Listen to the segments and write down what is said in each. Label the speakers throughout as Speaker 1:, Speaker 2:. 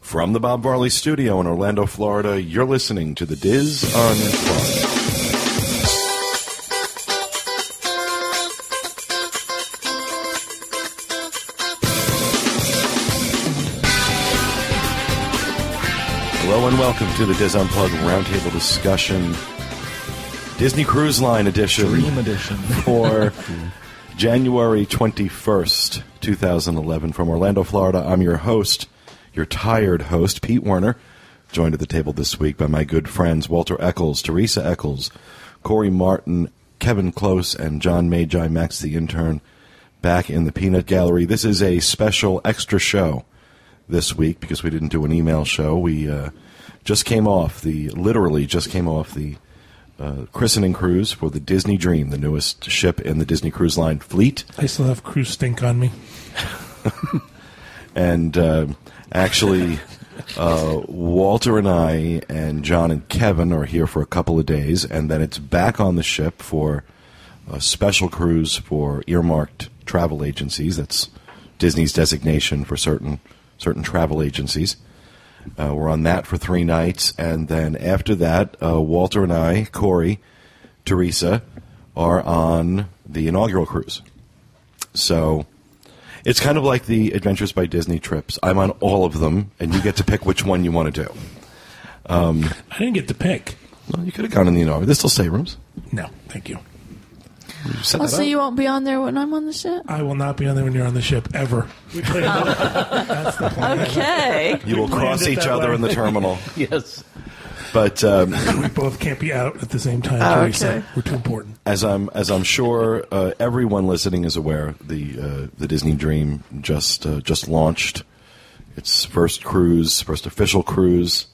Speaker 1: From the Bob Varley Studio in Orlando, Florida, you're listening to The Diz on Fun. Hello and welcome to the Diz Unplugged Roundtable Discussion Disney Cruise Line Edition.
Speaker 2: Dream Edition.
Speaker 1: for January 21st, 2011, from Orlando, Florida. I'm your host, your tired host, Pete Werner, joined at the table this week by my good friends Walter Eccles, Teresa Eccles, Corey Martin, Kevin Close, and John Magi, Max the intern, back in the Peanut Gallery. This is a special extra show this week because we didn't do an email show. We uh, just came off the, literally just came off the uh, christening cruise for the Disney Dream, the newest ship in the Disney Cruise Line fleet.
Speaker 2: I still have cruise stink on me.
Speaker 1: And uh, actually, uh, Walter and I and John and Kevin are here for a couple of days, and then it's back on the ship for a special cruise for earmarked travel agencies. That's Disney's designation for certain certain travel agencies. Uh, we're on that for three nights, and then after that, uh, Walter and I, Corey, Teresa, are on the inaugural cruise. So it's kind of like the Adventures by Disney trips. I'm on all of them, and you get to pick which one you want to do.
Speaker 2: I didn't get to pick.
Speaker 1: Well, you could have gone in the inaugural. There's still staterooms.
Speaker 2: No, thank you.
Speaker 1: You set
Speaker 3: Oh,
Speaker 1: that
Speaker 3: so
Speaker 1: up.
Speaker 3: you won't be on there when I'm on the ship?
Speaker 2: I will not be on there when you're on the ship ever. We played
Speaker 3: Oh.
Speaker 2: That's the plan.
Speaker 3: Okay.
Speaker 1: You will
Speaker 2: planned
Speaker 1: cross
Speaker 2: it
Speaker 1: each
Speaker 2: that
Speaker 1: other
Speaker 2: way.
Speaker 1: in the terminal.
Speaker 4: Yes.
Speaker 1: But um,
Speaker 2: We both can't be out at the same time,
Speaker 3: Oh,
Speaker 2: Teresa.
Speaker 3: okay.
Speaker 2: We're too important.
Speaker 1: as I'm as I'm sure uh, everyone listening is aware, the uh, the Disney Dream just uh, just launched its first cruise, first official cruise,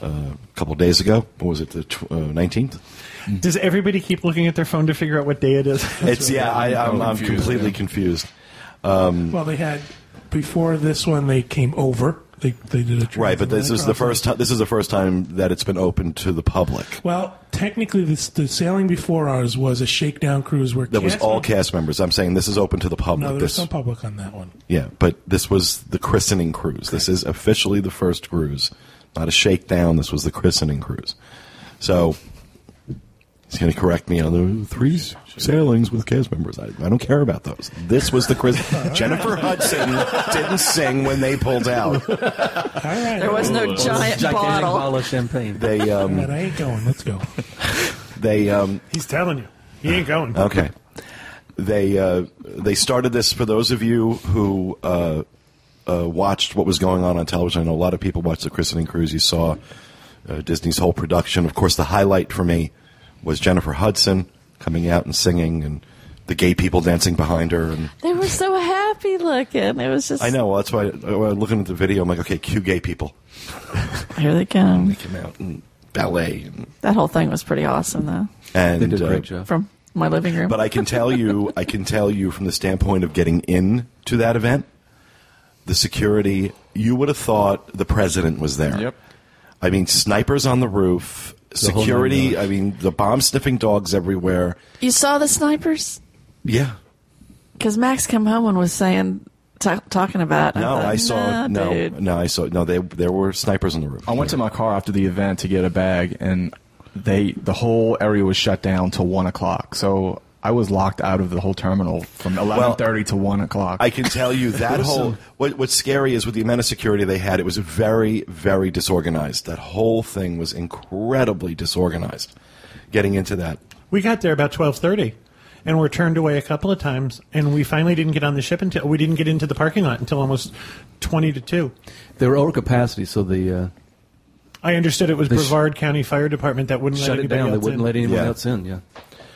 Speaker 1: uh, a couple days ago. What was it, the uh, nineteenth?
Speaker 5: Does everybody keep looking at their phone to figure out what day it is?
Speaker 1: it's yeah. I, I'm, I'm completely confused.
Speaker 2: Well, they had before this one. They came over. They they did a
Speaker 1: Right, but this
Speaker 2: transatlantic
Speaker 1: is the
Speaker 2: crossing.
Speaker 1: first time. This is the first time that it's been open to the public.
Speaker 2: Well, technically, this, the sailing before ours was a shakedown cruise where
Speaker 1: That was all
Speaker 2: members-
Speaker 1: cast members. I'm saying this is open to the public.
Speaker 2: No, there was
Speaker 1: this,
Speaker 2: some public on that one.
Speaker 1: Yeah, but this was the christening cruise. This is officially the first cruise, not a shakedown. This was the christening cruise. So he's going to correct me on the three sailings with cast members. I, I don't care about those. This was the Chris. Jennifer Hudson didn't sing when they pulled out.
Speaker 2: All right,
Speaker 3: There was no giant bottle.
Speaker 4: of champagne.
Speaker 1: They
Speaker 2: But
Speaker 1: um,
Speaker 2: I ain't going. Let's go.
Speaker 1: they um,
Speaker 6: He's telling you. He ain't going.
Speaker 1: Okay. They uh, they started this for those of you who uh, uh, watched what was going on on television. I know a lot of people watched the christening cruise. You saw uh, Disney's whole production. Of course, the highlight for me was Jennifer Hudson coming out and singing, and the gay people dancing behind her. And
Speaker 3: They were so happy looking. It was just.
Speaker 1: I know well, that's why. I, when I'm looking at the video, I'm like, okay, cue gay people.
Speaker 3: Here they come.
Speaker 1: They came out and ballet, and,
Speaker 3: That whole thing was pretty awesome, though.
Speaker 1: and
Speaker 4: They did a
Speaker 1: uh,
Speaker 4: great job.
Speaker 3: From my living room.
Speaker 1: But I can tell you, I can tell you from the standpoint of getting in to that event, the security. You would have thought the president was there.
Speaker 4: Yep.
Speaker 1: I mean, snipers on the roof,
Speaker 4: whole nine
Speaker 1: security.
Speaker 4: yards.
Speaker 1: I mean, the bomb sniffing dogs everywhere.
Speaker 3: you saw the snipers?
Speaker 1: Yeah.
Speaker 3: Because Max come home and was saying, ta talking about.
Speaker 1: No,
Speaker 3: thought,
Speaker 1: I saw.
Speaker 3: "Nah,
Speaker 1: no,
Speaker 3: dude."
Speaker 1: no, I saw. No, they there were snipers on the roof.
Speaker 7: I went to my car after the event to get a bag, and they the whole area was shut down till one o'clock. So I was locked out of the whole terminal from eleven thirty to one o'clock.
Speaker 1: I can tell you that whole what, what's scary is with the amount of security they had, it was very, very disorganized. That whole thing was incredibly disorganized. Getting into that,
Speaker 6: We got there about twelve thirty, and were turned away a couple of times. And we finally didn't get on the ship until we didn't get into the parking lot until almost twenty to two.
Speaker 4: They were over capacity, so they uh,
Speaker 6: I understood it was
Speaker 4: They sh-
Speaker 6: Brevard County Fire Department that wouldn't
Speaker 4: shut
Speaker 6: let
Speaker 4: it
Speaker 6: anybody
Speaker 4: down. They
Speaker 6: else
Speaker 4: wouldn't
Speaker 6: in.
Speaker 4: let anyone
Speaker 1: Yeah.
Speaker 4: else in. Yeah.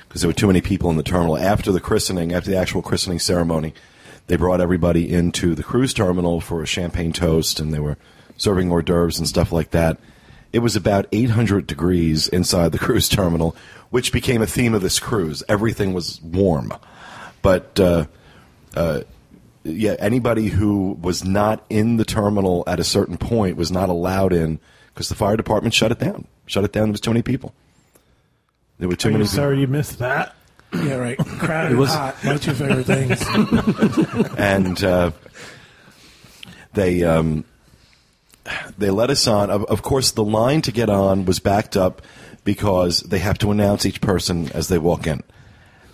Speaker 1: because there were too many people in the terminal. After the christening, after the actual christening ceremony, they brought everybody into the cruise terminal for a champagne toast, and they were serving hors d'oeuvres and stuff like that. It was about 800 degrees inside the cruise terminal, which became a theme of this cruise. Everything was warm, but uh, uh, yeah, anybody who was not in the terminal at a certain point was not allowed in because the fire department shut it down. Shut it down. There was too many people. There were too
Speaker 6: Are
Speaker 1: many.
Speaker 6: you
Speaker 1: people.
Speaker 6: sorry you missed that?
Speaker 2: Yeah, right. Crowded,
Speaker 4: was-
Speaker 2: hot. My two favorite things.
Speaker 1: and uh, they um, they let us on. Of, of course, the line to get on was backed up because they have to announce each person as they walk in.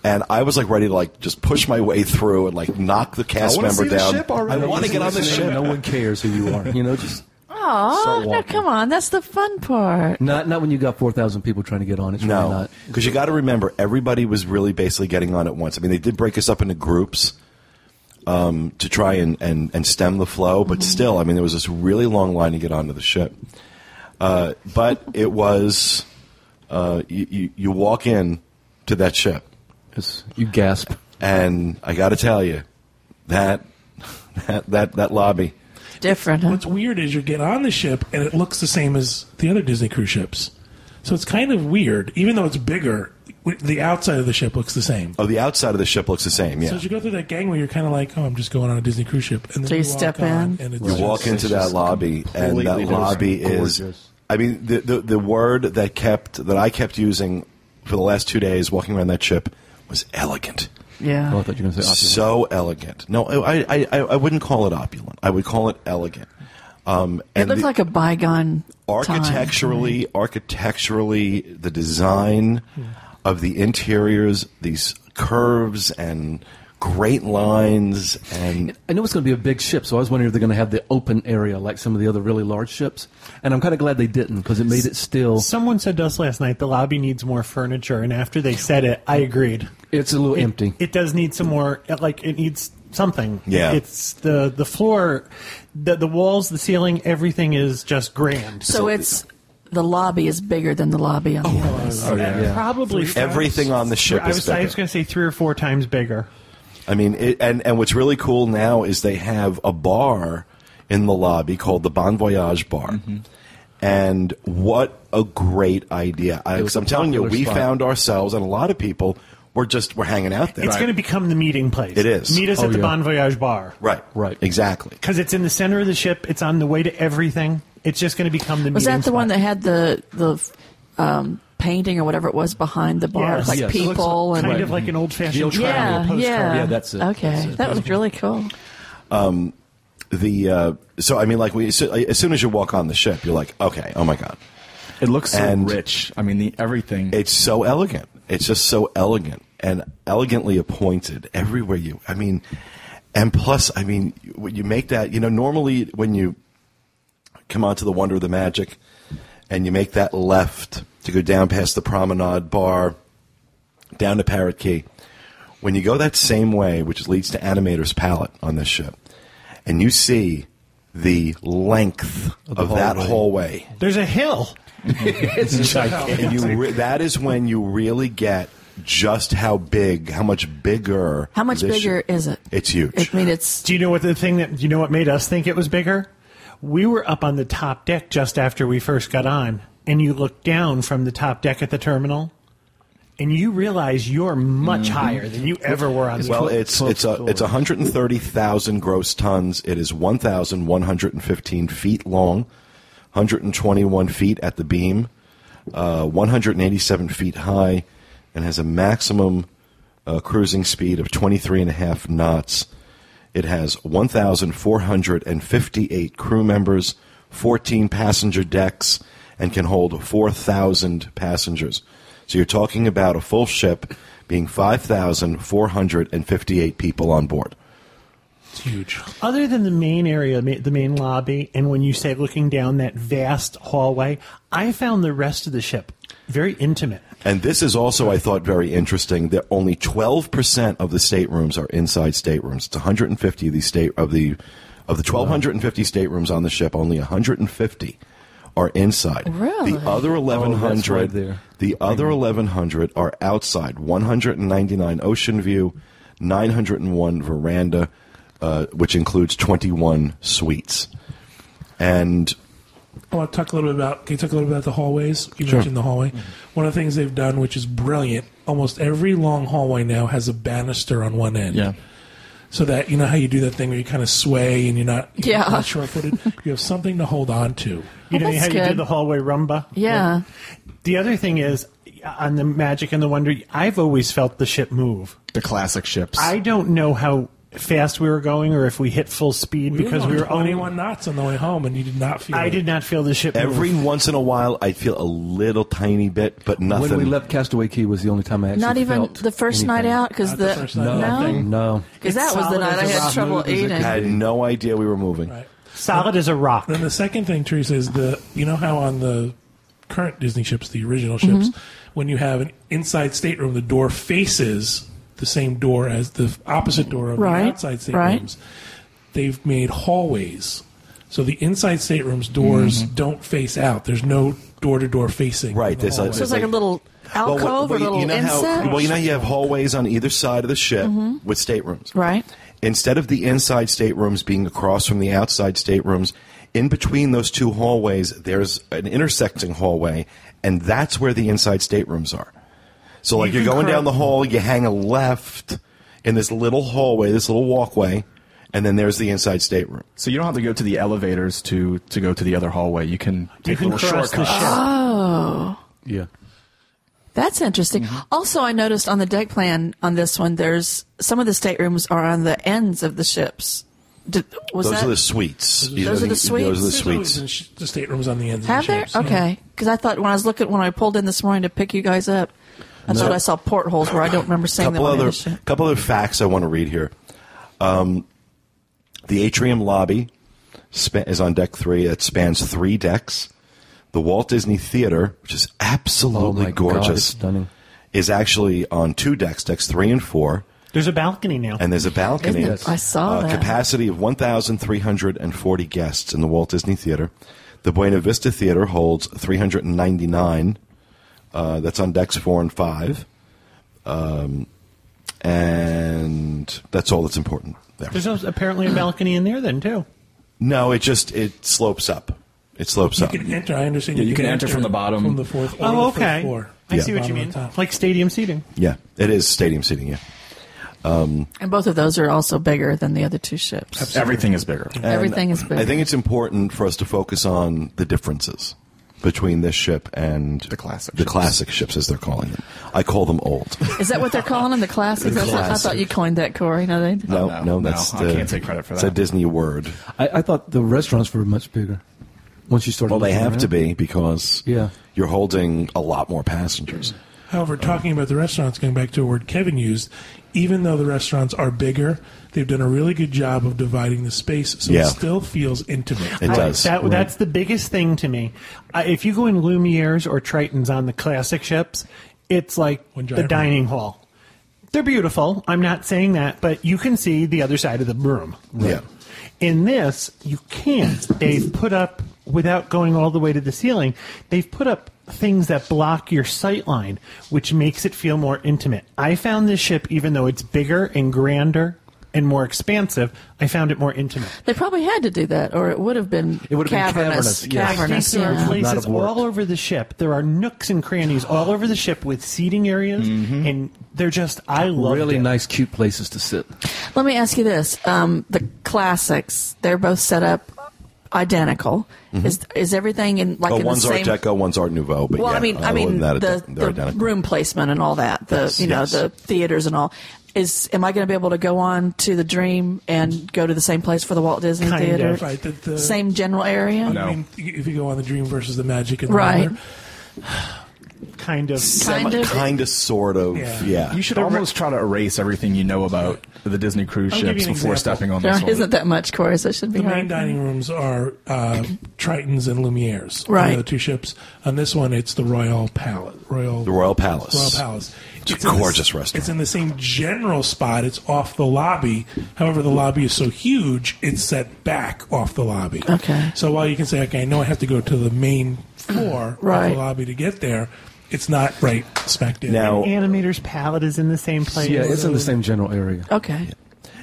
Speaker 1: And I was like ready to like just push my way through and like knock the cast
Speaker 7: wanna
Speaker 1: member
Speaker 7: see the
Speaker 1: down.
Speaker 7: ship already.
Speaker 1: I want to
Speaker 7: Just
Speaker 1: get on the
Speaker 7: listening.
Speaker 1: ship.
Speaker 4: No one cares who you are. You know, just
Speaker 3: Oh,
Speaker 4: Start
Speaker 3: no,
Speaker 4: walking.
Speaker 3: come on. That's the fun part.
Speaker 4: not not when you got four thousand people trying to get on. It's really
Speaker 1: No,
Speaker 4: not.
Speaker 1: because you got to remember, everybody was really basically getting on at once. I mean, they did break us up into groups um, to try and, and, and stem the flow, but still, I mean, there was this really long line to get onto the ship. Uh, but it was uh, you, you, you walk in to that ship,
Speaker 4: It's, you gasp.
Speaker 1: and I got to tell you that that that, that lobby.
Speaker 3: Different. Huh?
Speaker 2: What's weird is you get on the ship and it looks the same as the other Disney cruise ships. So it's kind of weird, even though it's bigger. w- The outside of the ship looks the same.
Speaker 1: Oh, the outside of the ship looks the same.
Speaker 2: So
Speaker 1: Yeah,
Speaker 2: as you go through that gangway, you're kind of like, "Oh, I'm just going on a Disney cruise ship." And then
Speaker 3: So you
Speaker 2: walk
Speaker 3: step
Speaker 2: on
Speaker 3: in?
Speaker 2: and it's
Speaker 1: you
Speaker 2: just-
Speaker 1: walk into
Speaker 7: It's
Speaker 1: that
Speaker 7: just
Speaker 1: lobby and that
Speaker 7: completely
Speaker 1: lobby
Speaker 7: different.
Speaker 1: is
Speaker 4: Gorgeous.
Speaker 1: i mean the, the the word that kept that i kept using for the last two days walking around that ship was elegant
Speaker 4: Oh, I
Speaker 3: Yeah.
Speaker 4: thought you were going to say opulent.
Speaker 1: so elegant no I, I i i wouldn't call it opulent i would call it elegant um
Speaker 3: It
Speaker 1: and
Speaker 3: looked
Speaker 1: the-
Speaker 3: like a bygone
Speaker 1: architecturally architecturally the design
Speaker 3: Hmm.
Speaker 1: of the interiors these curves and great lines and
Speaker 4: I know it's going to be a big ship, so I was wondering if they're going to have the open area like some of the other really large ships. And I'm kind of glad they didn't because it made it still.
Speaker 6: Someone said to us last night the lobby needs more furniture, and after they said it, I agreed.
Speaker 4: It's a little
Speaker 6: It-
Speaker 4: empty.
Speaker 6: It does need some more. it- Like it needs something.
Speaker 1: Yeah.
Speaker 6: It's the the floor, the the walls, the ceiling, everything is just grand.
Speaker 3: So, it's the lobby is bigger than the lobby
Speaker 1: Oh,
Speaker 3: on the other.
Speaker 7: Oh,
Speaker 6: So that
Speaker 4: yeah.
Speaker 6: probably five-
Speaker 1: everything on the ship
Speaker 6: I
Speaker 1: is
Speaker 6: was, I
Speaker 1: bigger.
Speaker 6: was going to say three or four times bigger.
Speaker 1: I mean, it, and and what's really cool now is they have a bar in the lobby called the Bon Voyage Bar.
Speaker 4: Mm-hmm.
Speaker 1: And what a great idea! I,
Speaker 4: It was
Speaker 1: 'cause I'm
Speaker 4: a
Speaker 1: telling you,
Speaker 4: popular
Speaker 1: we
Speaker 4: spot.
Speaker 1: found ourselves, and a lot of people were just were hanging out there.
Speaker 6: It's going to become the meeting place.
Speaker 1: It is.
Speaker 6: Meet us
Speaker 4: Oh,
Speaker 6: at the
Speaker 4: yeah.
Speaker 6: Bon Voyage bar.
Speaker 1: right,
Speaker 4: Right.
Speaker 1: exactly.
Speaker 6: Because it's in the center of the ship. It's on the way to everything. It's just going to become the.
Speaker 3: Was
Speaker 6: meeting
Speaker 3: that the one
Speaker 6: spot.
Speaker 3: that had the the um, painting or whatever it was behind the bar,
Speaker 6: Yes.
Speaker 3: like
Speaker 4: Yes.
Speaker 3: people
Speaker 6: Looks
Speaker 3: and
Speaker 6: kind of like an old
Speaker 4: The
Speaker 6: fashioned
Speaker 4: old triangle
Speaker 3: yeah,
Speaker 6: travel
Speaker 3: yeah,
Speaker 6: postcard.
Speaker 4: Yeah, that's it.
Speaker 3: Okay,
Speaker 4: That's it.
Speaker 3: that was really cool.
Speaker 1: The uh, so I mean, like we so, as soon as you walk on the ship, you're like, okay, oh my god,
Speaker 7: It looks so
Speaker 1: And-
Speaker 7: rich. I mean, the everything.
Speaker 1: it's so elegant. It's just so elegant and elegantly appointed everywhere you. I mean, and plus, I mean, when you make that, you know, normally when you come onto the Wonder of the Magic and you make that left to go down past the Promenade Bar, down to Parrot Key, when you go that same way, which leads to Animator's Palette on this ship, and you see the length of,
Speaker 4: the
Speaker 1: that
Speaker 4: hallway.
Speaker 1: hallway
Speaker 6: There's a hill.
Speaker 4: it's
Speaker 1: and you re- that is when you really get just how big, how much bigger.
Speaker 3: How much
Speaker 1: this
Speaker 3: bigger
Speaker 1: ship-
Speaker 3: is it?
Speaker 1: It's huge.
Speaker 3: I mean, it's
Speaker 6: Do you know what the thing that do you know what made us think it was bigger? We were up on the top deck just after we first got on, and you look down from the top deck at the terminal, and you realize you're much higher than you ever were on. the
Speaker 1: Mm-hmm. well,
Speaker 6: top.
Speaker 1: it's
Speaker 4: twelve
Speaker 1: it's a,
Speaker 4: stories.
Speaker 1: it's 130,000 gross tons. It is 1,115 feet long, 121 feet at the beam, uh, 187 feet high, and has a maximum uh, cruising speed of 23 and a half knots. It has 1,458 crew members, 14 passenger decks, and can hold 4,000 passengers. So you're talking about a full ship being 5,458 people on board.
Speaker 2: It's huge.
Speaker 6: Other than the main area, ma- the main lobby, and when you say looking down that vast hallway, I found the rest of the ship very intimate.
Speaker 1: And this is also, I thought, very interesting that only 12% of the staterooms are inside staterooms. It's 150 of the state of the of the 1250 staterooms on the ship, only 150 are inside.
Speaker 3: Really?
Speaker 1: The other 1100
Speaker 4: Oh, right there.
Speaker 1: the other 1100 are outside. 199 Ocean View, 901 Veranda, uh, which includes 21 suites. And
Speaker 2: I want to talk a little bit about. Can you talk a little bit about the hallways? You mentioned the hallway.
Speaker 1: Mm-hmm.
Speaker 2: One of the things they've done, which is brilliant, almost every long hallway now has a banister on one end.
Speaker 7: yeah.
Speaker 2: So that you know how you do that thing where you kind of sway and you're not you're
Speaker 3: Yeah.
Speaker 2: not sure-footed. you have something to hold on to.
Speaker 6: You know
Speaker 3: Well,
Speaker 6: how
Speaker 3: Oh, that's
Speaker 6: you did
Speaker 3: good.
Speaker 6: the hallway rumba?
Speaker 3: yeah.
Speaker 6: The other thing is on the magic and the wonder. I've always felt the ship move.
Speaker 7: The classic ships.
Speaker 6: I don't know how fast we were going or if we hit full speed
Speaker 2: We
Speaker 6: because we were
Speaker 2: only
Speaker 6: only
Speaker 2: one knots on the way home, and you did not feel.
Speaker 6: I
Speaker 2: it.
Speaker 6: did not feel the ship move.
Speaker 1: Every once in a while, I feel a little tiny bit, but nothing.
Speaker 4: When we left Castaway Key was the only time I actually
Speaker 3: Not even
Speaker 4: felt
Speaker 3: the first night
Speaker 4: anything.
Speaker 3: out because
Speaker 2: Not the
Speaker 3: the,
Speaker 2: first night out.
Speaker 3: no,
Speaker 4: No.
Speaker 3: because that
Speaker 6: It's
Speaker 3: was the
Speaker 6: solid
Speaker 3: night
Speaker 6: as
Speaker 3: I
Speaker 6: a
Speaker 3: had
Speaker 6: rock.
Speaker 3: trouble
Speaker 6: Smooth as a
Speaker 3: eating.
Speaker 1: had no idea we were moving.
Speaker 2: Right.
Speaker 6: solid as a rock.
Speaker 2: And the second thing, Teresa, is the you know how on the current Disney ships, the original
Speaker 3: Mm-hmm.
Speaker 2: ships, when you have an inside stateroom, the door faces the same door as the opposite door of
Speaker 3: Right,
Speaker 2: the outside
Speaker 3: right.
Speaker 2: staterooms. They've made hallways. So the inside staterooms doors
Speaker 3: Mm-hmm.
Speaker 2: don't face out. There's no door to door facing.
Speaker 1: Right,
Speaker 2: in the
Speaker 1: there's a-
Speaker 2: hallway.
Speaker 3: So it's like a little
Speaker 1: Well,
Speaker 3: alcove
Speaker 1: what-
Speaker 3: or
Speaker 1: well,
Speaker 3: a little
Speaker 1: you know how-
Speaker 3: inset,
Speaker 1: well, you know, you have hallways on either side of the ship with staterooms.
Speaker 3: Mm-hmm. right?
Speaker 1: Instead of the inside staterooms being across from the outside staterooms, in between those two hallways, there's an intersecting hallway, and that's where the inside staterooms are. So, like,
Speaker 2: You
Speaker 1: you are
Speaker 2: can
Speaker 1: going
Speaker 2: cor-
Speaker 1: down the hall, you hang a left in this little hallway, this little walkway, and then there's the inside stateroom.
Speaker 7: So you don't have to go to the elevators to to go to the other hallway. You can
Speaker 6: You
Speaker 7: take
Speaker 6: can
Speaker 7: little
Speaker 6: cross the
Speaker 7: shortcuts.
Speaker 6: ship.
Speaker 4: Yeah.
Speaker 3: That's interesting. Also, I noticed on the deck plan on this one, there's some of the staterooms are on the ends of the ships. Did, was
Speaker 1: Those
Speaker 3: that
Speaker 1: are the suites. You know,
Speaker 3: Those are
Speaker 1: Those are
Speaker 3: the
Speaker 1: the
Speaker 3: suites?
Speaker 2: There's always
Speaker 1: suites.
Speaker 2: been sh- the staterooms on the ends.
Speaker 3: have
Speaker 2: of the
Speaker 3: there?
Speaker 2: ships.
Speaker 3: Okay, because I thought when I was looking when I pulled in this morning to pick you guys up, I thought I saw portholes where I don't remember seeing them.
Speaker 1: couple
Speaker 3: on
Speaker 1: other
Speaker 3: any ship.
Speaker 1: couple other facts I want to read here. Um, the atrium lobby spa- is on deck three. It spans three decks. The Walt Disney Theater, which is absolutely
Speaker 4: Oh my God,
Speaker 1: gorgeous,
Speaker 4: it's stunning.
Speaker 1: is actually on two decks, decks three and four,
Speaker 6: There's a balcony now.
Speaker 1: and there's a balcony.
Speaker 3: Isn't it? I saw
Speaker 1: uh,
Speaker 3: that.
Speaker 1: capacity of 1,340 guests in the Walt Disney Theater. The Buena Vista Theater holds 399. Uh, that's on decks four and five. Um, and that's all that's important there.
Speaker 6: There's also apparently a balcony in there then too.
Speaker 1: No, it just it slopes up. It slopes
Speaker 2: You
Speaker 1: up.
Speaker 2: can enter. I understand.
Speaker 7: Yeah, you can enter from the bottom.
Speaker 2: from the fourth. or
Speaker 6: Oh,
Speaker 2: the fifth
Speaker 6: okay.
Speaker 2: floor.
Speaker 6: I
Speaker 1: Yeah.
Speaker 6: see what you
Speaker 2: Bottom or
Speaker 6: mean.
Speaker 2: top.
Speaker 6: Like stadium seating.
Speaker 1: yeah, it is stadium seating. Yeah,
Speaker 3: And both of those are also bigger than the other two ships.
Speaker 7: Everything is bigger.
Speaker 3: Everything is bigger.
Speaker 1: I think it's important for us to focus on the differences between this ship and the
Speaker 7: classic
Speaker 1: the
Speaker 7: ships.
Speaker 1: classic ships as they're calling them. I call them old.
Speaker 3: Is that what they're calling them? The classics? That's what- I thought you coined that, Corey. No, they didn't.
Speaker 1: No,
Speaker 7: no,
Speaker 1: no,
Speaker 7: no,
Speaker 1: that's
Speaker 7: I
Speaker 1: the,
Speaker 7: can't take credit for
Speaker 1: it's
Speaker 7: that.
Speaker 1: a Disney word.
Speaker 4: I, I thought the restaurants were much bigger once you started.
Speaker 1: Well, they
Speaker 4: looking
Speaker 1: have to
Speaker 4: around.
Speaker 1: be because
Speaker 4: Yeah.
Speaker 1: you're holding a lot more passengers.
Speaker 2: However, talking about the restaurants, going back to a word Kevin used, even though the restaurants are bigger, they've done a really good job of dividing the space, so
Speaker 1: Yeah.
Speaker 2: it still feels intimate.
Speaker 1: It
Speaker 6: I-
Speaker 1: does.
Speaker 6: That, That's the biggest thing to me. I if you go in Lumiere's or Triton's on the classic ships, it's like
Speaker 2: One
Speaker 6: the
Speaker 2: giant
Speaker 6: dining hall. They're beautiful. I'm not saying that, but you can see the other side of the room.
Speaker 1: Yeah.
Speaker 6: In this, you can't. They've put up, without going all the way to the ceiling, they've put up things that block your sight line, which makes it feel more intimate. I found this ship, even though it's bigger and grander and more expansive, I found it more intimate.
Speaker 3: They probably had to do that, or it would have been
Speaker 4: It would have been cavernous,
Speaker 3: cavernous.
Speaker 4: yes. I
Speaker 6: I think
Speaker 3: Cavernous,
Speaker 6: there
Speaker 3: yeah.
Speaker 6: are places
Speaker 4: Not a wart.
Speaker 6: all over the ship. There are nooks and crannies all over the ship with seating areas,
Speaker 1: Mm-hmm.
Speaker 6: and they're just I love
Speaker 4: Really
Speaker 6: it.
Speaker 4: nice, cute places to sit.
Speaker 3: Let me ask you this: um, the classics, they're both set up identical. Is is everything in like
Speaker 1: Well,
Speaker 3: in the
Speaker 1: one's
Speaker 3: same?
Speaker 1: Art Deco, one's Art Nouveau. But
Speaker 3: well,
Speaker 1: yeah, Oh,
Speaker 3: I mean, I
Speaker 1: other
Speaker 3: mean
Speaker 1: than that,
Speaker 3: the,
Speaker 1: they're
Speaker 3: the
Speaker 1: identical.
Speaker 3: room placement and all that. The
Speaker 1: Yes,
Speaker 3: you know
Speaker 1: yes.
Speaker 3: the theaters and all. Is am I going to be able to go on to the Dream and go to the same place for the Walt Disney
Speaker 6: Kind
Speaker 3: Theater?
Speaker 6: of,
Speaker 2: right, the- the-
Speaker 3: same general area.
Speaker 2: I mean, if you go on the dream versus the magic and the
Speaker 3: Right.
Speaker 2: other,
Speaker 6: kind of.
Speaker 3: Kind of.
Speaker 1: kind of, sort of. Yeah.
Speaker 2: Yeah.
Speaker 7: You should almost try to erase everything you know about the Disney cruise
Speaker 2: I'll give you
Speaker 7: ships
Speaker 2: an
Speaker 7: before
Speaker 2: example.
Speaker 7: stepping on
Speaker 3: There
Speaker 7: this one.
Speaker 3: isn't that much, Corey, so it should be
Speaker 2: the main
Speaker 3: hard.
Speaker 2: dining rooms are uh, Triton's and Lumiere's. on
Speaker 3: Right.
Speaker 2: The two ships. On this one, it's the Royal Palace. Royal.
Speaker 1: the Royal Palace.
Speaker 2: Royal Palace.
Speaker 1: It's a
Speaker 2: in the-
Speaker 1: gorgeous restaurant.
Speaker 2: It's in the same general spot. It's off the lobby. However, the lobby is so huge, it's set back off the lobby.
Speaker 3: Okay.
Speaker 2: So while you can say, okay, I know I have to go to the main floor of
Speaker 3: Right.
Speaker 2: the lobby to get there, it's not right smack down.
Speaker 1: Now,
Speaker 6: Animator's palette is in the same place.
Speaker 4: Yeah, it's in the same general area.
Speaker 3: Okay.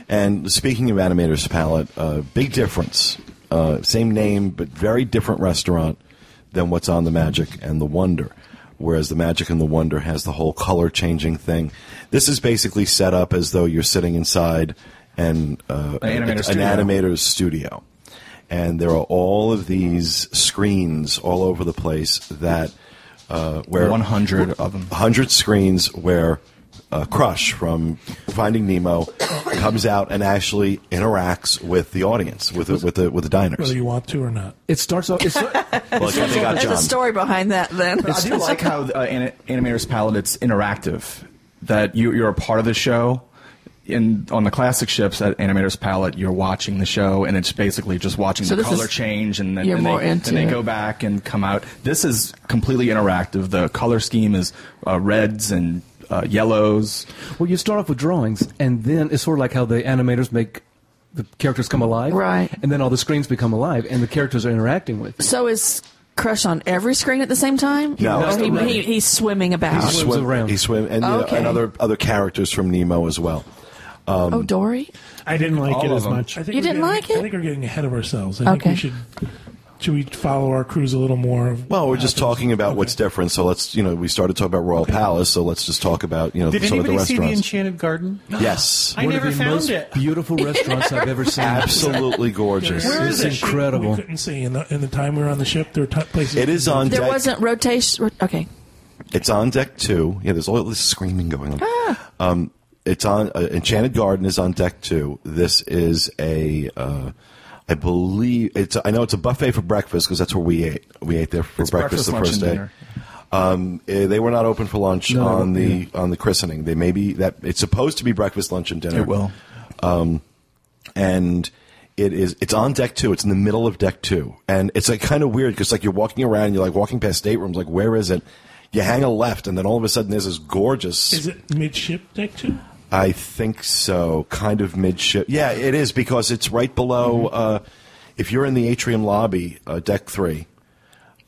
Speaker 1: And speaking of Animator's Palette, uh, big difference. Uh, same name, but very different restaurant than what's on the Magic and the Wonder. Whereas the Magic and the Wonder has the whole color changing thing. This is basically set up as though you're sitting inside and uh,
Speaker 7: An animator
Speaker 1: an
Speaker 7: studio.
Speaker 1: animator's studio. And there are all of these screens all over the place that uh, where
Speaker 7: 100 of them.
Speaker 1: 100 screens where uh, Crush from Finding Nemo comes out and actually interacts with the audience, with the, with the with the diners.
Speaker 2: whether you want to or not.
Speaker 4: It starts off. It's,
Speaker 1: Well, I think they got
Speaker 3: There's a
Speaker 1: John.
Speaker 3: story behind that then.
Speaker 7: I do like how uh, An- Animator's Palette it's interactive. That you you're a part of the show. In on the classic ships at Animator's Palette, you're watching the show, and it's basically just watching
Speaker 3: So
Speaker 7: the
Speaker 3: this
Speaker 7: color
Speaker 3: is-
Speaker 7: change, and then
Speaker 3: you're
Speaker 7: and
Speaker 3: more
Speaker 7: they,
Speaker 3: into
Speaker 7: and they
Speaker 3: it.
Speaker 7: go back and come out. This is completely interactive. The color scheme is uh, reds and uh, yellows.
Speaker 4: well, you start off with drawings, and then it's sort of like how the animators make the characters come alive.
Speaker 3: Right.
Speaker 4: And then all the screens become alive, and the characters are interacting with you.
Speaker 3: So is Crush on every screen at the same time?
Speaker 1: No.
Speaker 3: Or he, he, he's swimming about.
Speaker 4: He's swims around.
Speaker 1: He swim and, you know,
Speaker 3: Okay.
Speaker 1: and other other characters from Nemo as well.
Speaker 3: oh, Dory?
Speaker 6: I didn't like
Speaker 7: All
Speaker 6: it
Speaker 7: of
Speaker 6: as
Speaker 7: them.
Speaker 6: much.
Speaker 2: I think
Speaker 3: You
Speaker 2: we're getting-
Speaker 3: didn't like it?
Speaker 2: I think we're getting ahead of ourselves. I
Speaker 3: Okay.
Speaker 2: think we should. Should we follow our crews a little more? of
Speaker 1: Well, we're
Speaker 2: what
Speaker 1: just
Speaker 2: happens?
Speaker 1: talking about
Speaker 2: Okay.
Speaker 1: what's different. So let's, you know, we started talking about Royal Palace. So let's just talk about, you know,
Speaker 6: Did
Speaker 1: some of the
Speaker 6: anybody see the
Speaker 1: restaurants.
Speaker 6: Enchanted Garden?
Speaker 1: yes,
Speaker 6: I
Speaker 4: One
Speaker 6: never
Speaker 4: of the
Speaker 6: found
Speaker 4: most
Speaker 6: it.
Speaker 4: beautiful restaurants I've ever seen.
Speaker 1: absolutely gorgeous.
Speaker 6: Where is
Speaker 4: It's
Speaker 6: it?
Speaker 2: We
Speaker 4: incredible.
Speaker 2: couldn't see in the, in the time we were on the ship. There were t- places.
Speaker 1: It is on
Speaker 3: There
Speaker 1: deck.
Speaker 3: wasn't rotation. Okay.
Speaker 1: It's on deck two. Yeah, there's all this screaming going on. Um, it's on uh, Enchanted Garden is on deck two. This is a, uh, I believe it's. I know it's a buffet for breakfast because that's where we ate. We ate there for
Speaker 7: It's
Speaker 1: breakfast,
Speaker 7: breakfast,
Speaker 1: the
Speaker 7: lunch,
Speaker 1: first
Speaker 7: and
Speaker 1: day.
Speaker 7: dinner.
Speaker 1: Um, eh, they were not open for lunch
Speaker 4: No,
Speaker 1: on the
Speaker 4: yeah.
Speaker 1: on the christening. They maybe that it's supposed to be breakfast, lunch, and dinner.
Speaker 7: It will.
Speaker 1: and it is it's on deck two. It's in the middle of deck two, and it's like kind of weird because like you're walking around, and you're like walking past staterooms, like where is it? You hang a left, and then all of a sudden there's this gorgeous.
Speaker 2: Is it midship deck two?
Speaker 1: I think so, kind of midship. Yeah, it is because it's right below. Uh, if you're in the atrium lobby, uh, deck three,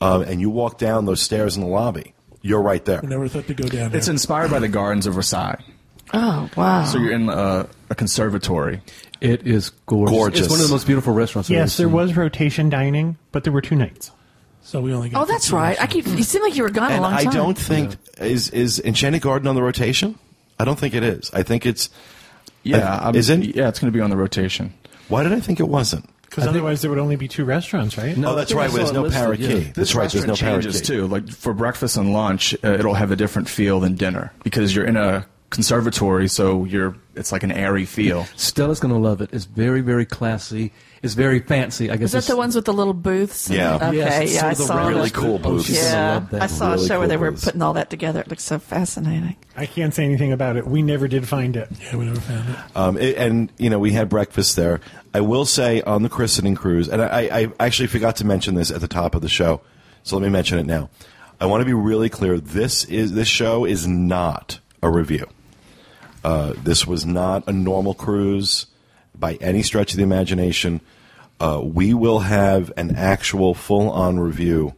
Speaker 1: um, and you walk down those stairs in the lobby, you're right there.
Speaker 2: I never thought to go down there.
Speaker 7: It's inspired by the gardens of Versailles.
Speaker 3: Oh, wow.
Speaker 7: So you're in a, a conservatory.
Speaker 4: It is gorgeous.
Speaker 1: Gorgeous.
Speaker 4: It's one of the most beautiful restaurants. I've
Speaker 6: Yes,
Speaker 4: ever
Speaker 6: there
Speaker 1: Mm-hmm.
Speaker 4: seen.
Speaker 6: was rotation dining, but there were two nights.
Speaker 2: so we only. Got
Speaker 3: oh, that's
Speaker 2: fifteen
Speaker 3: right. I
Speaker 2: minutes.
Speaker 3: keep. You seem like you were gone a
Speaker 1: And
Speaker 3: long
Speaker 1: I
Speaker 3: time.
Speaker 1: don't think is is Enchanted Garden on the rotation. I don't think it is. I think it's.
Speaker 7: Yeah,
Speaker 1: I- is it?
Speaker 7: Uh, Yeah, it's going to be on the rotation.
Speaker 1: Why did I think it wasn't?
Speaker 6: Because otherwise, there would only be two restaurants, right?
Speaker 1: oh, that's
Speaker 4: I
Speaker 1: right.
Speaker 4: saw
Speaker 1: There's
Speaker 4: it
Speaker 1: no
Speaker 4: listed,
Speaker 1: parrot
Speaker 4: yeah.
Speaker 1: key. That's right. There's
Speaker 7: Restaurant
Speaker 1: no parrot
Speaker 7: changes
Speaker 1: key.
Speaker 7: too. Like for breakfast and lunch, uh, it'll have a different feel than dinner because you're in a conservatory, so you're it's like an airy feel.
Speaker 4: Stella's going to love it. It's very, very classy. It's very fancy. I guess
Speaker 3: Is that
Speaker 4: it's,
Speaker 3: the ones with the little booths?
Speaker 1: Yeah.
Speaker 3: Okay.
Speaker 4: Yes, it's
Speaker 3: yeah,
Speaker 4: sort
Speaker 3: I
Speaker 4: of the
Speaker 3: saw.
Speaker 4: round-
Speaker 1: Really
Speaker 3: that.
Speaker 1: cool booths.
Speaker 4: she's gonna
Speaker 3: Yeah,
Speaker 4: love that.
Speaker 3: I saw
Speaker 1: Really
Speaker 3: a show where they
Speaker 1: cool
Speaker 3: were
Speaker 1: booths.
Speaker 3: putting all that together. It looks so fascinating.
Speaker 6: I can't say anything about it. We never did find it.
Speaker 2: Yeah, we never found it.
Speaker 1: Um, it, and you know, we had breakfast there. I will say on the christening cruise, and I, I actually forgot to mention this at the top of the show, so let me mention it now. I want to be really clear. This is this show is not a review. Uh, this was not a normal cruise by any stretch of the imagination. Uh, we will have an actual full-on review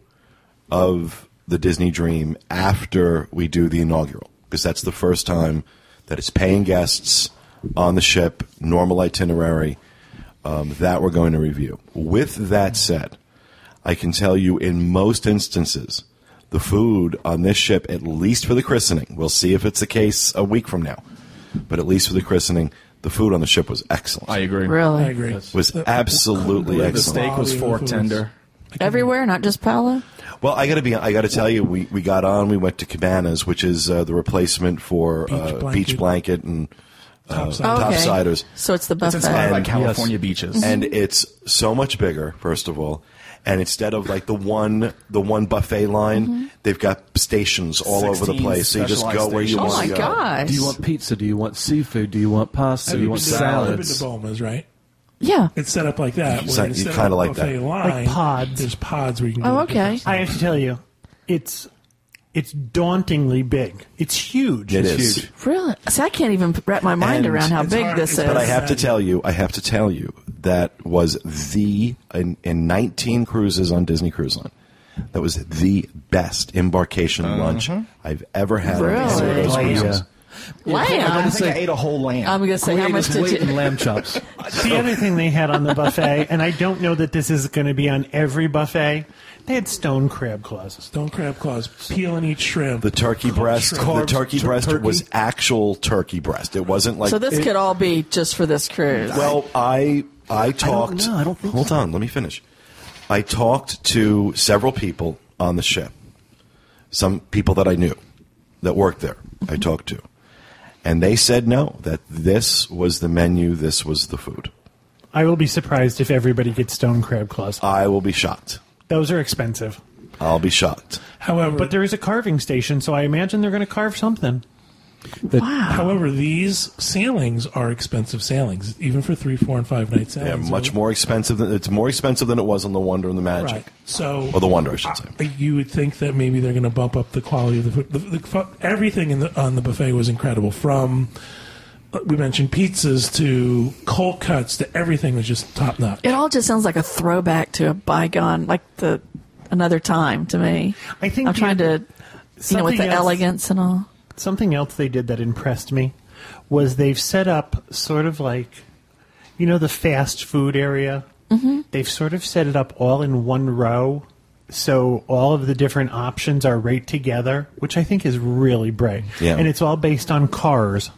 Speaker 1: of the Disney Dream after we do the inaugural because that's the first time that it's paying guests on the ship, normal itinerary um, that we're going to review. With that said, I can tell you in most instances, the food on this ship, at least for the christening, we'll see if it's the case a week from now, but at least for the christening, the food on the ship was excellent.
Speaker 7: I agree.
Speaker 3: Really,
Speaker 2: I agree.
Speaker 1: was absolutely
Speaker 7: The
Speaker 1: excellent.
Speaker 7: steak was
Speaker 2: Quality
Speaker 7: fork
Speaker 2: influence.
Speaker 7: tender.
Speaker 3: everywhere, not just Palo.
Speaker 1: Well, I gotta be. I gotta tell you, we, we got on. We went to Cabanas, which is uh, the replacement for
Speaker 2: Beach
Speaker 1: uh,
Speaker 2: blanket.
Speaker 1: beach blanket, and uh,
Speaker 2: Topside.
Speaker 3: Oh, okay.
Speaker 1: Topsiders.
Speaker 3: So it's the
Speaker 7: It's
Speaker 3: buffet.
Speaker 7: inspired by
Speaker 1: And-
Speaker 7: California beaches.
Speaker 1: and it's so much bigger. First of all, and instead of like the one the one buffet line,
Speaker 3: Mm-hmm.
Speaker 1: they've got stations all over the
Speaker 7: 16
Speaker 1: place. So you just go
Speaker 7: specialized
Speaker 1: where you
Speaker 7: stations.
Speaker 3: oh
Speaker 1: want
Speaker 3: my
Speaker 1: to go.
Speaker 3: gosh!
Speaker 4: Do you want pizza? Do you want seafood? Do you want pasta? Do you want
Speaker 2: I've been
Speaker 4: salads?
Speaker 2: to Boma's, right?
Speaker 3: yeah.
Speaker 2: It's set up like that.
Speaker 1: It's
Speaker 2: where
Speaker 1: like-
Speaker 2: instead
Speaker 1: kinda
Speaker 2: of a
Speaker 1: like that.
Speaker 2: buffet Line,
Speaker 6: Like pods.
Speaker 2: There's pods where you can.
Speaker 3: Oh,
Speaker 2: go
Speaker 3: okay.
Speaker 6: I have to tell you, it's it's dauntingly big. It's huge.
Speaker 1: It
Speaker 6: it's
Speaker 1: is.
Speaker 6: huge.
Speaker 3: Really? See, I can't even wrap my mind
Speaker 1: And
Speaker 3: around how
Speaker 2: it's
Speaker 3: big
Speaker 2: hard-
Speaker 3: this
Speaker 2: it's
Speaker 3: is.
Speaker 1: But I have to tell you, I have to tell you that was the in, in 19 cruises on Disney Cruise Line. That was the best embarkation
Speaker 4: Uh-huh.
Speaker 1: lunch I've ever had on any of
Speaker 3: Really?
Speaker 1: those
Speaker 4: Oh,
Speaker 1: cruises.
Speaker 4: yeah.
Speaker 7: I
Speaker 3: Lamb.
Speaker 7: think I ate a whole lamb.
Speaker 3: I'm going to say how much
Speaker 4: Greatest
Speaker 3: did
Speaker 4: weight
Speaker 3: you?
Speaker 4: in lamb chops.
Speaker 6: The other thing they had on the buffet, and I don't know that this is going to be on every buffet, they had stone crab claws.
Speaker 2: Stone crab claws, peeling each shrimp.
Speaker 1: The turkey breast, the
Speaker 4: Carbs,
Speaker 1: turkey
Speaker 4: tur-
Speaker 1: breast
Speaker 4: turkey?
Speaker 1: was actual turkey breast. It wasn't like
Speaker 3: So this could all be just for this cruise.
Speaker 1: Well, I I talked.
Speaker 4: know. I don't think
Speaker 1: Hold
Speaker 4: so.
Speaker 1: on, let me finish. I talked to several people on the ship, some people that I knew that worked there. I talked to, And they said no, that this was the menu, this was the food.
Speaker 6: I will be surprised if everybody gets stone crab claws.
Speaker 1: I will be shocked.
Speaker 6: Those are expensive.
Speaker 1: I'll be shocked.
Speaker 2: However,
Speaker 6: But there is a carving station, so I imagine they're going to carve something.
Speaker 2: however, these sailings are expensive sailings, even for three, four, and five night
Speaker 1: They're
Speaker 2: sailings.
Speaker 1: much more expensive than it's more expensive than it was on the Wonder and the Magic.
Speaker 2: Right. So,
Speaker 1: Or the Wonder, I should say.
Speaker 2: you would think that maybe they're going to bump up the quality of the food. The, the, fu- everything in the, on the buffet was incredible. From uh, we mentioned pizzas to cold cuts to everything was just top notch.
Speaker 3: It all just sounds like a throwback to a bygone, like the another time to me.
Speaker 6: I think
Speaker 3: I'm trying
Speaker 6: you-
Speaker 3: to, you know, with
Speaker 6: something
Speaker 3: the
Speaker 6: else-
Speaker 3: elegance and all.
Speaker 6: Something else they did that impressed me was they've set up sort of like, you know, the fast food area. Mm-hmm. They've sort of set it up all in one row, so all of the different options are right together, which I think is really bright.
Speaker 1: Yeah.
Speaker 6: And it's all based on cars.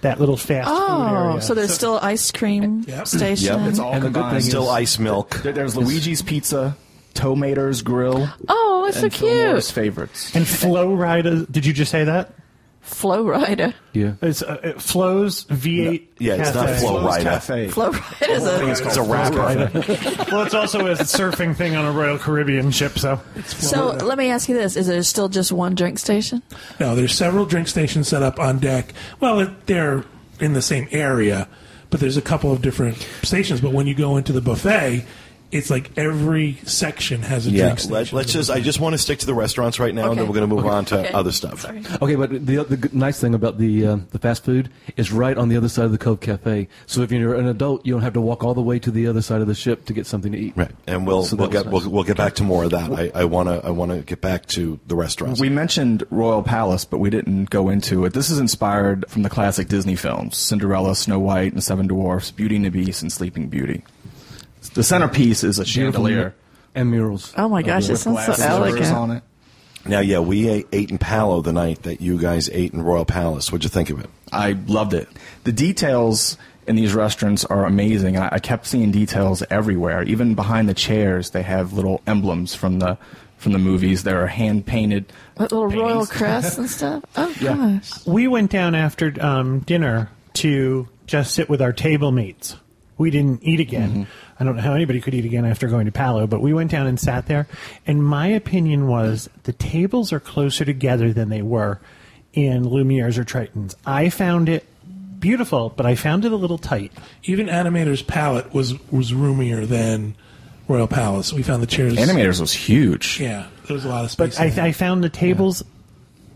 Speaker 6: That little fast food
Speaker 3: Oh,
Speaker 6: area.
Speaker 3: so there's still ice cream station.
Speaker 1: Yep,
Speaker 7: It's all
Speaker 4: And the good
Speaker 7: combined.
Speaker 4: thing
Speaker 1: Still
Speaker 4: is-
Speaker 1: ice milk.
Speaker 7: There- There's Luigi's Pizza, Tomater's Grill,
Speaker 3: oh, it's so
Speaker 7: and Fillmore's
Speaker 3: cute.
Speaker 7: favorites.
Speaker 6: and Flow Rida, did you just say that?
Speaker 3: Flow rider.
Speaker 4: Yeah.
Speaker 6: It's uh, it flows V8.
Speaker 1: Yeah, it's not
Speaker 6: Cafe.
Speaker 1: Flo
Speaker 7: Flo's
Speaker 1: Rida.
Speaker 7: Cafe.
Speaker 3: Flow rider is a
Speaker 1: It's a rapper.
Speaker 6: Well, it's also a surfing thing on a Royal Caribbean ship, so.
Speaker 3: So let me ask you this: Is there still just one drink station?
Speaker 2: No, there's several drink stations set up on deck. Well, it- they're in the same area, but there's a couple of different stations. But when you go into the buffet, it's like every section has a
Speaker 1: Yeah, let,
Speaker 2: drink station.
Speaker 1: let's just. I just want to stick to the restaurants right now, and then
Speaker 3: Okay.
Speaker 1: we're going to move on to
Speaker 3: Okay.
Speaker 1: Uh, other stuff.
Speaker 3: Sorry.
Speaker 4: Okay, but the, the good- nice thing about the uh, the fast food is right on the other side of the Cove Cafe. So if you're an adult, you don't have to walk all the way to the other side of the ship to get something to eat.
Speaker 1: Right, and we'll
Speaker 4: So that
Speaker 1: we'll
Speaker 4: was
Speaker 1: get
Speaker 4: nice.
Speaker 1: we'll, we'll get back to more of that. I, I wanna I wanna get back to the restaurants.
Speaker 7: We mentioned Royal Palace, but we didn't go into it. This is inspired from the classic Disney films Cinderella, Snow White, and Seven Dwarfs, Beauty and the Beast, and Sleeping Beauty. The centerpiece is a
Speaker 4: Beautiful
Speaker 7: chandelier.
Speaker 4: and murals.
Speaker 3: Oh my gosh, it
Speaker 7: with
Speaker 3: sounds
Speaker 7: glass
Speaker 3: so
Speaker 7: slivers on
Speaker 3: elegant.
Speaker 7: it.
Speaker 1: now, yeah, we ate, ate in Palo the night that you guys ate in Royal Palace. What'd you think of it?
Speaker 7: I loved it. The details in these restaurants are amazing. I, I kept seeing details everywhere. Even behind the chairs, they have little emblems from the from the movies. There are hand painted.
Speaker 3: With little royal crests and stuff. Oh gosh.
Speaker 6: We went down after um, dinner to just sit with our table mates. We didn't eat again. I don't know how anybody could eat again after going to Palo, but we went down and sat there. And my opinion was the tables are closer together than they were in Lumiere's or Triton's. I found it beautiful, but I found it a little tight.
Speaker 2: Even Animator's Palette was was roomier than Royal Palace. We found the chairs.
Speaker 7: Animators was huge.
Speaker 2: Yeah, there was a lot of space.
Speaker 6: But I,
Speaker 2: in there.
Speaker 6: I found the tables.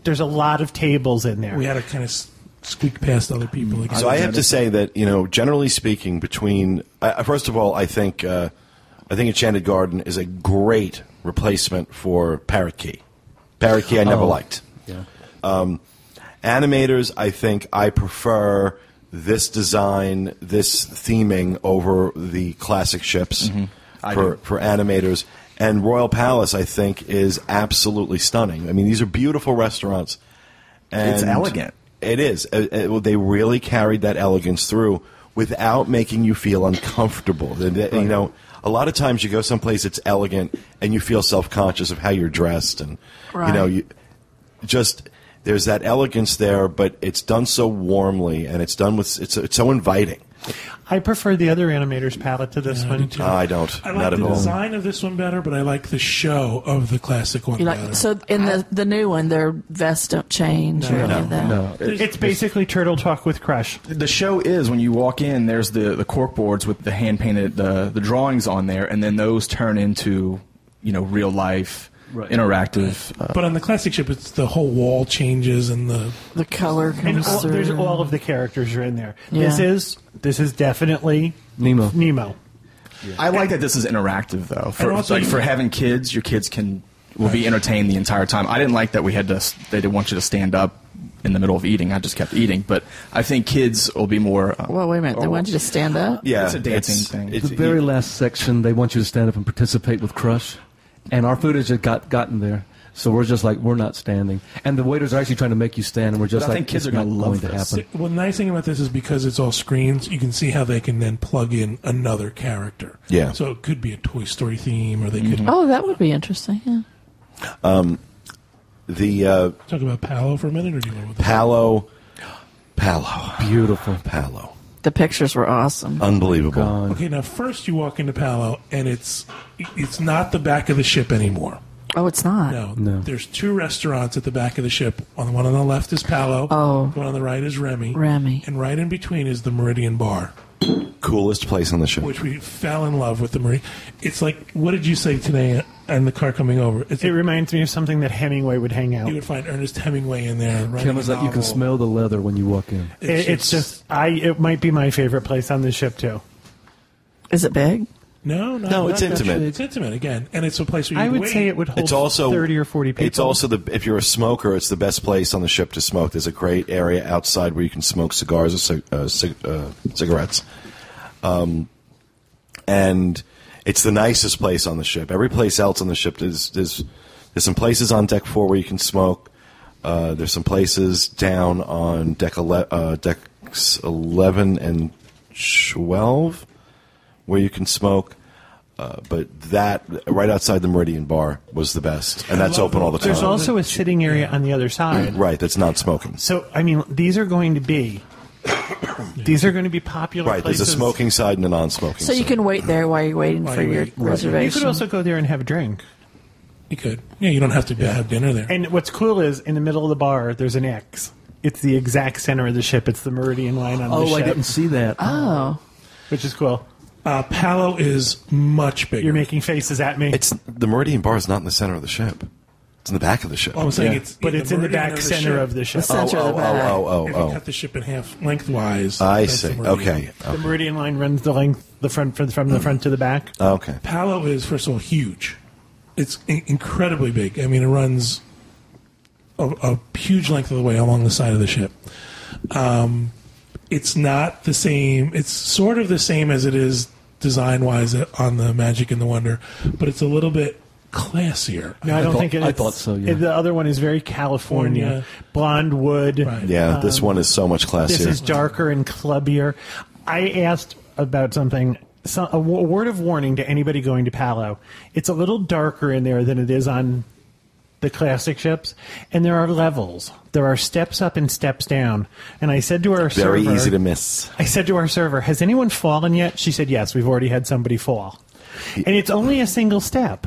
Speaker 6: There's a lot of tables in there.
Speaker 2: we had to kind of s- squeak past other people. Like,
Speaker 1: So I have to say that you know, generally speaking, between I I- first of all, I think uh, I think Enchanted Garden is a great replacement for Parrot Key. Parrot Key I never liked. Um,
Speaker 4: Yeah.
Speaker 1: animators i think i prefer this design this theming over the classic ships for, for animators and royal palace i think is absolutely stunning i mean these are beautiful restaurants and
Speaker 7: It's elegant.
Speaker 1: it is Uh, uh, well, they really carried that elegance through without making you feel uncomfortable They- they- you know a lot of times you go someplace it's elegant and you feel self-conscious of how you're dressed and you know
Speaker 3: Right.
Speaker 1: you, just there's that elegance there, but it's done so warmly and it's done with it's it's so inviting.
Speaker 6: I prefer the other animator's palette to this one.
Speaker 1: I don't,
Speaker 2: I
Speaker 1: not
Speaker 2: like
Speaker 1: at
Speaker 2: the
Speaker 1: all.
Speaker 2: design of this one better, but I like the show of the classic one
Speaker 3: You
Speaker 2: better.
Speaker 3: like so in the the new one, their vests don't change. or any of that.
Speaker 6: It's basically Turtle Talk with Crush.
Speaker 7: The show is when you walk in. There's the the cork boards with the hand painted the the drawings on there, and then those turn into you know real life
Speaker 4: Right.
Speaker 7: interactive. Uh,
Speaker 2: but on the classic ship, it's the whole wall changes and the
Speaker 3: The color
Speaker 6: And
Speaker 3: comes
Speaker 6: all,
Speaker 3: through.
Speaker 6: there's all of the characters are in there. This
Speaker 3: Yeah.
Speaker 6: is this is definitely
Speaker 4: Nemo.
Speaker 6: Nemo.
Speaker 7: I like that this is interactive though. For
Speaker 2: And also
Speaker 7: like
Speaker 2: you-
Speaker 7: for having kids, your kids can will be entertained the entire time. I didn't like that we had to. s- They didn't want you to stand up in the middle of eating. I just kept eating, but I think kids will be more. Uh,
Speaker 3: well, wait a minute. They want you to stand up.
Speaker 1: Yeah,
Speaker 7: It's a dancing thing.
Speaker 1: it's-
Speaker 4: The very last section, they want you to stand up and participate with Crush, and our food has just got gotten there. So we're just like we're not standing, and the waiters are actually trying to make you stand, and we're just
Speaker 7: But I
Speaker 4: like
Speaker 7: think kids
Speaker 4: it's
Speaker 7: are gonna
Speaker 4: not
Speaker 7: love
Speaker 4: going to
Speaker 7: this.
Speaker 4: happen.
Speaker 2: Well, the nice thing about this is because it's all screens, you can see how they can then plug in another character.
Speaker 1: Yeah. Mm-hmm.
Speaker 2: So it could be a Toy Story theme, or they could
Speaker 3: Oh, that would be interesting. Yeah.
Speaker 1: the uh,
Speaker 2: talk about Palo for a minute, or do you want to?
Speaker 1: Palo. Palo.
Speaker 4: Beautiful.
Speaker 1: Palo.
Speaker 3: The pictures were
Speaker 1: Uh,
Speaker 3: awesome.
Speaker 1: Unbelievable.
Speaker 4: Gone.
Speaker 2: Okay, now first you walk into Palo, and it's it's not the back of the ship anymore.
Speaker 3: Oh, it's not.
Speaker 2: No,
Speaker 4: No.
Speaker 2: there's two restaurants at the back of the ship. On the one on the left is Palo.
Speaker 3: Oh.
Speaker 2: The one on the right is Remy.
Speaker 3: Remy.
Speaker 2: And right in between is the Meridian Bar,
Speaker 1: Coolest place on the ship.
Speaker 2: which we fell in love with the Meridian. It's like, what did you say today in the car coming over? It's
Speaker 6: It
Speaker 2: like
Speaker 6: reminds me of something that Hemingway would hang out.
Speaker 2: you would find Ernest Hemingway in there. Right
Speaker 4: Kim was like, you can smell the leather when you walk in.
Speaker 6: It- it's, just, I. It might be my favorite place on the ship too.
Speaker 3: Is it big?
Speaker 2: no, no,
Speaker 1: No,
Speaker 2: not
Speaker 1: it's
Speaker 2: that
Speaker 1: intimate.
Speaker 2: big. It's intimate again, and it's a place where you
Speaker 6: I would
Speaker 2: wait.
Speaker 6: say it would hold
Speaker 1: It's also
Speaker 6: thirty or forty people.
Speaker 1: It's also the if you're a smoker, it's the best place on the ship to smoke. There's a great area outside where you can smoke cigars or cig- uh, cig- uh, cigarettes, um, and it's the nicest place on the ship. Every place else on the ship is there's there's some places on deck four where you can smoke. Uh, there's some places down on deck ele- uh, decks eleven and twelve where you can smoke. Uh, but that right outside the Meridian Bar was the best, and that's open all the time.
Speaker 6: There's also a sitting area on the other side.
Speaker 1: right, that's not smoking.
Speaker 6: So I mean, these are going to be these are going to be popular.
Speaker 1: Right, there's
Speaker 6: places.
Speaker 1: a smoking side and a non-smoking.
Speaker 3: So you
Speaker 1: side.
Speaker 3: can wait there while you're waiting
Speaker 2: While
Speaker 3: for
Speaker 2: you
Speaker 3: your
Speaker 2: wait.
Speaker 3: reservation.
Speaker 6: You could also go there and have a drink.
Speaker 2: You could. Yeah, you don't have to be- have dinner there.
Speaker 6: And what's cool is in the middle of the bar, there's an X. It's the exact center of the ship. It's the meridian line on
Speaker 4: Oh,
Speaker 6: the
Speaker 4: I
Speaker 6: ship,
Speaker 4: didn't see that.
Speaker 3: oh,
Speaker 6: which is cool.
Speaker 2: uh, Palo is much bigger.
Speaker 6: You're making faces at me.
Speaker 1: It's the Meridian Bar is not in the center of the ship. It's in the back of the ship.
Speaker 2: Well, I'm saying Oh, it's
Speaker 6: but it's in the
Speaker 2: meridian
Speaker 6: back
Speaker 2: of
Speaker 6: center
Speaker 2: ship.
Speaker 6: of the ship.
Speaker 3: The center
Speaker 1: oh,
Speaker 3: of the back.
Speaker 1: oh,
Speaker 2: If
Speaker 1: oh,
Speaker 2: you
Speaker 1: oh,
Speaker 2: cut the ship in half lengthwise,
Speaker 1: oh. I
Speaker 2: that's the
Speaker 1: see.
Speaker 2: meridian.
Speaker 1: Okay.
Speaker 6: The meridian line runs the length, the front from, from the front to the back.
Speaker 1: Okay.
Speaker 2: Palo is first of all huge. It's in- incredibly big. I mean, it runs a, a huge length of the way along the side of the ship. Um, it's not the same. It's sort of the same as it is design wise on the Magic and the Wonder, but it's a little bit classier.
Speaker 6: No, I, don't
Speaker 4: thought-
Speaker 6: think it,
Speaker 4: I
Speaker 6: it's-
Speaker 4: thought so, yeah.
Speaker 6: The other one is very California,
Speaker 2: California.
Speaker 6: blonde wood.
Speaker 2: Right.
Speaker 1: Yeah, this one is so much classier.
Speaker 6: This is darker and clubbier. I asked about something. So, a w- word of warning to anybody going to Palo: it's a little darker in there than it is on the classic ships, and there are levels. There are steps up and steps down. And I said to our
Speaker 1: Very
Speaker 6: server,
Speaker 1: easy to miss.
Speaker 6: I said to our server, "Has anyone fallen yet?" She said, "Yes, we've already had somebody fall." And it's only a single step.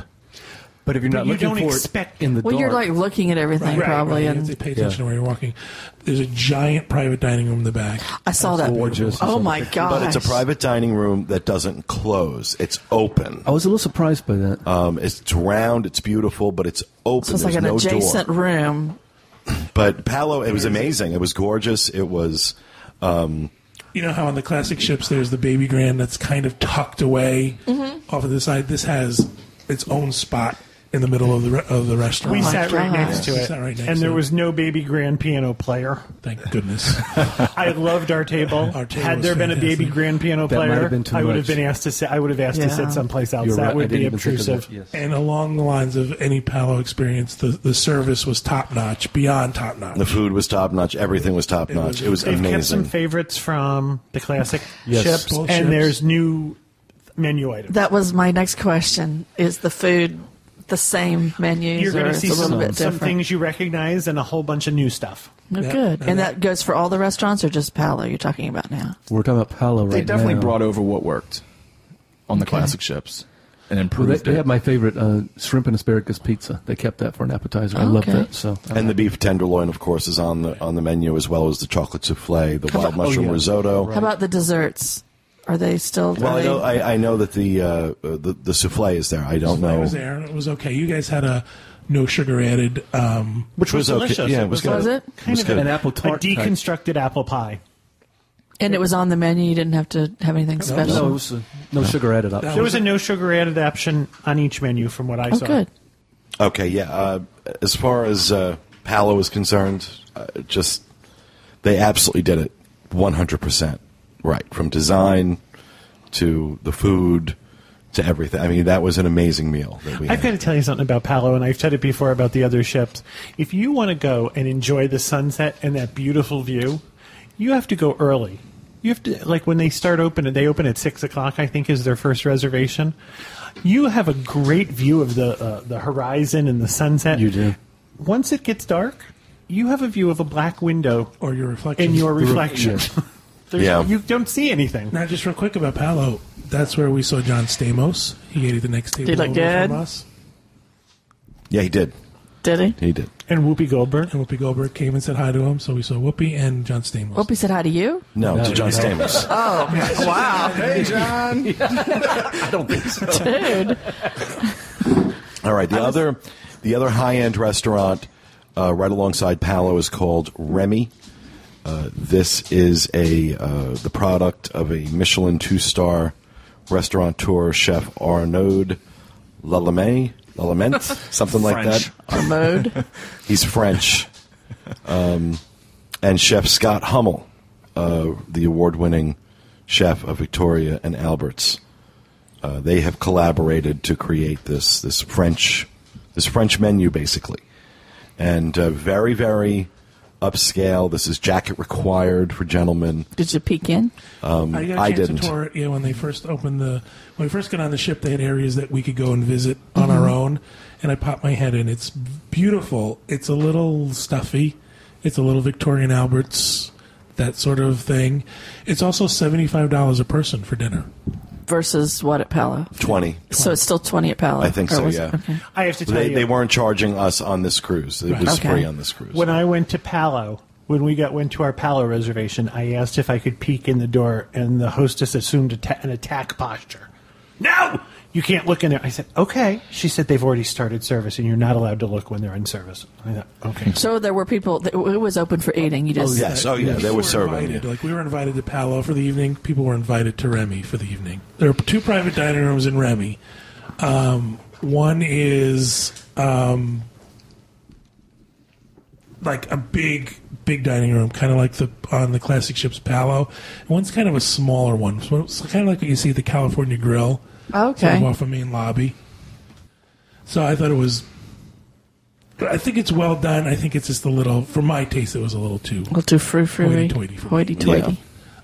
Speaker 4: But if you're
Speaker 6: But
Speaker 4: not
Speaker 6: you
Speaker 4: looking
Speaker 6: don't
Speaker 4: for
Speaker 6: expect-
Speaker 4: it in the
Speaker 3: well,
Speaker 4: dark,
Speaker 3: you're like looking at everything probably,
Speaker 2: Right, you
Speaker 3: and
Speaker 2: have to pay attention to where you're walking. There's a giant private dining room in the back.
Speaker 3: I saw that.
Speaker 4: gorgeous. I saw
Speaker 3: Oh
Speaker 4: the
Speaker 3: my
Speaker 4: picture.
Speaker 3: gosh!
Speaker 1: But it's a private dining room that doesn't close. It's open.
Speaker 4: I
Speaker 3: Oh.
Speaker 4: was a little surprised by that.
Speaker 1: Um, it's round. It's beautiful, but it's open.
Speaker 3: So it's like
Speaker 1: There's
Speaker 3: an
Speaker 1: no
Speaker 3: adjacent
Speaker 1: door.
Speaker 3: room.
Speaker 1: But Palo, it was amazing. It was gorgeous. It was. Um,
Speaker 2: you know how on the classic ships there's the baby grand that's kind of tucked away off of the side. This has its own spot in the middle of the re- of the restaurant.
Speaker 6: We
Speaker 3: my
Speaker 6: sat right
Speaker 3: gosh.
Speaker 6: next to
Speaker 2: We
Speaker 6: it,
Speaker 2: sat right next
Speaker 6: and there
Speaker 2: to it.
Speaker 6: was no baby grand piano player.
Speaker 2: Thank goodness.
Speaker 6: I loved our table.
Speaker 2: Our table
Speaker 6: Had
Speaker 2: was
Speaker 6: there been a baby
Speaker 2: fantastic.
Speaker 6: grand piano
Speaker 4: That might
Speaker 6: player,
Speaker 4: have been too
Speaker 6: I would have
Speaker 4: much.
Speaker 6: been asked to sit. I would have asked to
Speaker 3: Yeah.
Speaker 6: sit someplace else.
Speaker 4: You're
Speaker 6: that
Speaker 4: right, I
Speaker 6: would
Speaker 4: didn't
Speaker 6: be
Speaker 4: even think of that,
Speaker 6: obtrusive.
Speaker 4: yes.
Speaker 2: and along the lines of any Palo experience, the, the service was top notch, beyond top
Speaker 1: the
Speaker 2: notch.
Speaker 1: food was top notch. Everything was top notch. It was
Speaker 6: They've kept some
Speaker 1: amazing.
Speaker 6: favorites from the classic
Speaker 4: Yes.
Speaker 6: ships,
Speaker 2: Both
Speaker 6: and
Speaker 2: ships.
Speaker 6: there's new menu items.
Speaker 3: That was my next question: Is the food the same menus,
Speaker 6: You're
Speaker 3: or
Speaker 6: going to
Speaker 3: it's
Speaker 6: see
Speaker 3: a little
Speaker 6: some,
Speaker 3: bit
Speaker 6: some
Speaker 3: different?
Speaker 6: things you recognize and a whole bunch of new stuff.
Speaker 3: No,
Speaker 2: Yeah.
Speaker 3: good.
Speaker 2: Yeah.
Speaker 3: And that goes for all the restaurants or just Palo you're talking about now?
Speaker 4: We're talking about Palo right
Speaker 7: They definitely
Speaker 4: now.
Speaker 7: brought over what worked on the classic ships and
Speaker 4: Well,
Speaker 7: improved
Speaker 4: they, they
Speaker 7: it.
Speaker 4: had my favorite uh, shrimp and asparagus pizza. They kept that for an appetizer. I love
Speaker 3: Okay.
Speaker 4: that. So
Speaker 1: And the beef tenderloin, of course, is on the on the menu as well as the chocolate souffle, the wild mushroom risotto.
Speaker 3: oh, How about the desserts? Are they still?
Speaker 1: Well,
Speaker 3: are
Speaker 1: I know
Speaker 3: they-
Speaker 1: I, I know that the, uh, uh, the the souffle is there. I don't
Speaker 2: I
Speaker 1: know
Speaker 2: was there. and It was okay. You guys had a no sugar added. Um,
Speaker 1: which was okay.
Speaker 6: delicious.
Speaker 1: Yeah,
Speaker 6: It
Speaker 1: it was
Speaker 6: was
Speaker 1: good.
Speaker 3: Was it?
Speaker 1: was
Speaker 6: of
Speaker 1: good.
Speaker 4: an apple
Speaker 6: A
Speaker 4: tart. type.
Speaker 6: deconstructed apple pie.
Speaker 3: and it was on the menu. You didn't have to have anything special.
Speaker 4: No, it was, uh, no sugar added option.
Speaker 6: There was a no sugar added option on each menu, from what I
Speaker 3: oh,
Speaker 6: saw.
Speaker 3: good.
Speaker 1: Okay, yeah. Uh, as far as uh, Palo is concerned, uh, just they absolutely did it 100% right from design to the food to everything. I mean, that was an amazing meal that we
Speaker 6: I've got
Speaker 1: had.
Speaker 6: to tell you something about Palo, and I've said it before about the other ships. If you want to go and enjoy the sunset and that beautiful view, you have to go early. You have to like when they start open. They open at six o'clock, I think, is their first reservation. You have a great view of the uh, the horizon and the sunset.
Speaker 4: You do.
Speaker 6: Once it gets dark, you have a view of a black window
Speaker 2: or your reflection.
Speaker 6: in your reflection. There's-
Speaker 1: Yeah.
Speaker 6: You don't see anything.
Speaker 2: Now, just real quick about Palo. That's where we saw John Stamos. He ate at the next table
Speaker 3: Did he look
Speaker 2: over
Speaker 3: dead?
Speaker 2: from us.
Speaker 1: Yeah, he did.
Speaker 3: Did he?
Speaker 1: He did.
Speaker 6: And Whoopi Goldberg.
Speaker 2: And Whoopi Goldberg came and said hi to him. So we saw Whoopi and John Stamos.
Speaker 3: Opie said hi to you.
Speaker 1: No, to John Stamos.
Speaker 7: Hey, John.
Speaker 3: Dude.
Speaker 1: All right. The other, the other high-end restaurant uh, right alongside Palo is called Remy. Uh, this is a uh, the product of a Michelin two-star restaurateur chef Arnaud Lalame, Lalament, something like
Speaker 7: French.
Speaker 1: that.
Speaker 3: Or mode.
Speaker 1: He's French. Um, and Chef Scott Hummel, uh, the award winning chef of Victoria and Alberts. Uh, they have collaborated to create this, this French this French menu basically, and uh, very very upscale. This is jacket required for gentlemen.
Speaker 3: Did you peek in?
Speaker 2: I got a
Speaker 1: I
Speaker 2: chance
Speaker 1: didn't.
Speaker 2: to tour it. Yeah, when they first opened the, when we first got on the ship, they had areas that we could go and visit on
Speaker 1: Mm-hmm.
Speaker 2: our own. And I popped my head in. It's beautiful. It's a little stuffy. It's a little Victorian Alberts, that sort of thing. It's also seventy five dollars a person for dinner.
Speaker 3: Versus what at Palo?
Speaker 1: Twenty,
Speaker 3: So it's still 20 at Palo.
Speaker 1: I think
Speaker 3: Or
Speaker 1: so.
Speaker 3: was it-
Speaker 1: Yeah,
Speaker 3: okay.
Speaker 6: I have to tell
Speaker 1: they
Speaker 6: you,
Speaker 1: they weren't charging us on this cruise. It was
Speaker 3: Okay.
Speaker 1: free on this cruise.
Speaker 6: when I went to Palo, when we got went to our Palo reservation, I asked if I could peek in the door, and the hostess assumed atta- an attack posture. No, you can't look in there. I said, okay. She said they've already started service, and you're not allowed to look when they're in service. I thought, okay.
Speaker 3: So there were people, that, it was open for eating. You just.
Speaker 1: yes. Oh, yeah.
Speaker 2: We
Speaker 1: They were
Speaker 2: were
Speaker 1: serving.
Speaker 2: invited.
Speaker 1: yeah.
Speaker 2: Like we were invited to Palo for the evening. People were invited to Remy for the evening. There are two private dining rooms in Remy. Um, one is um, like a big, big dining room, kind of like the on the classic ships Palo. And one's kind of a smaller one. So it's kind of like what you see at the California Grill, sort of
Speaker 1: uh,
Speaker 3: Okay.
Speaker 2: off a main lobby. So I thought it was. I think it's well done. I think it's just a little, for my taste, it was a little too
Speaker 3: We'll do frou frou.
Speaker 2: Hoity-toity for me.
Speaker 3: Hoity toity.
Speaker 1: Yeah.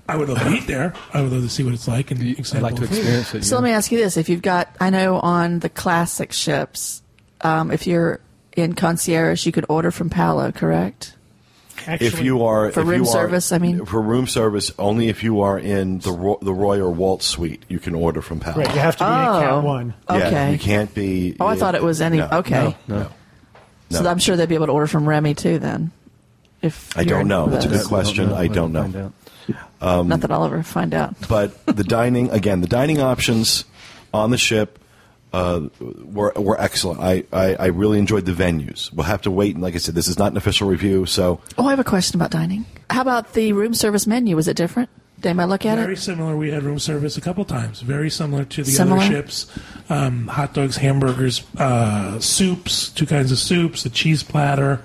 Speaker 2: I would love to eat there. I would love to see what it's like and
Speaker 4: I'd
Speaker 2: example
Speaker 4: like to
Speaker 2: of food.
Speaker 4: experience it.
Speaker 3: So let me ask you this: If you've got, I know on the classic ships, um, if you're in concierge, you could order from Palo, correct?
Speaker 6: Actually,
Speaker 1: if you are
Speaker 3: For
Speaker 1: if
Speaker 3: room
Speaker 1: you are-
Speaker 3: service, I mean?
Speaker 1: for room service only if you are in the Ro- the Roy or Walt suite, you can order from Pal.
Speaker 6: right, you have to be in
Speaker 3: Oh.
Speaker 6: cat one.
Speaker 1: Yeah,
Speaker 3: Okay.
Speaker 1: you can't be.
Speaker 3: Oh, I thought it was any.
Speaker 1: No,
Speaker 3: okay,
Speaker 1: No, no.
Speaker 3: so I'm sure they'd be able to order from Remy too. Then, if
Speaker 1: I
Speaker 3: you're
Speaker 1: don't
Speaker 3: in
Speaker 1: know. That's a
Speaker 3: those.
Speaker 1: good question. I don't know.
Speaker 4: Find out.
Speaker 3: Not that I'll ever find out.
Speaker 1: But the dining again, the dining options on the ship uh, were were excellent. I, I I really enjoyed the venues. We'll have to wait. And like I said, this is not an official review, so
Speaker 3: Oh, I have a question about dining. How about the room service menu? Was it different? Dame, I look at
Speaker 2: Very
Speaker 3: it.
Speaker 2: similar. We had room service a couple times. Very similar to the
Speaker 3: Similar?
Speaker 2: other ships. Um, hot dogs, hamburgers, uh, soups, two kinds of soups, a cheese platter.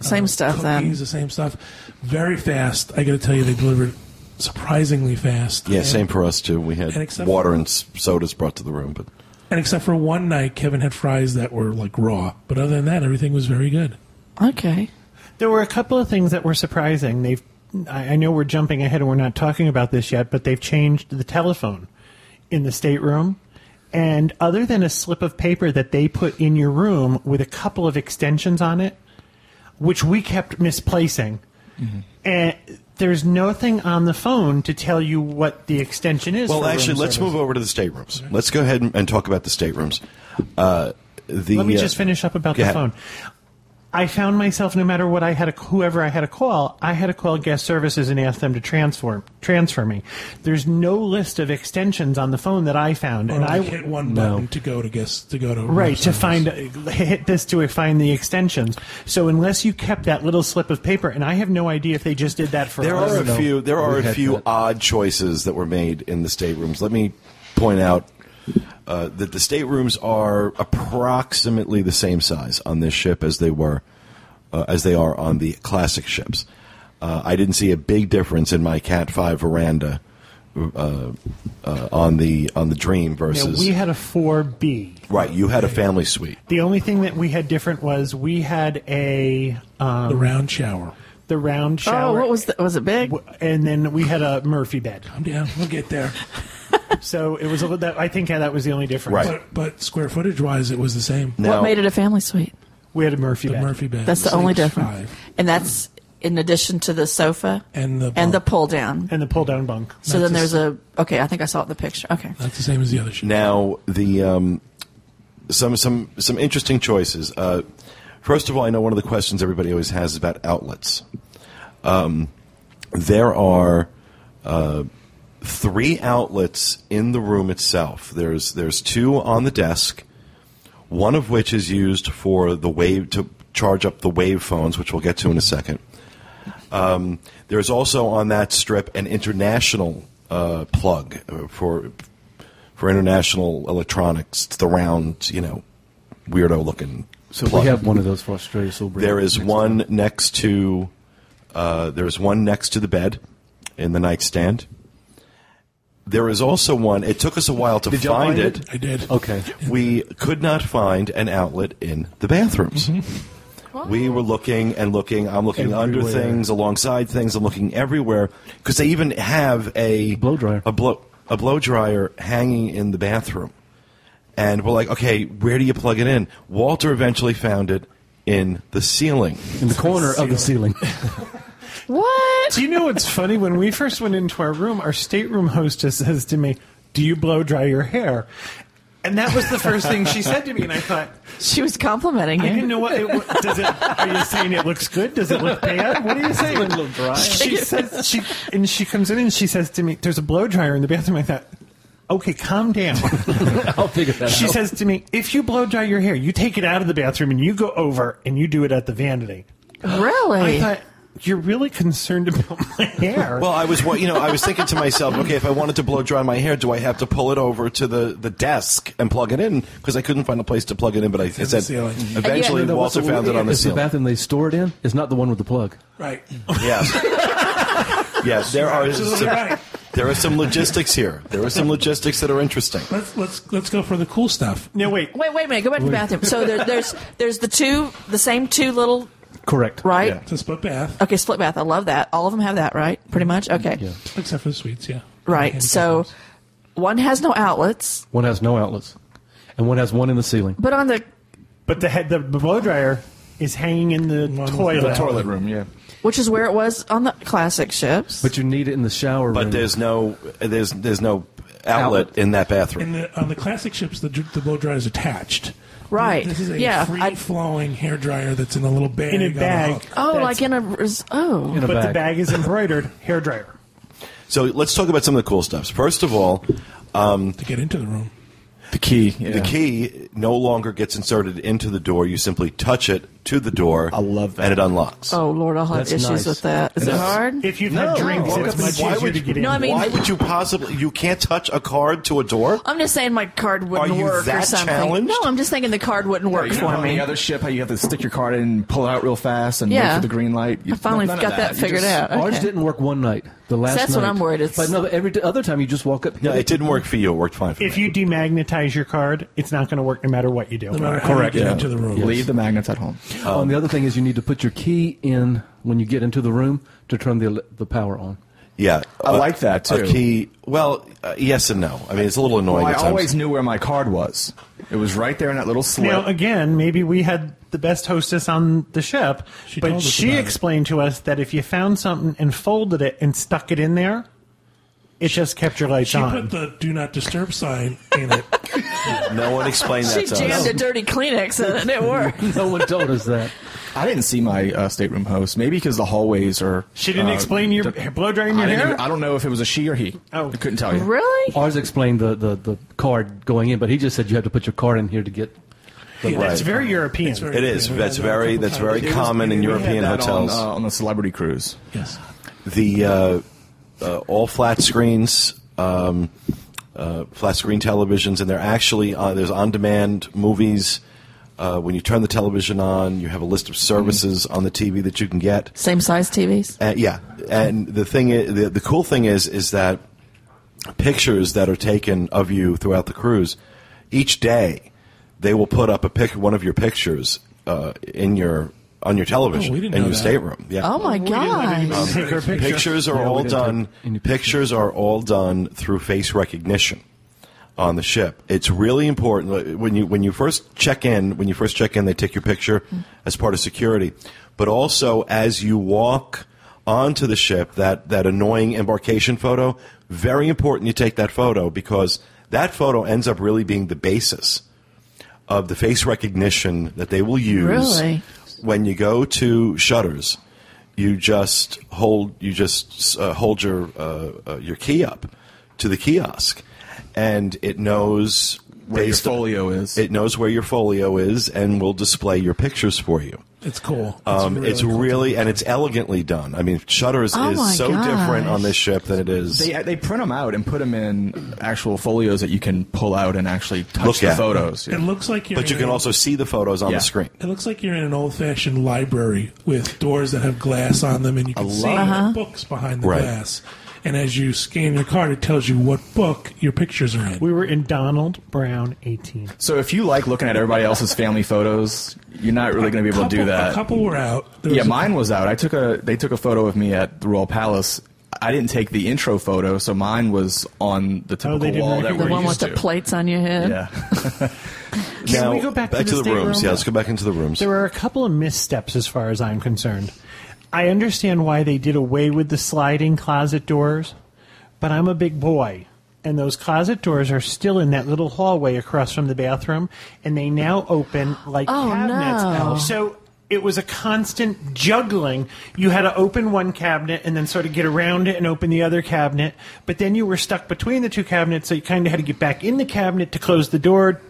Speaker 3: Same
Speaker 2: uh,
Speaker 3: stuff
Speaker 2: Cookies,
Speaker 3: then.
Speaker 2: the same stuff. Very fast. I got to tell you, they delivered surprisingly fast.
Speaker 1: yeah,
Speaker 2: And-
Speaker 1: same for us too. We
Speaker 2: And
Speaker 1: had
Speaker 2: except-
Speaker 1: water and s- sodas brought to the room, but
Speaker 2: And except for one night, Kevin had fries that were like raw. But other than that, everything was very good.
Speaker 3: Okay.
Speaker 6: There were a couple of things that were surprising. They've, I, I know we're jumping ahead and we're not talking about this yet, but they've changed the telephone in the stateroom. And other than a slip of paper that they put in your room with a couple of extensions on it, which we kept misplacing, and there's nothing on the phone to tell you what the extension is.
Speaker 1: Well,
Speaker 6: for room
Speaker 1: actually, let's
Speaker 6: service.
Speaker 1: move over to the staterooms. Let's go ahead and, and talk about the staterooms. Uh, the,
Speaker 6: Let me
Speaker 1: uh,
Speaker 6: just finish up about
Speaker 1: go
Speaker 6: the
Speaker 1: ahead.
Speaker 6: phone. I found myself, no matter what I had, a, whoever I had a call, I had to call guest services and ask them to transform transfer me. There's no list of extensions on the phone that I found,
Speaker 2: Or
Speaker 6: and
Speaker 2: like
Speaker 6: I
Speaker 2: hit one
Speaker 4: No.
Speaker 2: button to go to guess to go to room
Speaker 6: right to
Speaker 2: service.
Speaker 6: find hit this to find the extensions. So unless you kept that little slip of paper, and I have no idea if they just did that for
Speaker 1: There
Speaker 6: us.
Speaker 1: are a
Speaker 4: No,
Speaker 1: few. There are
Speaker 4: we
Speaker 1: a
Speaker 4: had
Speaker 1: few
Speaker 4: that.
Speaker 1: odd choices that were made in the staterooms. Let me point out uh, that the staterooms are approximately the same size on this ship as they were uh, as they are on the classic ships. Uh, I didn't see a big difference in my Cat Five veranda uh, uh, on the on the Dream
Speaker 6: Now,
Speaker 1: versus
Speaker 6: we had a four B.
Speaker 1: right. You had a family suite.
Speaker 6: The only thing that we had different was we had a um,
Speaker 2: the round shower.
Speaker 6: the round
Speaker 3: Oh,
Speaker 6: shower.
Speaker 3: what was the, was it big?
Speaker 6: w- and then we had a Murphy bed.
Speaker 2: I'm down. We'll get there.
Speaker 6: So it was a little, that I think that was the only difference.
Speaker 1: Right.
Speaker 2: But, but square footage wise, it was the same.
Speaker 1: Now-
Speaker 3: what made it a family suite?
Speaker 6: We had a Murphy
Speaker 2: The
Speaker 6: bed.
Speaker 2: Murphy bed.
Speaker 3: That's the
Speaker 2: Six
Speaker 3: only difference.
Speaker 2: five.
Speaker 3: and that's in addition to the sofa
Speaker 2: And the
Speaker 3: and the
Speaker 2: bunk.
Speaker 3: pull down.
Speaker 6: and the pull down bunk.
Speaker 3: so then
Speaker 2: That's
Speaker 3: there's a okay. I think I saw it in the picture. Okay,
Speaker 2: Not the same as the other ship.
Speaker 1: Now the um, some some some interesting choices. Uh, first of all, I know one of the questions everybody always has is about outlets. Um, there are uh, three outlets in the room itself. There's there's two on the desk, one of which is used for the wave to charge up the wave phones, which we'll get to in a second. Um, There's also on that strip an international uh, plug uh, for for international electronics. It's the round, you know, weirdo looking.
Speaker 4: So
Speaker 1: plug.
Speaker 4: we have one of those for Australia. So we'll bring
Speaker 1: There
Speaker 4: it
Speaker 1: is
Speaker 4: next
Speaker 1: one
Speaker 4: time.
Speaker 1: next to uh, there is one next to the bed in the nightstand. There is also one. It took us a while to
Speaker 4: Did y'all
Speaker 1: find
Speaker 4: find
Speaker 1: it.
Speaker 2: I did.
Speaker 4: Okay.
Speaker 1: We could not find an outlet in the bathrooms. We were looking and looking. I'm looking under
Speaker 4: Mm-hmm. Everywhere.
Speaker 1: things, alongside things. I'm looking everywhere because they even have a
Speaker 4: Blow dryer.
Speaker 1: a blow a blow dryer hanging in the bathroom. And we're like, okay, where do you plug it in? Walter eventually found it in the ceiling.
Speaker 4: In the corner of the ceiling.
Speaker 3: what?
Speaker 6: Do you know what's funny? When we first went into our room, our stateroom hostess says to me, Do you blow dry your hair? And that was the first thing she said to me, and I thought,
Speaker 3: She was complimenting
Speaker 6: I didn't
Speaker 3: you.
Speaker 6: know what it what- does it. Are you saying it looks good? Does it look bad? What are you saying? It look dry. She says she and she comes in and she says to me, "There's a blow dryer in the bathroom." I thought, okay, calm down.
Speaker 4: I'll figure that
Speaker 6: she
Speaker 4: out.
Speaker 6: says to me, "If you blow dry your hair, you take it out of the bathroom and you go over and you do it at the vanity." I
Speaker 3: Really?
Speaker 6: thought you're really concerned about my hair.
Speaker 1: Well, I was, wa- you know, I was thinking to myself, okay, if I wanted to blow dry my hair, do I have to pull it over to the, the desk and plug it in? Because I couldn't find a place to plug it in. But I, I
Speaker 2: the
Speaker 1: said,
Speaker 2: ceiling.
Speaker 1: eventually,
Speaker 4: No, no,
Speaker 1: Walter
Speaker 4: so
Speaker 1: found it on the
Speaker 4: it's
Speaker 1: ceiling.
Speaker 4: the bathroom they store it in. It's not the one with the plug.
Speaker 2: Right.
Speaker 1: Yes. yes, there are some,
Speaker 2: right.
Speaker 1: there are some logistics here. There are some logistics that are interesting.
Speaker 2: Let's let's let's go for the cool stuff.
Speaker 6: no, wait.
Speaker 3: Wait, wait a minute. Go back to the bathroom. So there, there's there's the two, the same two little
Speaker 4: Correct.
Speaker 3: right.
Speaker 1: Yeah.
Speaker 2: It's a split bath,
Speaker 3: Okay, split bath. I love that. All of them have that, right? Pretty much. Okay.
Speaker 2: except for the suites. Yeah.
Speaker 3: Right. So one has no outlets,
Speaker 4: One has no outlets, and one has one in the ceiling.
Speaker 3: but on the
Speaker 6: But the head, the blow dryer is hanging in the
Speaker 2: One-
Speaker 6: toilet.
Speaker 2: the
Speaker 7: Toilet room, yeah.
Speaker 3: which is where it was on the classic ships.
Speaker 4: But you need it in the shower
Speaker 1: But
Speaker 4: room.
Speaker 1: there's no there's there's no outlet
Speaker 4: Mm-hmm. Outlet.
Speaker 1: in that bathroom.
Speaker 2: In the on the classic ships, the dr- the blow dryer is attached.
Speaker 3: Right.
Speaker 2: This is a
Speaker 3: Yeah, I-
Speaker 2: free flowing hair dryer that's in a little bag.
Speaker 6: In a
Speaker 2: on
Speaker 6: bag.
Speaker 2: hook.
Speaker 3: oh,
Speaker 6: That's-
Speaker 3: like in a res- oh.
Speaker 4: in a
Speaker 6: but
Speaker 4: bag.
Speaker 6: the bag is embroidered hair dryer.
Speaker 1: So let's talk about some of the cool stuff. First of all, um,
Speaker 2: to get into the room.
Speaker 7: The key. Yeah.
Speaker 1: the key no longer gets inserted into the door. You simply touch it to the door. I
Speaker 7: love that.
Speaker 1: And it unlocks.
Speaker 3: Oh Lord, I'll have
Speaker 4: That's
Speaker 3: issues
Speaker 4: nice.
Speaker 3: with that. Is it hard?
Speaker 6: If you've had drinks,
Speaker 1: Why
Speaker 6: it's
Speaker 1: would-
Speaker 6: much
Speaker 1: why
Speaker 6: easier
Speaker 1: would
Speaker 6: to
Speaker 1: you-
Speaker 6: get in.
Speaker 3: No, I mean-
Speaker 1: why would you possibly? You can't touch a card to a door.
Speaker 3: I'm just saying my card wouldn't
Speaker 1: Are you
Speaker 3: work or
Speaker 1: that
Speaker 3: something.
Speaker 1: challenged?
Speaker 3: No, I'm just thinking the card wouldn't work
Speaker 7: You know
Speaker 3: for
Speaker 7: how on
Speaker 3: me.
Speaker 7: the other ship, how you have to stick your card in and pull it out real fast and
Speaker 3: Yeah.
Speaker 7: wait for the green light. You-
Speaker 3: I finally
Speaker 7: none of
Speaker 3: got that
Speaker 7: You
Speaker 3: figured
Speaker 7: just-
Speaker 3: out. Oh, Okay.
Speaker 4: Ours didn't work one night. The last.
Speaker 3: that's what
Speaker 4: night.
Speaker 3: I'm worried it's-
Speaker 4: But no, every t- other time you just walk up.
Speaker 1: No,
Speaker 4: hit
Speaker 1: Uh, it didn't work for you. It worked fine for
Speaker 6: If
Speaker 1: me.
Speaker 6: you demagnetize your card, it's not going to work no matter what you do.
Speaker 2: No matter how Correct. you get
Speaker 7: Yeah.
Speaker 2: into the room.
Speaker 7: Leave the magnets at home.
Speaker 1: um,
Speaker 4: Oh, and the other thing is you need to put your key in when you get into the room to turn the the power on.
Speaker 1: Yeah,
Speaker 7: I like that,
Speaker 1: A
Speaker 7: too.
Speaker 1: key. Well, uh, yes and no. I mean, it's a little annoying.
Speaker 7: Well, I
Speaker 1: at times.
Speaker 7: always knew where my card was. It was right there in that little slit.
Speaker 6: Now, uh, again, maybe we had the best hostess on the ship,
Speaker 2: She
Speaker 6: but
Speaker 2: told us
Speaker 6: she
Speaker 2: about it.
Speaker 6: explained to us that if you found something and folded it and stuck it in there, it just kept your lights
Speaker 2: She
Speaker 6: on.
Speaker 2: put the do not disturb sign in it.
Speaker 1: No one explained
Speaker 3: She
Speaker 1: that to
Speaker 3: jammed
Speaker 1: us.
Speaker 3: a dirty Kleenex in it and it worked.
Speaker 4: No one told us that.
Speaker 7: I didn't see my uh, stateroom host. Maybe because the hallways are.
Speaker 6: She didn't
Speaker 7: uh,
Speaker 6: explain your
Speaker 7: d-
Speaker 6: blow drying your
Speaker 7: I,
Speaker 6: hair.
Speaker 7: didn't- I don't know if it was a she or he.
Speaker 6: Oh.
Speaker 7: I couldn't tell you.
Speaker 3: Really?
Speaker 4: Ours explained the, the, the card going in, but he just said you have to put your card in here to get. The
Speaker 2: Yeah,
Speaker 1: Right.
Speaker 6: It's very European.
Speaker 2: It's very-
Speaker 1: It is. That's very. That's very
Speaker 7: It was-
Speaker 1: common in
Speaker 7: we had
Speaker 1: European
Speaker 7: that
Speaker 1: hotels.
Speaker 7: on, uh, on the celebrity cruise.
Speaker 2: yes.
Speaker 1: the uh, uh, all flat screens, um, uh, flat screen televisions, and they're actually uh, there's on demand movies. Uh, when you turn the television on, you have a list of services on the TV that you can get.
Speaker 3: Same size TVs.
Speaker 1: Uh, yeah, and the thing, i the, the cool thing is, is that pictures that are taken of you throughout the cruise, each day, they will put up a pic, one of your pictures uh, in your on your television
Speaker 2: Oh, we didn't
Speaker 1: in
Speaker 2: know
Speaker 1: your
Speaker 2: that.
Speaker 1: stateroom. Yeah.
Speaker 3: Oh my gosh.
Speaker 6: Take her
Speaker 1: Um,
Speaker 6: picture.
Speaker 1: Pictures are all
Speaker 4: didn't take
Speaker 1: done.
Speaker 4: any pictures.
Speaker 1: Pictures are all done through face recognition. on the ship. It's really important like, when you when you first check in. When you first check in, they take your picture as part of security, but also as you walk onto the ship, that that annoying embarkation photo. Very important you take that photo because that photo ends up really being the basis of the face recognition that they will use
Speaker 3: Really?
Speaker 1: when you go to shutters, you just hold you just uh, hold your uh, uh, your key up to the kiosk, and it knows
Speaker 7: Where your
Speaker 1: based on-
Speaker 7: folio is.
Speaker 1: It knows where your folio is, and will display your pictures for you.
Speaker 2: It's cool.
Speaker 1: Um, it's
Speaker 2: cool.
Speaker 1: really and it's elegantly done. I mean, shutters
Speaker 3: Oh my
Speaker 1: is so different
Speaker 3: gosh.
Speaker 1: on this ship than it is.
Speaker 7: They, they print them out and put them in actual folios that you can pull out and actually touch
Speaker 1: Look
Speaker 7: the
Speaker 1: at.
Speaker 7: photos.
Speaker 2: It looks like you're.
Speaker 1: but you
Speaker 2: in
Speaker 1: can
Speaker 2: an-
Speaker 1: also see the photos on
Speaker 7: Yeah.
Speaker 1: the screen.
Speaker 2: It looks like you're in an old-fashioned library with doors that have glass on them, and you can see
Speaker 3: Uh-huh.
Speaker 2: books behind the
Speaker 1: Right.
Speaker 2: glass. And as you scan your card, it tells you what book your pictures are in.
Speaker 6: We were in Donald Brown 18.
Speaker 7: So if you like looking at everybody else's family photos, you're not really going to be able to do
Speaker 2: Couple- A
Speaker 7: that.
Speaker 2: couple were out. There
Speaker 7: Yeah,
Speaker 2: was a-
Speaker 7: mine was out. I took a they took a photo of me at the Royal Palace. I didn't take the intro photo, so mine was
Speaker 2: Oh,
Speaker 7: on the typical
Speaker 6: didn't
Speaker 7: wall that
Speaker 6: recognize-
Speaker 3: The
Speaker 7: we're
Speaker 3: one with
Speaker 7: used
Speaker 3: the
Speaker 7: to.
Speaker 3: plates on your head.
Speaker 7: yeah.
Speaker 6: Can
Speaker 1: now
Speaker 6: we go back,
Speaker 1: to, the,
Speaker 6: stateroom?
Speaker 1: rooms. Yeah, let's go back into the rooms.
Speaker 6: There were a couple of missteps as far as I'm concerned. I understand why they did away with the sliding closet doors, but I'm a big boy. And those closet doors are still in that little hallway across from the bathroom, and they now open like
Speaker 3: Oh,
Speaker 6: cabinets.
Speaker 3: no.
Speaker 6: So it was a constant juggling. You had to open one cabinet and then sort of get around it and open the other cabinet, but then you were stuck between the two cabinets, so you kind of had to get back in the cabinet to close the door.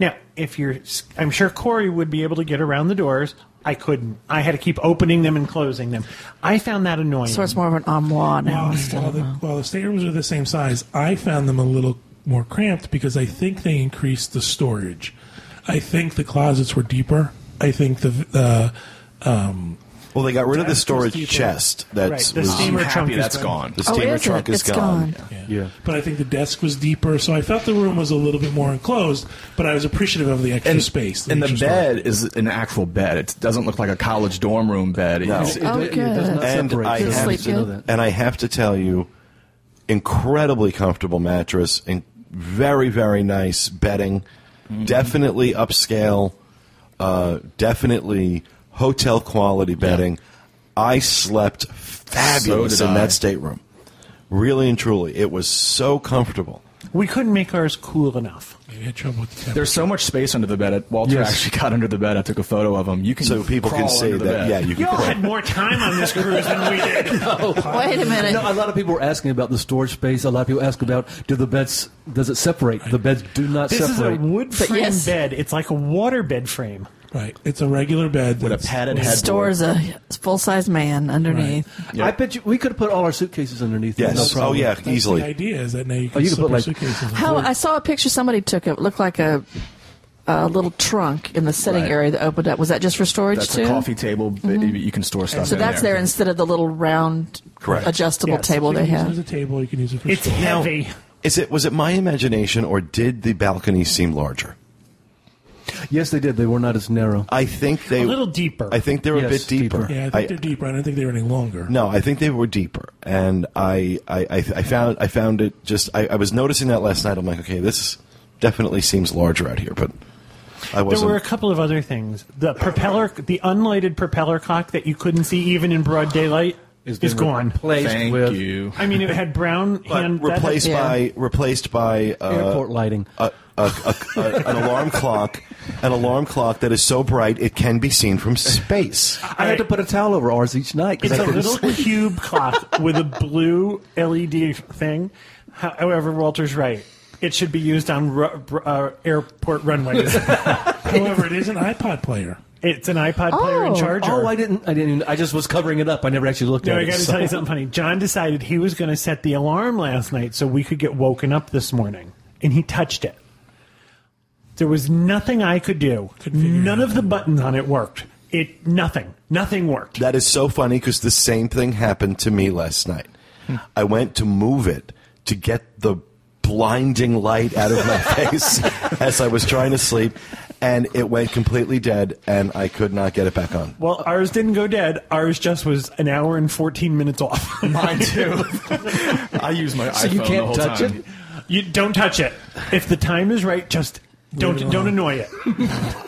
Speaker 6: Now, if you're, I'm sure Corey would be able to get around the doors. I couldn't. I had to keep opening them and closing them. I found that annoying.
Speaker 3: So it's more of an armoire now.
Speaker 2: While,
Speaker 3: instead
Speaker 2: while
Speaker 3: of
Speaker 2: the,
Speaker 3: a-
Speaker 2: while the staterooms are the same size, I found them a little more cramped because I think they increased the storage. I think the closets were deeper. I think the uh, um,
Speaker 1: well, they got rid of the
Speaker 2: That's
Speaker 1: storage
Speaker 2: just-
Speaker 1: chest. That
Speaker 6: Right, the
Speaker 1: was
Speaker 6: steamer
Speaker 7: I'm
Speaker 6: trunk
Speaker 7: happy
Speaker 6: is
Speaker 7: that's
Speaker 6: gone.
Speaker 7: gone.
Speaker 1: the
Speaker 3: Oh,
Speaker 1: steamer
Speaker 3: is it?
Speaker 1: trunk is
Speaker 3: It's gone.
Speaker 2: yeah.
Speaker 4: Yeah.
Speaker 2: But I think the desk was deeper, so I felt the room was a little bit more enclosed. But I was appreciative of the extra space.
Speaker 7: and the
Speaker 2: extra storage.
Speaker 7: bed is an actual bed. It doesn't look like a college dorm room bed.
Speaker 1: No.
Speaker 7: It's-
Speaker 4: It,
Speaker 3: Oh,
Speaker 4: it, it does
Speaker 3: good.
Speaker 4: not
Speaker 1: And
Speaker 4: separate.
Speaker 1: I
Speaker 4: so
Speaker 1: have
Speaker 4: nice
Speaker 3: to-
Speaker 4: know that.
Speaker 1: And I have to tell you, incredibly comfortable mattress and very, very nice bedding. Definitely upscale. Uh, definitely hotel quality bedding. I slept fabulous
Speaker 7: So did
Speaker 1: in
Speaker 7: I.
Speaker 1: that stateroom. Really and truly, it was so comfortable.
Speaker 6: we couldn't make ours cool enough.
Speaker 2: Maybe I had trouble with the temperature.
Speaker 7: There's so much space under the bed. Walter
Speaker 4: Yes.
Speaker 7: actually got under the bed. I took a photo of him. You can
Speaker 1: So people
Speaker 7: crawl
Speaker 1: can say
Speaker 7: under the
Speaker 1: that.
Speaker 7: bed.
Speaker 1: Yeah, you can.
Speaker 6: Y'all
Speaker 1: crawl.
Speaker 6: had more time on this cruise than we did.
Speaker 3: Wait a minute.
Speaker 4: No, a lot of people were asking about the storage space. A lot of people ask about do the beds does it separate? The beds do not
Speaker 6: This
Speaker 4: separate.
Speaker 6: is a wood
Speaker 3: But
Speaker 6: frame
Speaker 3: yes.
Speaker 6: bed. It's like a water bed frame.
Speaker 2: Right, it's a regular bed
Speaker 7: with a
Speaker 2: that's-
Speaker 7: padded headboard.
Speaker 3: stores a full size man underneath.
Speaker 7: Yeah.
Speaker 4: I bet you we could have put all our suitcases underneath. it,
Speaker 1: Yes.
Speaker 4: No problem.
Speaker 1: oh yeah,
Speaker 2: That's The
Speaker 1: easily.
Speaker 2: idea is that now you can,
Speaker 4: you can
Speaker 2: slip
Speaker 4: put,
Speaker 2: your
Speaker 4: like-
Speaker 2: suitcases. in.
Speaker 3: How I saw a picture somebody took. It looked like a, a little trunk in the sitting
Speaker 7: Right.
Speaker 3: area that opened up. Was that just for storage
Speaker 7: That's
Speaker 3: too?
Speaker 7: a coffee table. but You can store stuff.
Speaker 3: so
Speaker 7: in
Speaker 3: that's there.
Speaker 7: there.
Speaker 3: instead of the little round
Speaker 1: Correct.
Speaker 3: adjustable
Speaker 6: Yes.
Speaker 3: table
Speaker 2: you
Speaker 3: they
Speaker 2: can use it as
Speaker 3: have.
Speaker 2: a table. You can use it for
Speaker 6: It's
Speaker 2: storage.
Speaker 6: heavy.
Speaker 1: Is it was it my imagination or did the balcony seem larger?
Speaker 4: Yes, they did. They were not as narrow.
Speaker 1: I think they
Speaker 6: A little deeper.
Speaker 1: I think they're a
Speaker 4: Yes,
Speaker 1: bit deeper.
Speaker 4: deeper.
Speaker 2: Yeah, I think
Speaker 1: I-
Speaker 2: they're deeper. I don't think they were any longer.
Speaker 1: No, I think they were deeper, and I I, I, I found I found it just I, I was noticing that last night. I'm like, okay, this definitely seems larger out here, but I
Speaker 6: There
Speaker 1: wasn't.
Speaker 6: were a couple of other things. The propeller, the unlighted propeller cock that you couldn't see even in broad daylight, is,
Speaker 4: been
Speaker 6: gone.
Speaker 4: replaced
Speaker 7: Thank
Speaker 4: with
Speaker 7: you.
Speaker 6: I mean, it had brown
Speaker 1: but
Speaker 6: hand that had-
Speaker 1: replaced
Speaker 3: yeah.
Speaker 1: by replaced by uh,
Speaker 4: airport lighting.
Speaker 1: a, a, a, a- an alarm clock, an alarm clock that is so bright it can be seen from space.
Speaker 4: I had to put a towel over ours each night
Speaker 6: It's
Speaker 4: I
Speaker 6: a
Speaker 4: couldn't
Speaker 6: little
Speaker 4: sleep.
Speaker 6: cube clock with a blue LED thing. How- However, Walter's right. It should be used on ru- uh, airport runways.
Speaker 2: However, it is an iPod player.
Speaker 6: it's an iPod player and
Speaker 3: Oh.
Speaker 6: charger.
Speaker 4: Oh, I didn't. I didn't. I just was covering it up. I never actually looked
Speaker 6: No,
Speaker 4: at
Speaker 6: I
Speaker 4: it.
Speaker 6: got to
Speaker 4: so-
Speaker 6: tell you something funny. John decided he was going to set the alarm last night so we could get woken up this morning, and he touched it. There was nothing I could do. None of the buttons on it worked. It nothing, nothing worked.
Speaker 1: That is so funny because the same thing happened to me last night. I went to move it to get the blinding light out of my face as I was trying to sleep, and it went completely dead, and I could not get it back on.
Speaker 6: well, ours didn't go dead. Ours just was an hour and fourteen minutes off.
Speaker 7: Mine too. I use my
Speaker 4: So
Speaker 7: iPhone
Speaker 4: you
Speaker 7: the
Speaker 4: can't
Speaker 7: whole
Speaker 4: touch
Speaker 7: time.
Speaker 4: it?
Speaker 6: You don't touch it. If the time is right, just don't
Speaker 2: Leave it
Speaker 6: don't
Speaker 2: alone.
Speaker 6: annoy it.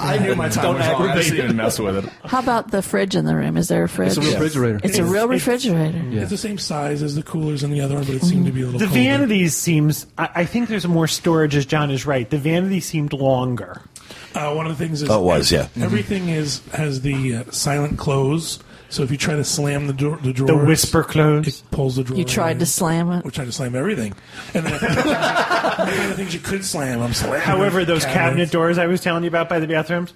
Speaker 7: I knew my time was wrong. I didn't even mess with it.
Speaker 3: How about the fridge in the room? Is there a
Speaker 4: It's
Speaker 3: fridge?
Speaker 4: a refrigerator.
Speaker 3: It's a real
Speaker 6: It's-
Speaker 3: refrigerator.
Speaker 4: Yeah.
Speaker 2: It's the same size as the coolers in the other one, but it seemed to be a little.
Speaker 6: The
Speaker 2: colder.
Speaker 6: vanities seems. I, I think there's more storage, as John is right. The vanity seemed longer.
Speaker 2: Uh, one of the things is
Speaker 1: Oh, it was, yeah.
Speaker 2: Everything is has the uh, silent close. So if you try to slam the door, the drawer,
Speaker 6: The whisper
Speaker 2: it
Speaker 6: close.
Speaker 2: pulls the drawer.
Speaker 3: You tried to slam
Speaker 2: We
Speaker 3: it.
Speaker 2: tried to slam everything, and then the things you could slam, I'm slamming.
Speaker 6: However, those cabinet doors I was telling you about by the bathrooms,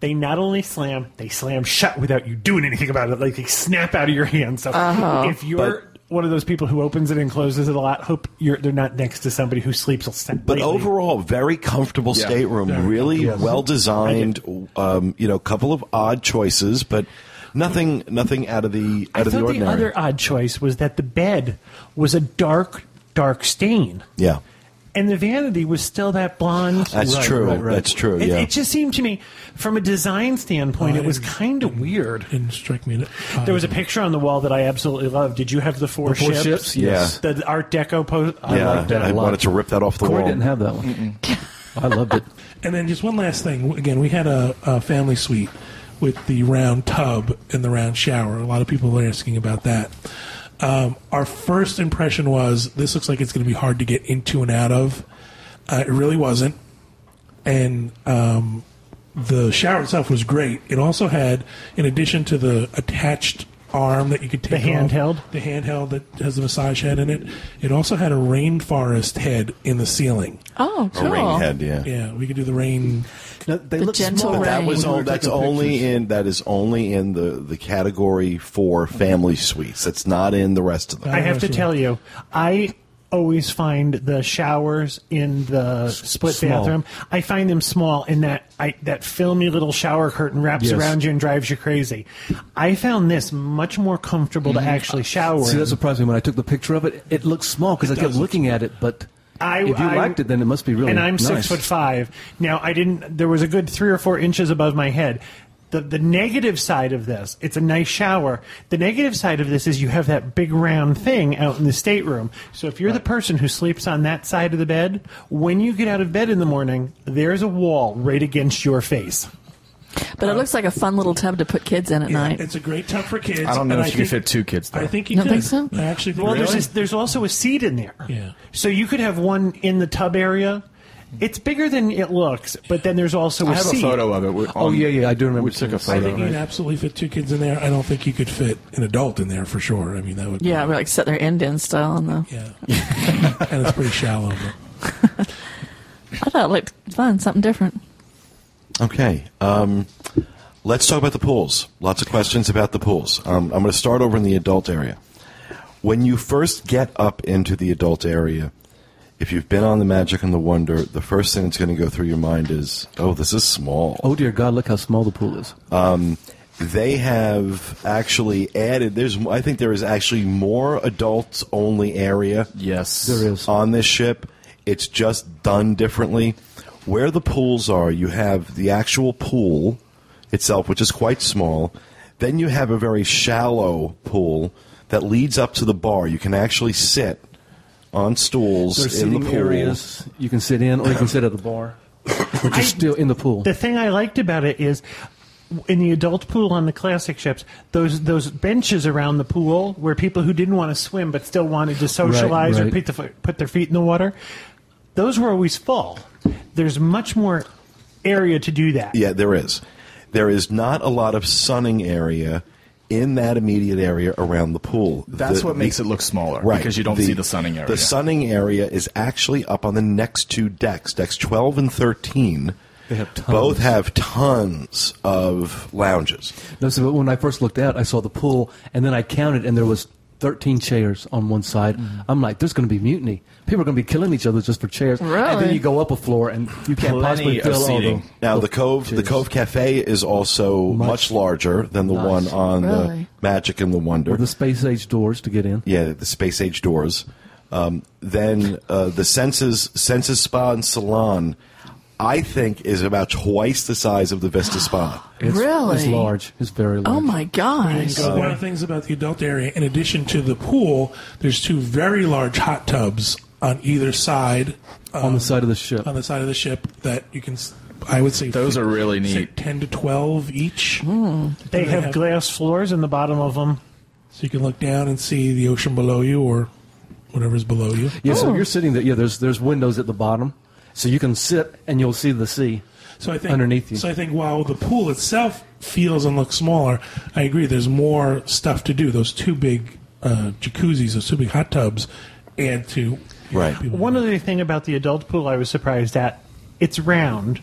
Speaker 6: they not only slam, they slam shut without you doing anything about it. Like they snap out of your hand. So if you're one of those people who opens it and closes it a lot, hope you're they're not next to somebody who sleeps. But
Speaker 1: But overall, very comfortable
Speaker 7: Yeah.
Speaker 1: stateroom. Really well designed. Um, you know, couple of odd choices, but nothing, nothing out of the out
Speaker 6: I
Speaker 1: of the
Speaker 6: thought
Speaker 1: ordinary.
Speaker 6: the other odd choice was that the bed was a dark, dark stain.
Speaker 1: yeah,
Speaker 6: And the vanity was still that blonde.
Speaker 1: that's
Speaker 4: Right,
Speaker 1: true.
Speaker 4: right, right.
Speaker 1: That's true.
Speaker 6: It,
Speaker 1: yeah.
Speaker 6: it just seemed to me, from a design standpoint,
Speaker 2: Oh, I
Speaker 6: it was
Speaker 2: didn't-
Speaker 6: kind of weird.
Speaker 2: didn't strike me. That, uh,
Speaker 6: There was a picture on the wall that I absolutely loved. Did you have the four,
Speaker 4: The four ships? Yes.
Speaker 6: The Art Deco post. I
Speaker 1: yeah,
Speaker 6: liked that.
Speaker 1: I
Speaker 4: a lot.
Speaker 1: wanted to rip that off the
Speaker 4: Corey
Speaker 1: wall.
Speaker 4: didn't have that one. I loved it.
Speaker 2: And then just one last thing. Again, we had a, a family suite with the round tub and the round shower. A lot of people are asking about that. Um, our first impression was this looks like it's going to be hard to get into and out of. Uh, it really wasn't. And um, the shower itself was great. It also had, in addition to the attached arm that you could take
Speaker 6: The
Speaker 2: off-
Speaker 6: handheld?
Speaker 2: the handheld that has the massage head in it, it also had a rainforest head in the ceiling.
Speaker 3: Oh,
Speaker 1: A
Speaker 3: cool.
Speaker 1: ring head.
Speaker 2: Yeah, we could do the rain
Speaker 4: No, they
Speaker 3: The
Speaker 4: look
Speaker 3: gentle
Speaker 4: small.
Speaker 1: But that
Speaker 3: Right.
Speaker 1: was
Speaker 4: When we
Speaker 1: all,
Speaker 4: were
Speaker 1: that's
Speaker 4: taking
Speaker 1: only
Speaker 4: pictures.
Speaker 1: in that is only in the, the category for family suites. That's not in the rest of them.
Speaker 6: I have to
Speaker 2: Absolutely.
Speaker 6: tell you, I always find the showers in the split
Speaker 4: small.
Speaker 6: bathroom. I find them small in that I, that filmy little shower curtain wraps
Speaker 4: Yes.
Speaker 6: around you and drives you crazy. I found this much more comfortable to actually shower.
Speaker 4: Mm-hmm. See, that
Speaker 6: in.
Speaker 4: surprised me when I took the picture of it. It looked small because I kept looking at it, but
Speaker 6: I,
Speaker 4: if you
Speaker 6: I-
Speaker 4: liked it, then it must be really
Speaker 6: And I'm six
Speaker 4: nice.
Speaker 6: foot five. Now I didn't. There was a good three or four inches above my head. The the negative side of this, it's a nice shower. The negative side of this is you have that big round thing out in the stateroom. So if you're the person who sleeps on that side of the bed, when you get out of bed in the morning, there's a wall right against your face.
Speaker 3: But it looks like a fun little tub to put kids in at
Speaker 2: Yeah,
Speaker 3: night.
Speaker 2: It's a great tub for kids.
Speaker 7: I don't know
Speaker 2: and
Speaker 7: if you could fit two kids, though.
Speaker 2: I think you
Speaker 3: Don't
Speaker 2: could.
Speaker 3: think so?
Speaker 2: I actually think
Speaker 6: Well,
Speaker 2: you
Speaker 6: there's
Speaker 2: could.
Speaker 6: this, there's also a seat in there.
Speaker 2: Yeah.
Speaker 6: So you could have one in the tub area. It's bigger than it looks, but then there's also a
Speaker 7: I have a
Speaker 6: seat.
Speaker 7: photo of it. We're
Speaker 4: Oh,
Speaker 7: on-
Speaker 4: yeah, yeah, I do remember
Speaker 7: We took a
Speaker 4: seeing
Speaker 2: I
Speaker 7: photo.
Speaker 2: think you could absolutely fit two kids in there. I don't think you could fit an adult in there for sure. I mean, that would.
Speaker 3: yeah, we're like sitting there Indian style. And uh, the,
Speaker 2: Yeah. and it's pretty shallow. But
Speaker 3: I thought it looked fun, something different.
Speaker 1: Okay. Um, let's talk about the pools. Lots of questions about the pools. Um, I'm going to start over in the adult area. When you first get up into the adult area, if you've been on the Magic and the Wonder, the first thing that's going to go through your mind is, oh, this is small.
Speaker 4: Oh dear God! Look how small the pool is.
Speaker 1: They have actually added, There's, I think there is actually more adults only area.
Speaker 7: Yes.
Speaker 4: There is.
Speaker 1: on this ship. It's just done differently. Where the pools are, you have the actual pool itself, which is quite small. Then you have a very shallow pool that leads up to the bar. You can actually sit on stools
Speaker 4: There's
Speaker 1: in the
Speaker 4: sitting
Speaker 1: pool.
Speaker 4: areas you can sit in, or you can sit at the bar, which
Speaker 6: I-
Speaker 4: is still in the pool.
Speaker 6: The thing I liked about it is in the adult pool on the classic ships, those those benches around the pool where people who didn't want to swim but still wanted to socialize or
Speaker 4: right.
Speaker 6: put, the, fo- put their feet in the water, those were always full. There's much more area to do that.
Speaker 1: Yeah, there is. There is not a lot of sunning area in that immediate area around the pool.
Speaker 7: That's
Speaker 1: The-
Speaker 7: what makes
Speaker 1: the-
Speaker 7: it look smaller. Because you don't see the sunning area.
Speaker 1: The sunning area is actually up on the next two decks, decks 12 and 13.
Speaker 4: They have tons.
Speaker 1: Both have tons of lounges.
Speaker 4: No, so when I first looked out, I saw the pool, and then I counted, and there was 13 chairs on one side. I'm like, there's going to be mutiny. People are going to be killing each other just for chairs. And
Speaker 3: Really?
Speaker 4: then you go up a floor, and you can't
Speaker 7: Plenty
Speaker 4: possibly
Speaker 7: of
Speaker 4: fill all the.
Speaker 7: seating.
Speaker 1: Now the cove, the
Speaker 4: chairs.
Speaker 1: Cove Cafe is also much, larger than the one on
Speaker 3: Really?
Speaker 1: the Magic and the Wonder.
Speaker 4: Or the space age doors to get in.
Speaker 1: yeah, the space age doors. Um, then uh, the Senses Senses Spa and Salon, I think, is about twice the size of the Vista Spa.
Speaker 4: It's,
Speaker 3: Really?
Speaker 4: It's large. It's very large.
Speaker 3: Oh my gosh.
Speaker 2: one of the things about the adult area, in addition to the pool, there's two very large hot tubs on either side
Speaker 4: on the side of the ship.
Speaker 2: on the side of the ship that you can. s- I would say
Speaker 7: Those
Speaker 2: fi-
Speaker 7: are really
Speaker 2: say
Speaker 7: neat.
Speaker 2: Ten to twelve each,
Speaker 3: Hmm.
Speaker 6: They
Speaker 2: They
Speaker 6: have
Speaker 2: have-
Speaker 6: glass floors in the bottom of them.
Speaker 2: so you can look down and see the ocean below you or whatever's below you.
Speaker 4: Yeah, so you're sitting there. Yeah, there's there's windows at the bottom, so you can sit and you'll see the sea.
Speaker 2: So I think
Speaker 4: underneath you.
Speaker 2: So I think while the pool itself feels and looks smaller, I agree. There's more stuff to do. Those two big uh, jacuzzis, those two big hot tubs, add to you know,
Speaker 1: Right.
Speaker 2: people-
Speaker 6: One other thing about the adult pool I was surprised at it's round,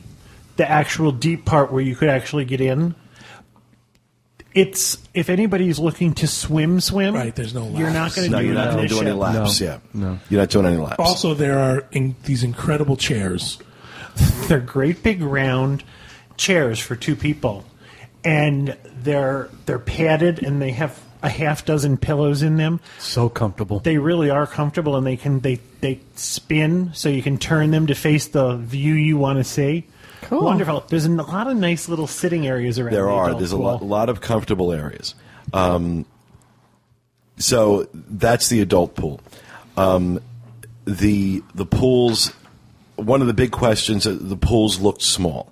Speaker 6: the actual deep part where you could actually get in. It's if anybody's looking to swim, swim.
Speaker 2: Right, there's no
Speaker 6: You're not
Speaker 2: laps.
Speaker 6: going to
Speaker 1: No,
Speaker 6: do
Speaker 1: you're
Speaker 6: that.
Speaker 1: not
Speaker 6: in
Speaker 1: going
Speaker 6: this
Speaker 1: to do any
Speaker 6: ship.
Speaker 1: laps.
Speaker 4: No.
Speaker 1: yeah,
Speaker 4: No.
Speaker 1: you're not doing any laps.
Speaker 2: Also, there are in, these incredible chairs.
Speaker 6: They're great big round chairs for two people, and they're they're padded and they have a half dozen pillows in them.
Speaker 4: So comfortable.
Speaker 6: They really are comfortable and they can they they spin so you can turn them to face the view you want to see.
Speaker 3: Cool.
Speaker 6: Wonderful. There's a lot of nice little sitting areas around.
Speaker 1: there
Speaker 6: the
Speaker 1: are
Speaker 6: adult
Speaker 1: there's a
Speaker 6: pool.
Speaker 1: lot, lot of comfortable areas um, so that's the adult pool um, the the pools one of the big questions uh, the pools looked small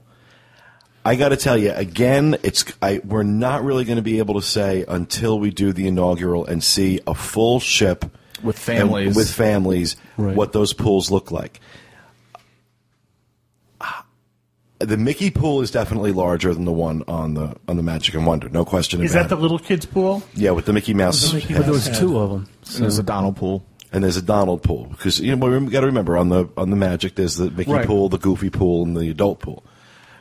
Speaker 1: I got to tell you again it's I, we're not really going to be able to say until we do the inaugural and see a full ship
Speaker 7: With
Speaker 1: and-
Speaker 7: families.
Speaker 1: with families
Speaker 4: Right.
Speaker 1: what those pools look like the Mickey pool is definitely larger than the one on the on the Magic and Wonder. No question
Speaker 6: Is
Speaker 1: about
Speaker 6: that
Speaker 1: it.
Speaker 6: the little kids pool?
Speaker 1: yeah, with the Mickey Mouse,
Speaker 2: The Mickey
Speaker 1: head.
Speaker 4: But there was
Speaker 2: Mouse
Speaker 4: two of them.
Speaker 7: And there's a Donald pool.
Speaker 1: and there's a Donald pool because you know we got to remember on the on the Magic there's the Mickey
Speaker 4: Right.
Speaker 1: pool, the Goofy pool, and the adult pool.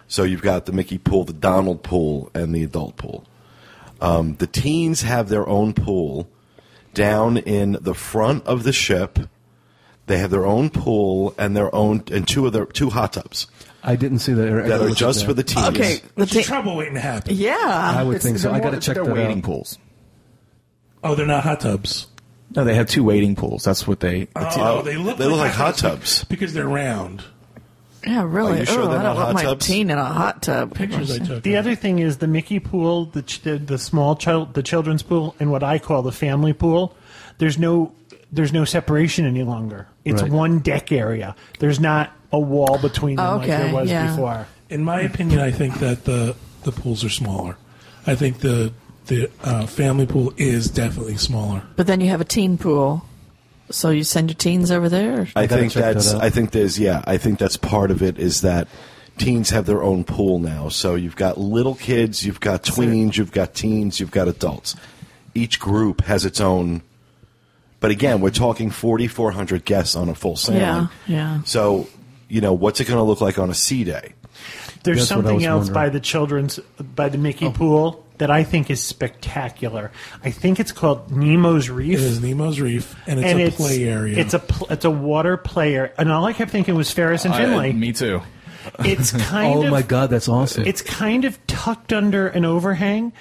Speaker 1: So you've got the Mickey pool, the Donald pool, and the adult pool. Um, the teens have their own pool down in the front of the ship. They have their own pool and their own and two of their two hot tubs
Speaker 4: I didn't see that. I
Speaker 1: that
Speaker 4: gotta
Speaker 1: are
Speaker 4: look
Speaker 1: just
Speaker 4: at
Speaker 1: for
Speaker 4: that.
Speaker 1: the teens.
Speaker 3: Okay. The
Speaker 2: Which is
Speaker 3: ta-
Speaker 2: trouble waiting to happen.
Speaker 3: yeah.
Speaker 4: I would think so.
Speaker 7: they're
Speaker 4: I got to
Speaker 7: more-
Speaker 4: check
Speaker 7: they're
Speaker 4: that
Speaker 7: waiting
Speaker 4: out.
Speaker 7: pools.
Speaker 2: Oh, they're not hot tubs.
Speaker 7: No, they have two waiting pools. That's what they.
Speaker 2: Oh, they look
Speaker 1: they
Speaker 2: like
Speaker 1: look like hot tubs.
Speaker 2: because they're round.
Speaker 3: Yeah, really.
Speaker 1: Are you sure
Speaker 3: Ugh,
Speaker 1: they're
Speaker 3: I
Speaker 1: not
Speaker 3: don't want
Speaker 1: hot
Speaker 3: my
Speaker 1: tubs?
Speaker 3: teen in a hot tub.
Speaker 2: Pictures I took.
Speaker 6: The other thing is the Mickey pool, the ch- the, the small child, the children's pool, and what I call the family pool. There's no there's no separation any longer. It's
Speaker 4: Right.
Speaker 6: one deck area. There's not a wall between them like
Speaker 3: Okay,
Speaker 6: there was
Speaker 3: yeah.
Speaker 6: before.
Speaker 2: In my opinion, I think that the the pools are smaller. I think the the uh, family pool is definitely smaller.
Speaker 3: But then you have a teen pool. So you send your teens over there?
Speaker 1: I
Speaker 4: gotta
Speaker 1: think
Speaker 4: check that
Speaker 1: that's.
Speaker 4: out.
Speaker 1: I think there's. Yeah, I think that's part of it. Is that teens have their own pool now. So you've got little kids, you've got tweens, you've got teens, you've got adults. Each group has its own. But again, we're talking 4,400 guests on a full sailing.
Speaker 3: Yeah, yeah.
Speaker 1: So, you know, what's it going to look like on a sea day?
Speaker 4: That's
Speaker 6: There's
Speaker 4: what I
Speaker 6: something
Speaker 4: was
Speaker 6: else
Speaker 4: wondering.
Speaker 6: by the children's by the Mickey pool that I think is spectacular. I think it's called Nemo's Reef.
Speaker 2: It is Nemo's Reef, and it's a play area.
Speaker 6: It's a pl- it's a water player, and all I kept thinking was Ferris and Finley.
Speaker 7: I- me too.
Speaker 6: it's kind
Speaker 4: Oh
Speaker 6: of
Speaker 4: my god, that's awesome!
Speaker 6: It's kind of tucked under an overhang,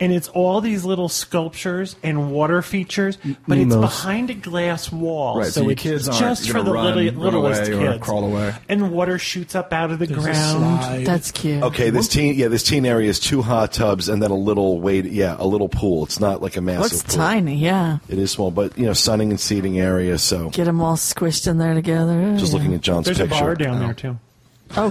Speaker 6: and it's all these little sculptures and water features, but
Speaker 4: Nemos.
Speaker 6: it's behind a glass wall.
Speaker 7: Right, so your
Speaker 6: it's
Speaker 7: kids aren't
Speaker 6: just for
Speaker 7: gonna
Speaker 6: the
Speaker 7: run-
Speaker 6: little,
Speaker 7: run
Speaker 6: littlest
Speaker 7: away or
Speaker 6: kids.
Speaker 7: crawl away.
Speaker 6: And water shoots up out of the
Speaker 2: There's a
Speaker 6: ground.
Speaker 2: slide.
Speaker 3: That's cute.
Speaker 1: Okay, this teen. Yeah, this teen area is two hot tubs and then a little wait. Yeah, a little pool. It's not like a massive.
Speaker 3: What's
Speaker 1: pool.
Speaker 3: tiny? Yeah.
Speaker 1: It is small, but you know, sunning and seating area. So,
Speaker 3: Get them all squished in there together.
Speaker 1: just looking at John's
Speaker 6: There's a
Speaker 1: picture.
Speaker 6: bar down there too.
Speaker 3: Oh,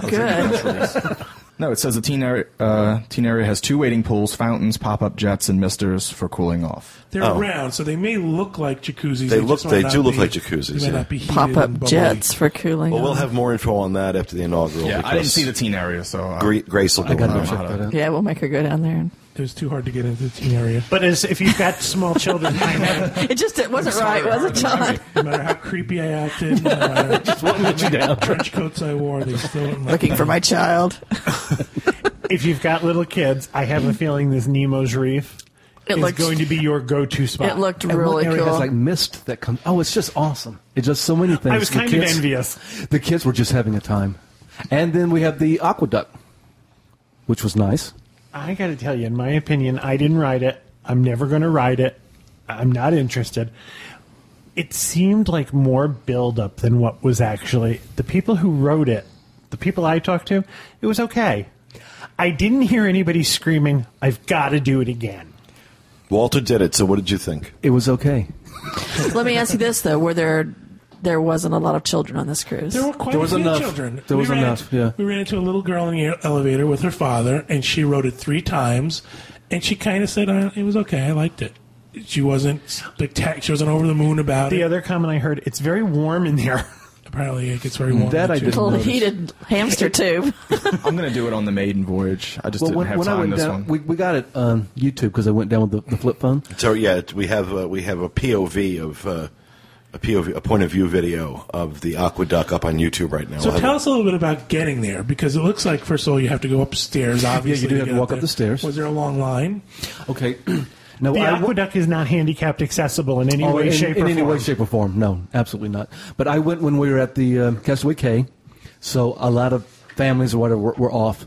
Speaker 3: good.
Speaker 7: No, it says the teen area, uh, teen area has two waiting pools, fountains, pop up jets, and misters for cooling off.
Speaker 2: They're
Speaker 4: Oh.
Speaker 2: round, so they may look like jacuzzis.
Speaker 1: They look-
Speaker 2: just might
Speaker 1: they
Speaker 2: not
Speaker 1: do look
Speaker 2: be-
Speaker 1: like jacuzzis,
Speaker 2: They
Speaker 1: yeah.
Speaker 2: may not be heated
Speaker 3: Pop
Speaker 2: and
Speaker 3: up
Speaker 2: bubbly.
Speaker 3: jets for cooling.
Speaker 1: Well, we'll
Speaker 3: off.
Speaker 1: have more info on that after the inaugural.
Speaker 7: Yeah, I didn't
Speaker 1: because
Speaker 7: see the teen area, so uh, I,
Speaker 1: Gra- Grace will
Speaker 4: I
Speaker 1: go
Speaker 4: got to
Speaker 1: on.
Speaker 4: check that out.
Speaker 3: Yeah, we'll make her go down there. And...
Speaker 2: It was too hard to get into the teen area.
Speaker 6: But as, if you've got small children, I have
Speaker 3: It just it wasn't right, was it, John?
Speaker 2: No matter how creepy I acted, no matter how many trench coats I wore, they still didn't let
Speaker 3: Looking
Speaker 2: me
Speaker 3: for
Speaker 2: in.
Speaker 3: my child.
Speaker 6: if you've got little kids, I have a feeling this Nemo's Reef
Speaker 3: It
Speaker 6: is
Speaker 3: looks-
Speaker 6: going to be your go-to spot.
Speaker 3: It looked
Speaker 4: And
Speaker 3: really
Speaker 4: one area
Speaker 3: cool.
Speaker 4: has like mist that comes. Oh, it's just awesome! It's just so many things.
Speaker 6: I was
Speaker 4: The
Speaker 6: kind
Speaker 4: kids-
Speaker 6: of envious.
Speaker 4: The kids were just having a time, and then we have the aqueduct, which was nice.
Speaker 6: I got to tell you, in my opinion, I didn't ride it. I'm never going to ride it. I'm not interested. It seemed like more buildup than what was actually. The people who rode it, the people I talked to, it was okay. I didn't hear anybody screaming, I've got to do it again.
Speaker 1: Walter did it. So, what did you think?
Speaker 4: It was okay.
Speaker 3: Let me ask you this though: Were there there wasn't a lot of children on this cruise.
Speaker 2: There were quite
Speaker 4: There
Speaker 2: a
Speaker 4: was
Speaker 2: few
Speaker 4: enough.
Speaker 2: children.
Speaker 4: There
Speaker 2: We
Speaker 4: was
Speaker 2: ran
Speaker 4: enough,
Speaker 2: into-
Speaker 4: yeah.
Speaker 2: We ran into a little girl in the elevator with her father, and she rode it three times, and she kind of said uh, it was okay. I liked it. She wasn't spectac- She wasn't over the moon about
Speaker 6: The
Speaker 2: it.
Speaker 6: other comment I heard, it's very warm in there.
Speaker 2: Apparently, it gets very warm.
Speaker 4: That I
Speaker 2: too.
Speaker 4: didn't
Speaker 3: little
Speaker 4: notice.
Speaker 3: heated hamster tube.
Speaker 7: I'm going to do it on the maiden voyage. I just
Speaker 4: Well,
Speaker 7: didn't
Speaker 4: when,
Speaker 7: have
Speaker 4: when I
Speaker 7: time
Speaker 4: went
Speaker 7: this
Speaker 4: down,
Speaker 7: one.
Speaker 4: We, we got it on YouTube because I went down with the, the flip phone.
Speaker 1: So yeah, it- we have uh, we have a POV of uh, a POV a point of view video of the aqueduct up on YouTube right now.
Speaker 2: So
Speaker 1: We'll have
Speaker 2: tell
Speaker 1: it-
Speaker 2: us a little bit about getting there, because it looks like first of all you have to go upstairs. Obviously,
Speaker 4: do have
Speaker 2: get
Speaker 4: to walk up
Speaker 2: there.
Speaker 4: the stairs.
Speaker 2: Was there a long line?
Speaker 4: Okay. No,
Speaker 6: The
Speaker 4: I, wa-
Speaker 6: aqueduct is not handicapped accessible in any
Speaker 4: Oh,
Speaker 6: way,
Speaker 4: in,
Speaker 6: shape,
Speaker 4: in
Speaker 6: or
Speaker 4: any
Speaker 6: form.
Speaker 4: way, shape, or form. No, absolutely not. But I went when we were at the um, Castaway Cay, so a lot of families or whatever were, were off.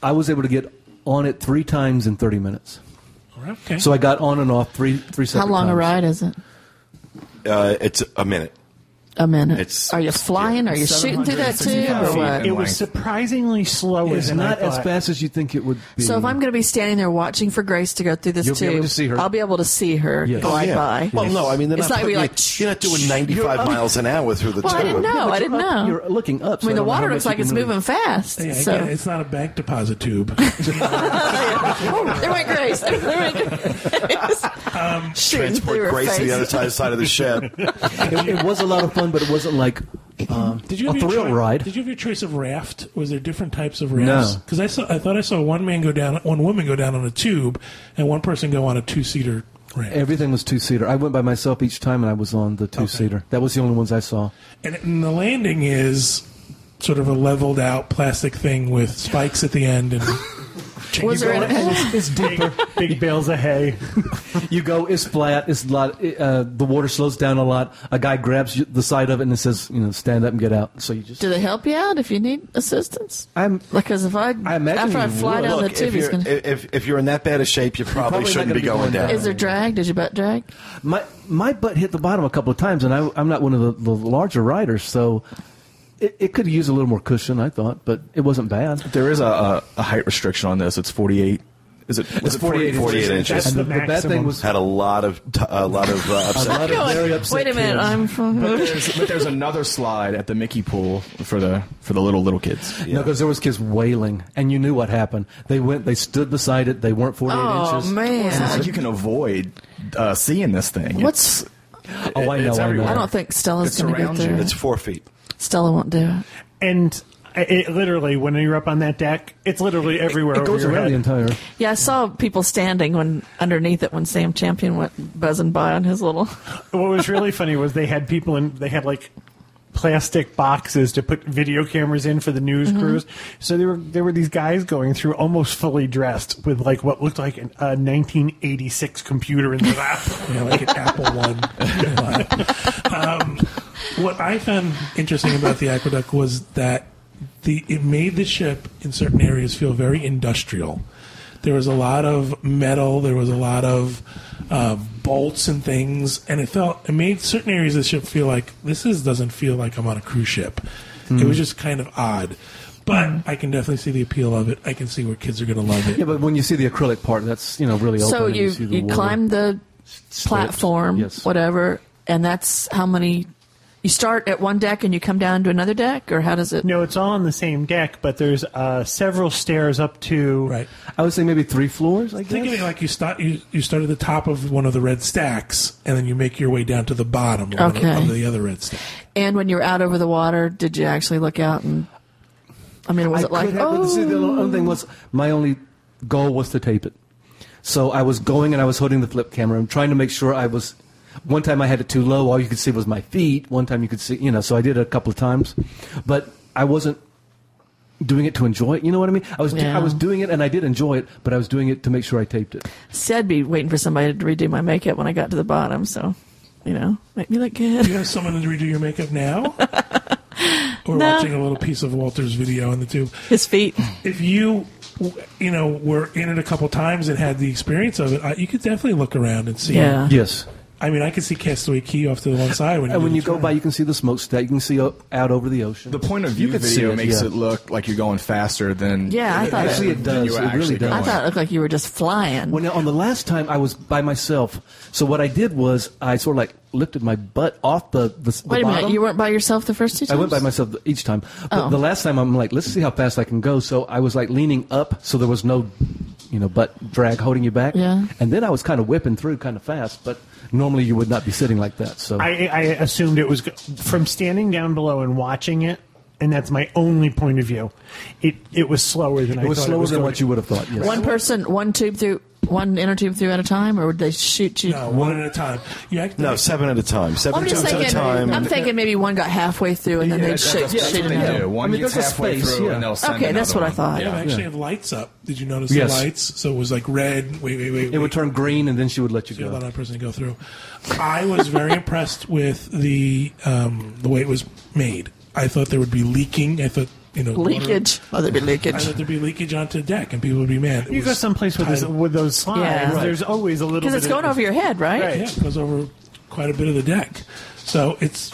Speaker 4: I was able to get on it three times in 30 minutes.
Speaker 2: Okay.
Speaker 4: So I got on and off three three
Speaker 3: How
Speaker 4: separate
Speaker 3: long a
Speaker 4: times.
Speaker 3: ride is it?
Speaker 1: uh, it's a minute.
Speaker 3: A minute.
Speaker 1: It's-
Speaker 3: are you flying? Are you shooting through that tube or what?
Speaker 7: 765 feet.
Speaker 6: It
Speaker 7: Length.
Speaker 6: was surprisingly slow.
Speaker 4: It's
Speaker 6: than I
Speaker 4: not as
Speaker 6: thought.
Speaker 4: fast as you think it would be.
Speaker 3: So if I'm going to be standing there watching for Grace to go through this
Speaker 4: You'll be
Speaker 3: tube,
Speaker 4: able to see her.
Speaker 3: I'll be able to see her
Speaker 4: Yes. Oh,
Speaker 3: glide by.
Speaker 1: Well, no, I mean, they're
Speaker 3: It's
Speaker 1: not
Speaker 3: not gonna
Speaker 1: putting
Speaker 3: be
Speaker 1: you-
Speaker 3: like,
Speaker 1: you're not doing 95 miles an hour through the
Speaker 3: well, I
Speaker 1: tube.
Speaker 3: didn't know. I didn't
Speaker 4: You're up-
Speaker 3: know.
Speaker 4: You're looking up.
Speaker 3: I
Speaker 4: so
Speaker 3: mean, the
Speaker 4: don't know how
Speaker 3: water
Speaker 4: much
Speaker 3: looks
Speaker 4: you
Speaker 3: like
Speaker 4: can
Speaker 3: it's
Speaker 4: really-
Speaker 3: moving fast.
Speaker 2: yeah,
Speaker 3: so
Speaker 2: again, it's not a bank deposit tube.
Speaker 3: Oh, there went Grace. There went Grace. Shooting through
Speaker 1: Um, Transport
Speaker 3: her
Speaker 1: Grace to the
Speaker 3: face.
Speaker 1: other side, side of the ship.
Speaker 4: It, it was a lot of fun, but it wasn't like um,
Speaker 2: Did you
Speaker 4: a
Speaker 2: have your
Speaker 4: thrill
Speaker 2: choi-
Speaker 4: ride.
Speaker 2: Did you have your choice of raft? Was there different types of rafts? Because I saw, I thought I saw one man go down, one woman go down on a tube, and one person go on a two-seater raft.
Speaker 4: Everything was two seater. I went by myself each time, and I was on the two seater. That was the only ones I saw.
Speaker 2: and, and the landing is sort of a leveled-out plastic thing with spikes at the end. And
Speaker 3: Was there an,
Speaker 6: It's deeper. Big bales of hay.
Speaker 4: You go, it's flat, it's a lot. Uh, the water slows down a lot. A guy grabs you- the side of it and says, you know, stand up and get out. So you just.
Speaker 3: do they help you out if you need assistance?
Speaker 4: I'm-
Speaker 3: because if I,
Speaker 4: I imagine
Speaker 3: after I
Speaker 4: you
Speaker 3: fly
Speaker 4: would.
Speaker 3: down
Speaker 1: Look,
Speaker 3: the tube,
Speaker 1: if
Speaker 3: he's
Speaker 1: you're,
Speaker 3: going. to
Speaker 1: if, if you're in that bad a shape, you probably,
Speaker 4: probably not
Speaker 1: shouldn't
Speaker 4: gonna
Speaker 1: be going down.
Speaker 3: Is there drag? Did you butt drag?
Speaker 4: My my butt hit the bottom a couple of times, and I, I'm not one of the, the larger riders, so it, it could use a little more cushion, I thought, but it wasn't bad.
Speaker 7: There is a, a, a height restriction on this. It's 48. Is it? was it 48,
Speaker 1: 48 inches.
Speaker 6: That's
Speaker 4: And the,
Speaker 6: the
Speaker 4: bad thing
Speaker 6: maximum.
Speaker 4: was
Speaker 1: Had a lot of t- a lot of uh,
Speaker 4: a
Speaker 1: upset.
Speaker 4: lot of very upset
Speaker 3: Wait a minute,
Speaker 4: kids.
Speaker 3: I'm from.
Speaker 7: But there's, but there's another slide at the Mickey pool for the for the little little kids.
Speaker 4: No, because there was kids wailing, and you knew what happened. They went, they stood beside it. They weren't 48
Speaker 3: Oh
Speaker 4: inches.
Speaker 7: It's not
Speaker 3: man,
Speaker 7: like you can avoid uh, seeing this thing.
Speaker 3: what's?
Speaker 4: Oh, I
Speaker 7: It's
Speaker 4: know, I know.
Speaker 7: everywhere.
Speaker 3: I don't think Stella's
Speaker 7: It's
Speaker 3: going to get
Speaker 7: around you.
Speaker 3: there.
Speaker 1: It's four feet.
Speaker 3: Stella won't do it.
Speaker 6: And I- it literally, when you're up on that deck, it's literally everywhere.
Speaker 4: It goes
Speaker 6: over your
Speaker 4: around the
Speaker 6: head.
Speaker 4: entire.
Speaker 3: Yeah, I saw people standing when underneath it when Sam Champion went buzzing by on his little.
Speaker 6: What was really funny was they had people in. They had like plastic boxes to put video cameras in for the news crews. So there were there were these guys going through almost fully dressed with like what looked like an, a 1986 computer in their lap.
Speaker 2: you know, like an Apple one. um, what I found interesting about the aqueduct was that the it made the ship in certain areas feel very industrial. There was a lot of metal. There was a lot of uh, bolts and things, and it felt it made certain areas of the ship feel like this is doesn't feel like I'm on a cruise ship. It was just kind of odd, but I can definitely see the appeal of it. I can see where kids are going to love it.
Speaker 4: Yeah, but when you see the acrylic part, that's you know really open.
Speaker 3: so
Speaker 4: and
Speaker 3: you
Speaker 4: see
Speaker 3: you,
Speaker 4: the water.
Speaker 3: climb the platform,
Speaker 4: Yes.
Speaker 3: whatever, and that's how many. You start at one deck and you come down to another deck, or how does it?
Speaker 6: No, it's all on the same deck, but there's uh, several stairs up to
Speaker 2: Right.
Speaker 4: I would say maybe three floors. I guess.
Speaker 2: Think of it like you start you, you start at the top of one of the red stacks, and then you make your way down to the bottom of,
Speaker 3: Okay.
Speaker 2: the, of the other red stack.
Speaker 3: And when you were out over the water, did you actually look out and? I mean, was
Speaker 4: I
Speaker 3: it like
Speaker 4: could have- but see, the
Speaker 3: oh?
Speaker 4: only thing was my only goal was to tape it. So I was going and I was holding the flip camera and trying to make sure I was. One time I had it too low, all you could see was my feet. One time you could see, you know. So I did it a couple of times, but I wasn't doing it to enjoy it. You know what I mean? I was
Speaker 3: Yeah.
Speaker 4: I was doing it and I did enjoy it, but I was doing it to make sure I taped it.
Speaker 3: See, I'd be waiting for somebody to redo my makeup when I got to the bottom, so you know, make me look
Speaker 2: Do
Speaker 3: good.
Speaker 2: you have someone to redo your makeup now? or
Speaker 3: No.
Speaker 2: watching a little piece of Walter's video on the tube.
Speaker 3: His feet.
Speaker 2: If you w- you know were in it a couple times and had the experience of it, I, you could definitely look around and see.
Speaker 3: Yeah.
Speaker 4: Yes.
Speaker 2: I mean, I could see Castaway Key off to the one side when
Speaker 4: And
Speaker 2: you,
Speaker 4: Uh, when
Speaker 2: do
Speaker 4: you
Speaker 2: the
Speaker 4: go
Speaker 2: turn.
Speaker 4: by, you can see the smokestack. You can see o- out over the ocean.
Speaker 7: The point of
Speaker 4: You
Speaker 7: view
Speaker 4: could see
Speaker 7: video
Speaker 4: it,
Speaker 7: makes
Speaker 4: yeah.
Speaker 7: it look like you're going faster than
Speaker 3: Yeah, I thought it-
Speaker 4: Actually, it
Speaker 7: than
Speaker 4: does.
Speaker 7: you were
Speaker 4: It really
Speaker 7: actually
Speaker 4: does.
Speaker 3: I
Speaker 7: going.
Speaker 3: thought it looked like you were just flying.
Speaker 4: Well, now on the last time I was by myself, so what I did was I sort of like lifted my butt off the the, the
Speaker 3: Wait a
Speaker 4: bottom.
Speaker 3: minute, you weren't by yourself the first two times.
Speaker 4: I went by myself each time. But
Speaker 3: Oh.
Speaker 4: the last time I'm like, let's see how fast I can go. So I was like leaning up, so there was no, you know, butt drag holding you back.
Speaker 3: Yeah.
Speaker 4: And then I was kind of whipping through kind of fast, but normally you would not be sitting like that. So
Speaker 6: I, I assumed it was go- from standing down below and watching it, and that's my only point of view. It it was slower than I
Speaker 4: it was
Speaker 6: thought
Speaker 4: slower
Speaker 6: it was
Speaker 4: than
Speaker 6: going
Speaker 4: what you would have thought. Yes.
Speaker 3: One person, one tube through, one inner tube through at a time, or would they shoot you?
Speaker 2: No, Uh, one at a time. You act
Speaker 1: No, seven at a time. Seven
Speaker 3: I'm just
Speaker 1: times at a
Speaker 3: thinking.
Speaker 1: time.
Speaker 3: I'm thinking maybe one got halfway through and then
Speaker 7: Yeah,
Speaker 3: they'd
Speaker 7: that's,
Speaker 3: shoot,
Speaker 7: that's
Speaker 3: shoot
Speaker 7: what
Speaker 3: it
Speaker 7: they
Speaker 3: out.
Speaker 7: do. One
Speaker 4: I mean,
Speaker 7: gets
Speaker 4: there's a
Speaker 7: halfway
Speaker 4: space,
Speaker 7: through,
Speaker 4: yeah.
Speaker 7: and they'll send
Speaker 3: Okay, that's what
Speaker 7: another
Speaker 3: I
Speaker 7: one.
Speaker 3: thought.
Speaker 2: It
Speaker 7: Yeah.
Speaker 2: actually have lights up. Did you notice
Speaker 4: Yes.
Speaker 2: the lights? So it was like red. Wait, wait, wait.
Speaker 4: it would turn green, and then she would let you
Speaker 2: to allow
Speaker 4: go.
Speaker 2: that person to go through. I was very impressed with the um, the way it was made. I thought there would be leaking. I thought you know water-
Speaker 3: Leakage. Oh, there'd be
Speaker 2: I
Speaker 3: leakage.
Speaker 2: thought there'd be leakage onto the deck, and people would be mad. It
Speaker 6: You go
Speaker 2: was
Speaker 6: someplace with, this,
Speaker 2: tight.
Speaker 6: with those slides.
Speaker 3: Yeah. Right.
Speaker 6: There's always a little
Speaker 3: Because
Speaker 6: bit
Speaker 3: it's going
Speaker 6: of,
Speaker 3: over your head, right?
Speaker 2: yeah, it goes over quite a bit of the deck. So it's.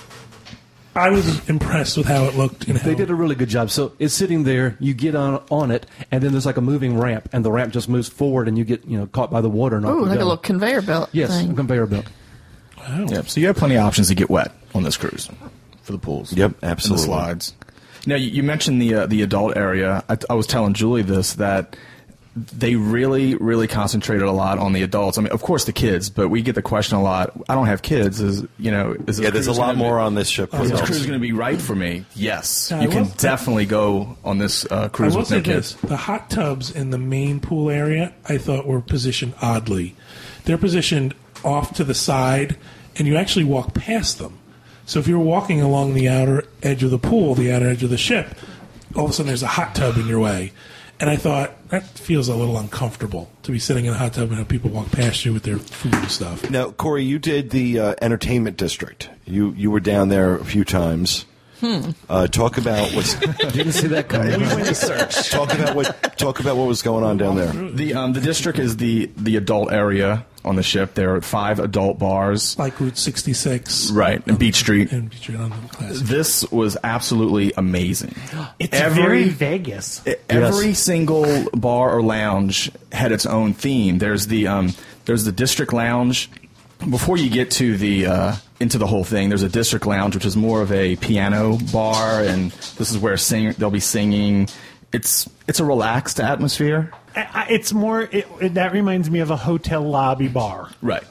Speaker 2: I was impressed with how it looked. And how,
Speaker 4: They did a really good job. So it's sitting there, you get on on it, and then there's like a moving ramp, and the ramp just moves forward, and you get you know caught by the water. And off
Speaker 3: Ooh,
Speaker 4: you
Speaker 3: like a
Speaker 4: go.
Speaker 3: little conveyor belt
Speaker 4: yes, a
Speaker 3: thing.
Speaker 4: conveyor belt.
Speaker 7: Yep. So you have plenty of options to get wet on this cruise for the pools.
Speaker 1: Yep,
Speaker 7: And the
Speaker 1: absolutely.
Speaker 7: slides. Now you, you mentioned the uh, the adult area. I, I was telling Julie this that they really really concentrated a lot on the adults. I mean, of course the kids, but we get the question a lot. I don't have kids. Is you know? Is this
Speaker 1: yeah, there's a
Speaker 7: cruise
Speaker 1: lot
Speaker 7: gonna
Speaker 1: more
Speaker 7: be-
Speaker 1: on this
Speaker 3: Oh,
Speaker 1: ship. for
Speaker 7: Is this
Speaker 1: adults.
Speaker 7: cruise going to be right for me? Yes,
Speaker 2: Yeah, I
Speaker 7: you can
Speaker 2: will-
Speaker 7: definitely go on this uh,
Speaker 2: I
Speaker 7: cruise
Speaker 2: will
Speaker 7: with
Speaker 2: say
Speaker 7: no kids.
Speaker 2: this: the hot tubs in the main pool area, I thought, were positioned oddly. They're positioned off to the side, and you actually walk past them. So if you're walking along the outer edge of the pool, the outer edge of the ship, all of a sudden there's a hot tub in your way, and I thought that feels a little uncomfortable to be sitting in a hot tub and have people walk past you with their food and stuff.
Speaker 1: Now, Corey, you did the uh, entertainment district. You you were down there a few times.
Speaker 3: Hmm.
Speaker 1: Uh, talk about what's
Speaker 4: Didn't see that coming.
Speaker 1: talk about what talk about what was going on down there.
Speaker 7: The um, the district is the the adult area on the ship. There are five adult bars,
Speaker 2: Like Route 66,
Speaker 7: right, and Beach Street.
Speaker 2: And Beach Street on the classic.
Speaker 7: This was absolutely amazing.
Speaker 6: It's very
Speaker 7: every
Speaker 6: Vegas.
Speaker 7: every single bar or lounge had its own theme. There's the um, there's the district lounge. Before you get to the uh, into the whole thing, there's a district lounge which is more of a piano bar, and this is where sing they'll be singing. It's it's a relaxed atmosphere.
Speaker 6: I- I- it's more. It, it, that reminds me of a hotel lobby bar.
Speaker 7: Right.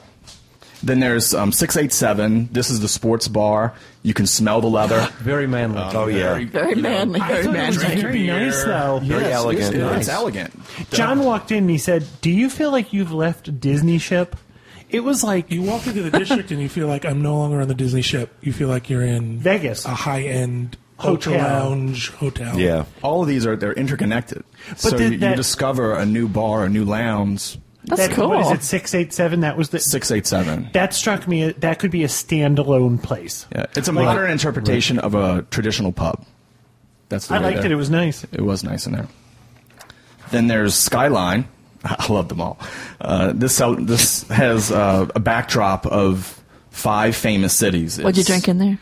Speaker 7: Then there's um, 687. This is the sports bar. You can smell the leather.
Speaker 4: Very manly.
Speaker 1: Oh yeah,
Speaker 3: Very manly.
Speaker 6: I
Speaker 3: Very
Speaker 6: thought it was
Speaker 3: manly.
Speaker 6: very nice, though.
Speaker 1: very
Speaker 4: Yes,
Speaker 1: elegant.
Speaker 4: it's nice.
Speaker 7: It's elegant.
Speaker 6: John walked in and he said, "Do you feel like you've left a Disney ship?" It was like
Speaker 2: You walk into the district and you feel like I'm no longer on the Disney ship. You feel like you're in
Speaker 6: Vegas.
Speaker 2: a high end
Speaker 6: Hotel.
Speaker 2: hotel lounge hotel.
Speaker 1: Yeah,
Speaker 7: All of these are they're interconnected. so
Speaker 6: the-
Speaker 7: you, you
Speaker 6: that-
Speaker 7: discover a new bar, a new lounge.
Speaker 3: That's
Speaker 6: that, What is
Speaker 3: cool.
Speaker 6: it? Six eight seven. That was the
Speaker 7: 687.
Speaker 6: that struck me. That could be a standalone place.
Speaker 7: Yeah, it's a modern interpretation of a traditional pub. That's the
Speaker 6: I
Speaker 7: way
Speaker 6: liked
Speaker 7: they're-
Speaker 6: it. It was nice.
Speaker 7: It was nice in there. Then there's Skyline. I love them all. Uh, this cel- this has uh, a backdrop of five famous cities.
Speaker 3: What'd you
Speaker 7: It's-
Speaker 3: drink in there?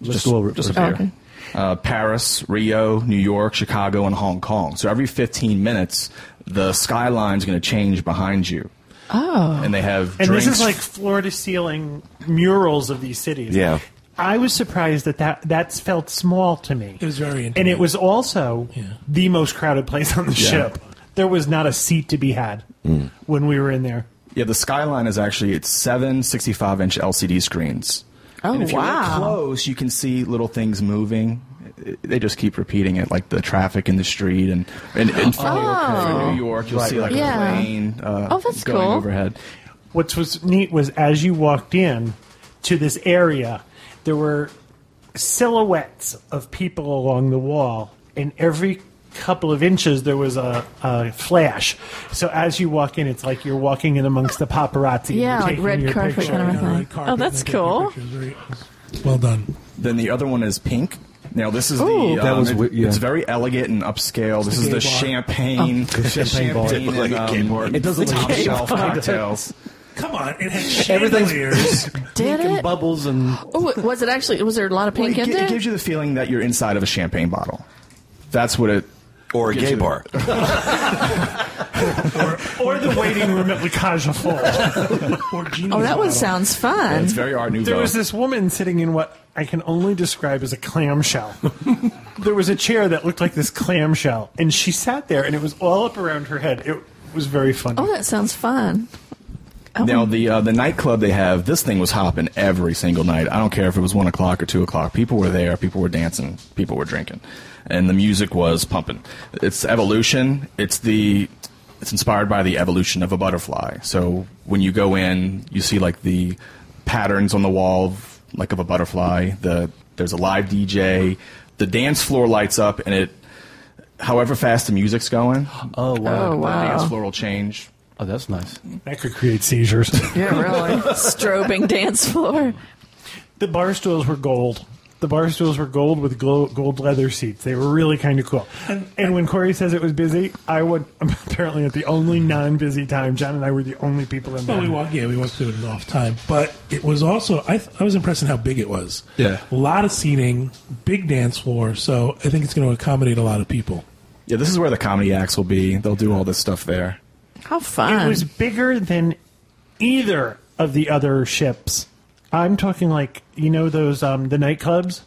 Speaker 4: Let's go over it.
Speaker 7: Just a
Speaker 4: first.
Speaker 3: Oh, okay.
Speaker 7: beer. Uh, Paris, Rio, New York, Chicago, and Hong Kong. So every 15 minutes, the skyline's going to change behind you. Oh. And they have
Speaker 6: And
Speaker 7: drinks.
Speaker 6: this is like floor to ceiling murals of these cities.
Speaker 1: Yeah.
Speaker 6: I was surprised that, that that's felt small to me.
Speaker 2: It was very
Speaker 6: And
Speaker 2: intimate.
Speaker 6: it was also the most crowded place on the ship. There was not a seat to be had
Speaker 7: Mm.
Speaker 6: when we were in there.
Speaker 7: yeah, the skyline is actually it's seven 65 inch LCD screens.
Speaker 3: Oh,
Speaker 7: and if
Speaker 3: wow.
Speaker 7: you look close, you can see little things moving. It- They just keep repeating it, like the traffic in the street, and and, and for, for New York, you'll see like
Speaker 3: Oh. right. Yeah.
Speaker 7: a plane uh,
Speaker 3: Oh, that's
Speaker 7: going
Speaker 3: cool.
Speaker 7: overhead.
Speaker 6: What was neat was as you walked in to this area, there were silhouettes of people along the wall, and every couple of inches there was a, a flash. So as you walk in, it's like you're walking in amongst the paparazzi. and
Speaker 3: Yeah,
Speaker 6: you're
Speaker 3: like
Speaker 6: taking
Speaker 3: red
Speaker 6: your
Speaker 3: carpet
Speaker 6: picture.
Speaker 3: kind of
Speaker 2: Yeah,
Speaker 3: Uh-huh.
Speaker 2: red carpet
Speaker 3: Oh, that's
Speaker 2: and they take
Speaker 3: cool.
Speaker 2: pictures. Very- well done.
Speaker 7: Then the other one is pink. Now this is
Speaker 3: Ooh.
Speaker 7: the
Speaker 4: That
Speaker 7: um,
Speaker 4: was wi-
Speaker 7: it-
Speaker 4: yeah.
Speaker 7: it's very elegant and upscale. This is
Speaker 2: gay
Speaker 7: the
Speaker 2: bar.
Speaker 7: champagne,
Speaker 4: The champagne bar.
Speaker 7: and,
Speaker 1: Like a gay
Speaker 7: um,
Speaker 1: bar.
Speaker 7: It doesn't
Speaker 4: It's a
Speaker 7: top
Speaker 4: gay
Speaker 7: shelf
Speaker 4: bar.
Speaker 7: cocktails.
Speaker 2: Come on, it had
Speaker 4: Everything's-
Speaker 2: chandeliers.
Speaker 3: Did
Speaker 4: and
Speaker 3: it?
Speaker 4: bubbles and
Speaker 3: Oh, was it actually? Was there a lot of
Speaker 7: Well,
Speaker 3: pink
Speaker 7: it,
Speaker 3: in
Speaker 7: gi- it
Speaker 3: there?
Speaker 7: gives you the feeling that you're inside of a champagne bottle. That's what it.
Speaker 1: Or a
Speaker 7: Gives
Speaker 1: gay
Speaker 7: you-
Speaker 1: bar.
Speaker 6: or the waiting room at La Cage aux Folles.
Speaker 2: Or Genie
Speaker 3: oh, that one
Speaker 2: bottle.
Speaker 3: sounds fun.
Speaker 7: It's very Art Nouveau.
Speaker 6: There was this woman sitting in what I can only describe as a clamshell. there was a chair that looked like this clamshell, and she sat there, and it was all up around her head. It was very funny.
Speaker 3: Oh, that sounds fun.
Speaker 7: Now the uh, the nightclub they have, this thing was hopping every single night. I don't care if it was one o'clock or two o'clock. People were there, people were dancing, people were drinking, and the music was pumping. It's evolution. It's the it's inspired by the evolution of a butterfly. So when you go in, you see like the patterns on the wall, of- like of a butterfly. The there's a live DJ. The dance floor lights up, and it however fast the music's going,
Speaker 4: oh wow,
Speaker 3: oh,
Speaker 7: the dance
Speaker 3: wow.
Speaker 7: floor will change.
Speaker 4: oh that's nice.
Speaker 6: That could create seizures.
Speaker 3: Yeah, really. Strobing dance floor.
Speaker 6: the bar stools were gold. The bar stools were gold with glo- gold leather seats. They were really kind of cool. And, when Corey says it was busy, I would apparently at the only non-busy time. John and I were the only people in there.
Speaker 2: Well, we walked. Yeah, we walked through it in off time, but it was also. I, th- I was impressed in how big it was.
Speaker 4: Yeah.
Speaker 2: a lot of seating, big dance floor. So I think it's going to accommodate a lot of people.
Speaker 7: Yeah, this is where the comedy acts will be. They'll do all this stuff there.
Speaker 3: How
Speaker 6: It
Speaker 3: fun.
Speaker 6: was bigger than either of the other ships. I'm talking like you know those um, the nightclubs,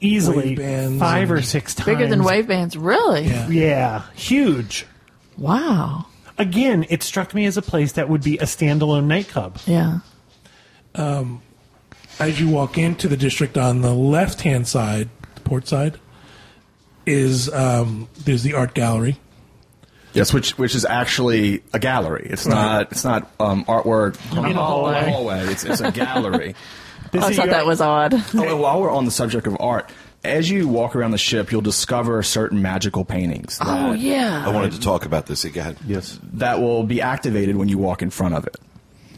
Speaker 6: easily
Speaker 2: Wave bands
Speaker 6: five or
Speaker 2: and-
Speaker 6: six times
Speaker 3: Bigger than wave bands, really?
Speaker 2: Yeah.
Speaker 6: Yeah, huge.
Speaker 3: Wow.
Speaker 6: Again, it struck me as a place that would be a standalone nightclub.
Speaker 3: Yeah.
Speaker 2: As you walk into the district on the left hand side, the port side, is um, there's the art gallery.
Speaker 7: Yes, which which is actually a gallery. It's not it's not um, artwork in
Speaker 3: a hallway.
Speaker 7: It's, it's a gallery.
Speaker 3: I thought that was odd.
Speaker 7: oh, and while we're on the subject of art, as you walk around the ship, you'll discover certain magical paintings. That,
Speaker 3: Oh
Speaker 1: I
Speaker 3: yeah.
Speaker 1: wanted to talk about this again.
Speaker 4: Yes.
Speaker 7: that will be activated when you walk in front of it.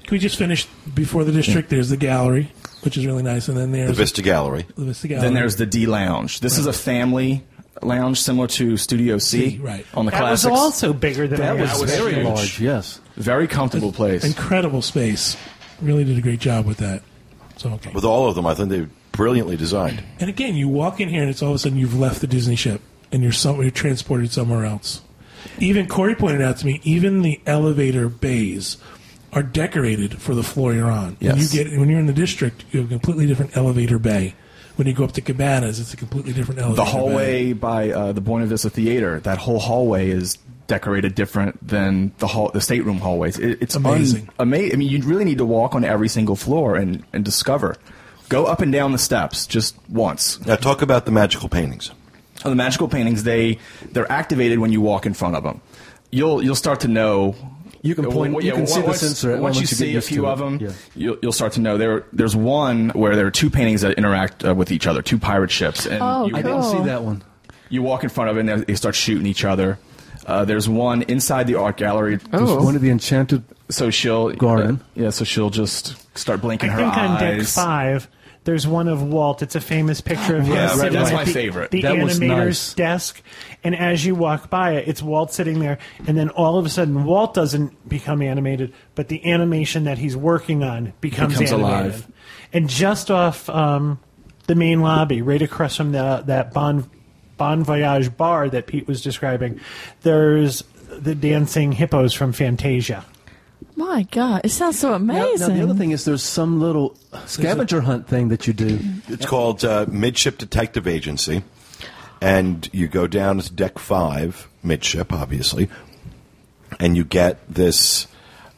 Speaker 2: Can we just finish before the district? There's the gallery, which is really nice, and then
Speaker 1: The
Speaker 2: there's
Speaker 1: Vista Gallery.
Speaker 2: the Vista gallery.
Speaker 7: Then there's the D Lounge. This is a family lounge similar to Studio C,
Speaker 2: C, right.
Speaker 7: on the
Speaker 6: That was
Speaker 7: classics.
Speaker 6: also bigger than
Speaker 4: That
Speaker 6: I
Speaker 4: was,
Speaker 6: was.
Speaker 4: very
Speaker 7: huge.
Speaker 4: large. Yes.
Speaker 7: Very comfortable place.
Speaker 2: incredible space. Really did a great job with that. So okay.
Speaker 1: With all of them, I think they were brilliantly designed.
Speaker 2: And again, you walk in here, and it's all of a sudden you've left the Disney ship, and you're some, you're transported somewhere else. Even Corey pointed out to me, even the elevator bays are decorated for the floor you're on.
Speaker 7: Yes.
Speaker 2: When you get when you're in the district, you have a completely different elevator bay. When you go up to Cabanas, it's a completely different elevator.
Speaker 7: the
Speaker 2: bay.
Speaker 7: hallway by uh, the Buena Vista Theater. That whole hallway is decorated different than the hall, the stateroom hallways. It, it's
Speaker 2: Amazing.
Speaker 7: Un, ama- I mean, you really need to walk on every single floor and, and discover. Go up and down the steps just once.
Speaker 1: Now, talk about the magical paintings.
Speaker 7: Oh, the magical paintings they they're activated when you walk in front of them. You'll you'll start to know.
Speaker 4: You can point-
Speaker 7: Well,
Speaker 4: you can see the
Speaker 7: once-
Speaker 4: sensor at
Speaker 7: Once you,
Speaker 4: moments you get
Speaker 7: see a
Speaker 4: used
Speaker 7: few
Speaker 4: to it.
Speaker 7: of them,
Speaker 4: Yeah.
Speaker 7: you'll, you'll start to know. There there's one where there are two paintings that interact uh, with each other, two pirate ships, and
Speaker 3: Oh,
Speaker 7: you
Speaker 4: I didn't
Speaker 3: Cool.
Speaker 4: see that one.
Speaker 7: you walk in front of it and they start shooting each other. Uh, there's one inside the art gallery.
Speaker 3: Oh.
Speaker 4: One of the enchanted.
Speaker 7: So she'll
Speaker 4: Garden.
Speaker 7: uh, yeah, so she'll just start blinking
Speaker 6: I
Speaker 7: her
Speaker 6: think on deck
Speaker 7: eyes.
Speaker 6: five, there's one of Walt. It's a famous picture of him.
Speaker 7: Yeah,
Speaker 6: sitting
Speaker 7: that's
Speaker 6: at
Speaker 7: my
Speaker 6: the,
Speaker 7: favorite.
Speaker 6: The
Speaker 4: That was
Speaker 6: animator's
Speaker 4: nice.
Speaker 6: desk, and as you walk by it, it's Walt sitting there, and then all of a sudden, Walt doesn't become animated, but the animation that he's working on becomes,
Speaker 7: Becomes
Speaker 6: animated.
Speaker 7: alive.
Speaker 6: And just off um, the main lobby, right across from the, that Bon Bon Voyage bar that Pete was describing, there's the dancing hippos from Fantasia.
Speaker 3: My God, it sounds so
Speaker 4: Now, now
Speaker 3: amazing.
Speaker 4: the other thing is, there's some little scavenger hunt thing that you do.
Speaker 1: It's called uh, Midship Detective Agency, and you go down to deck five, midship, obviously, and you get this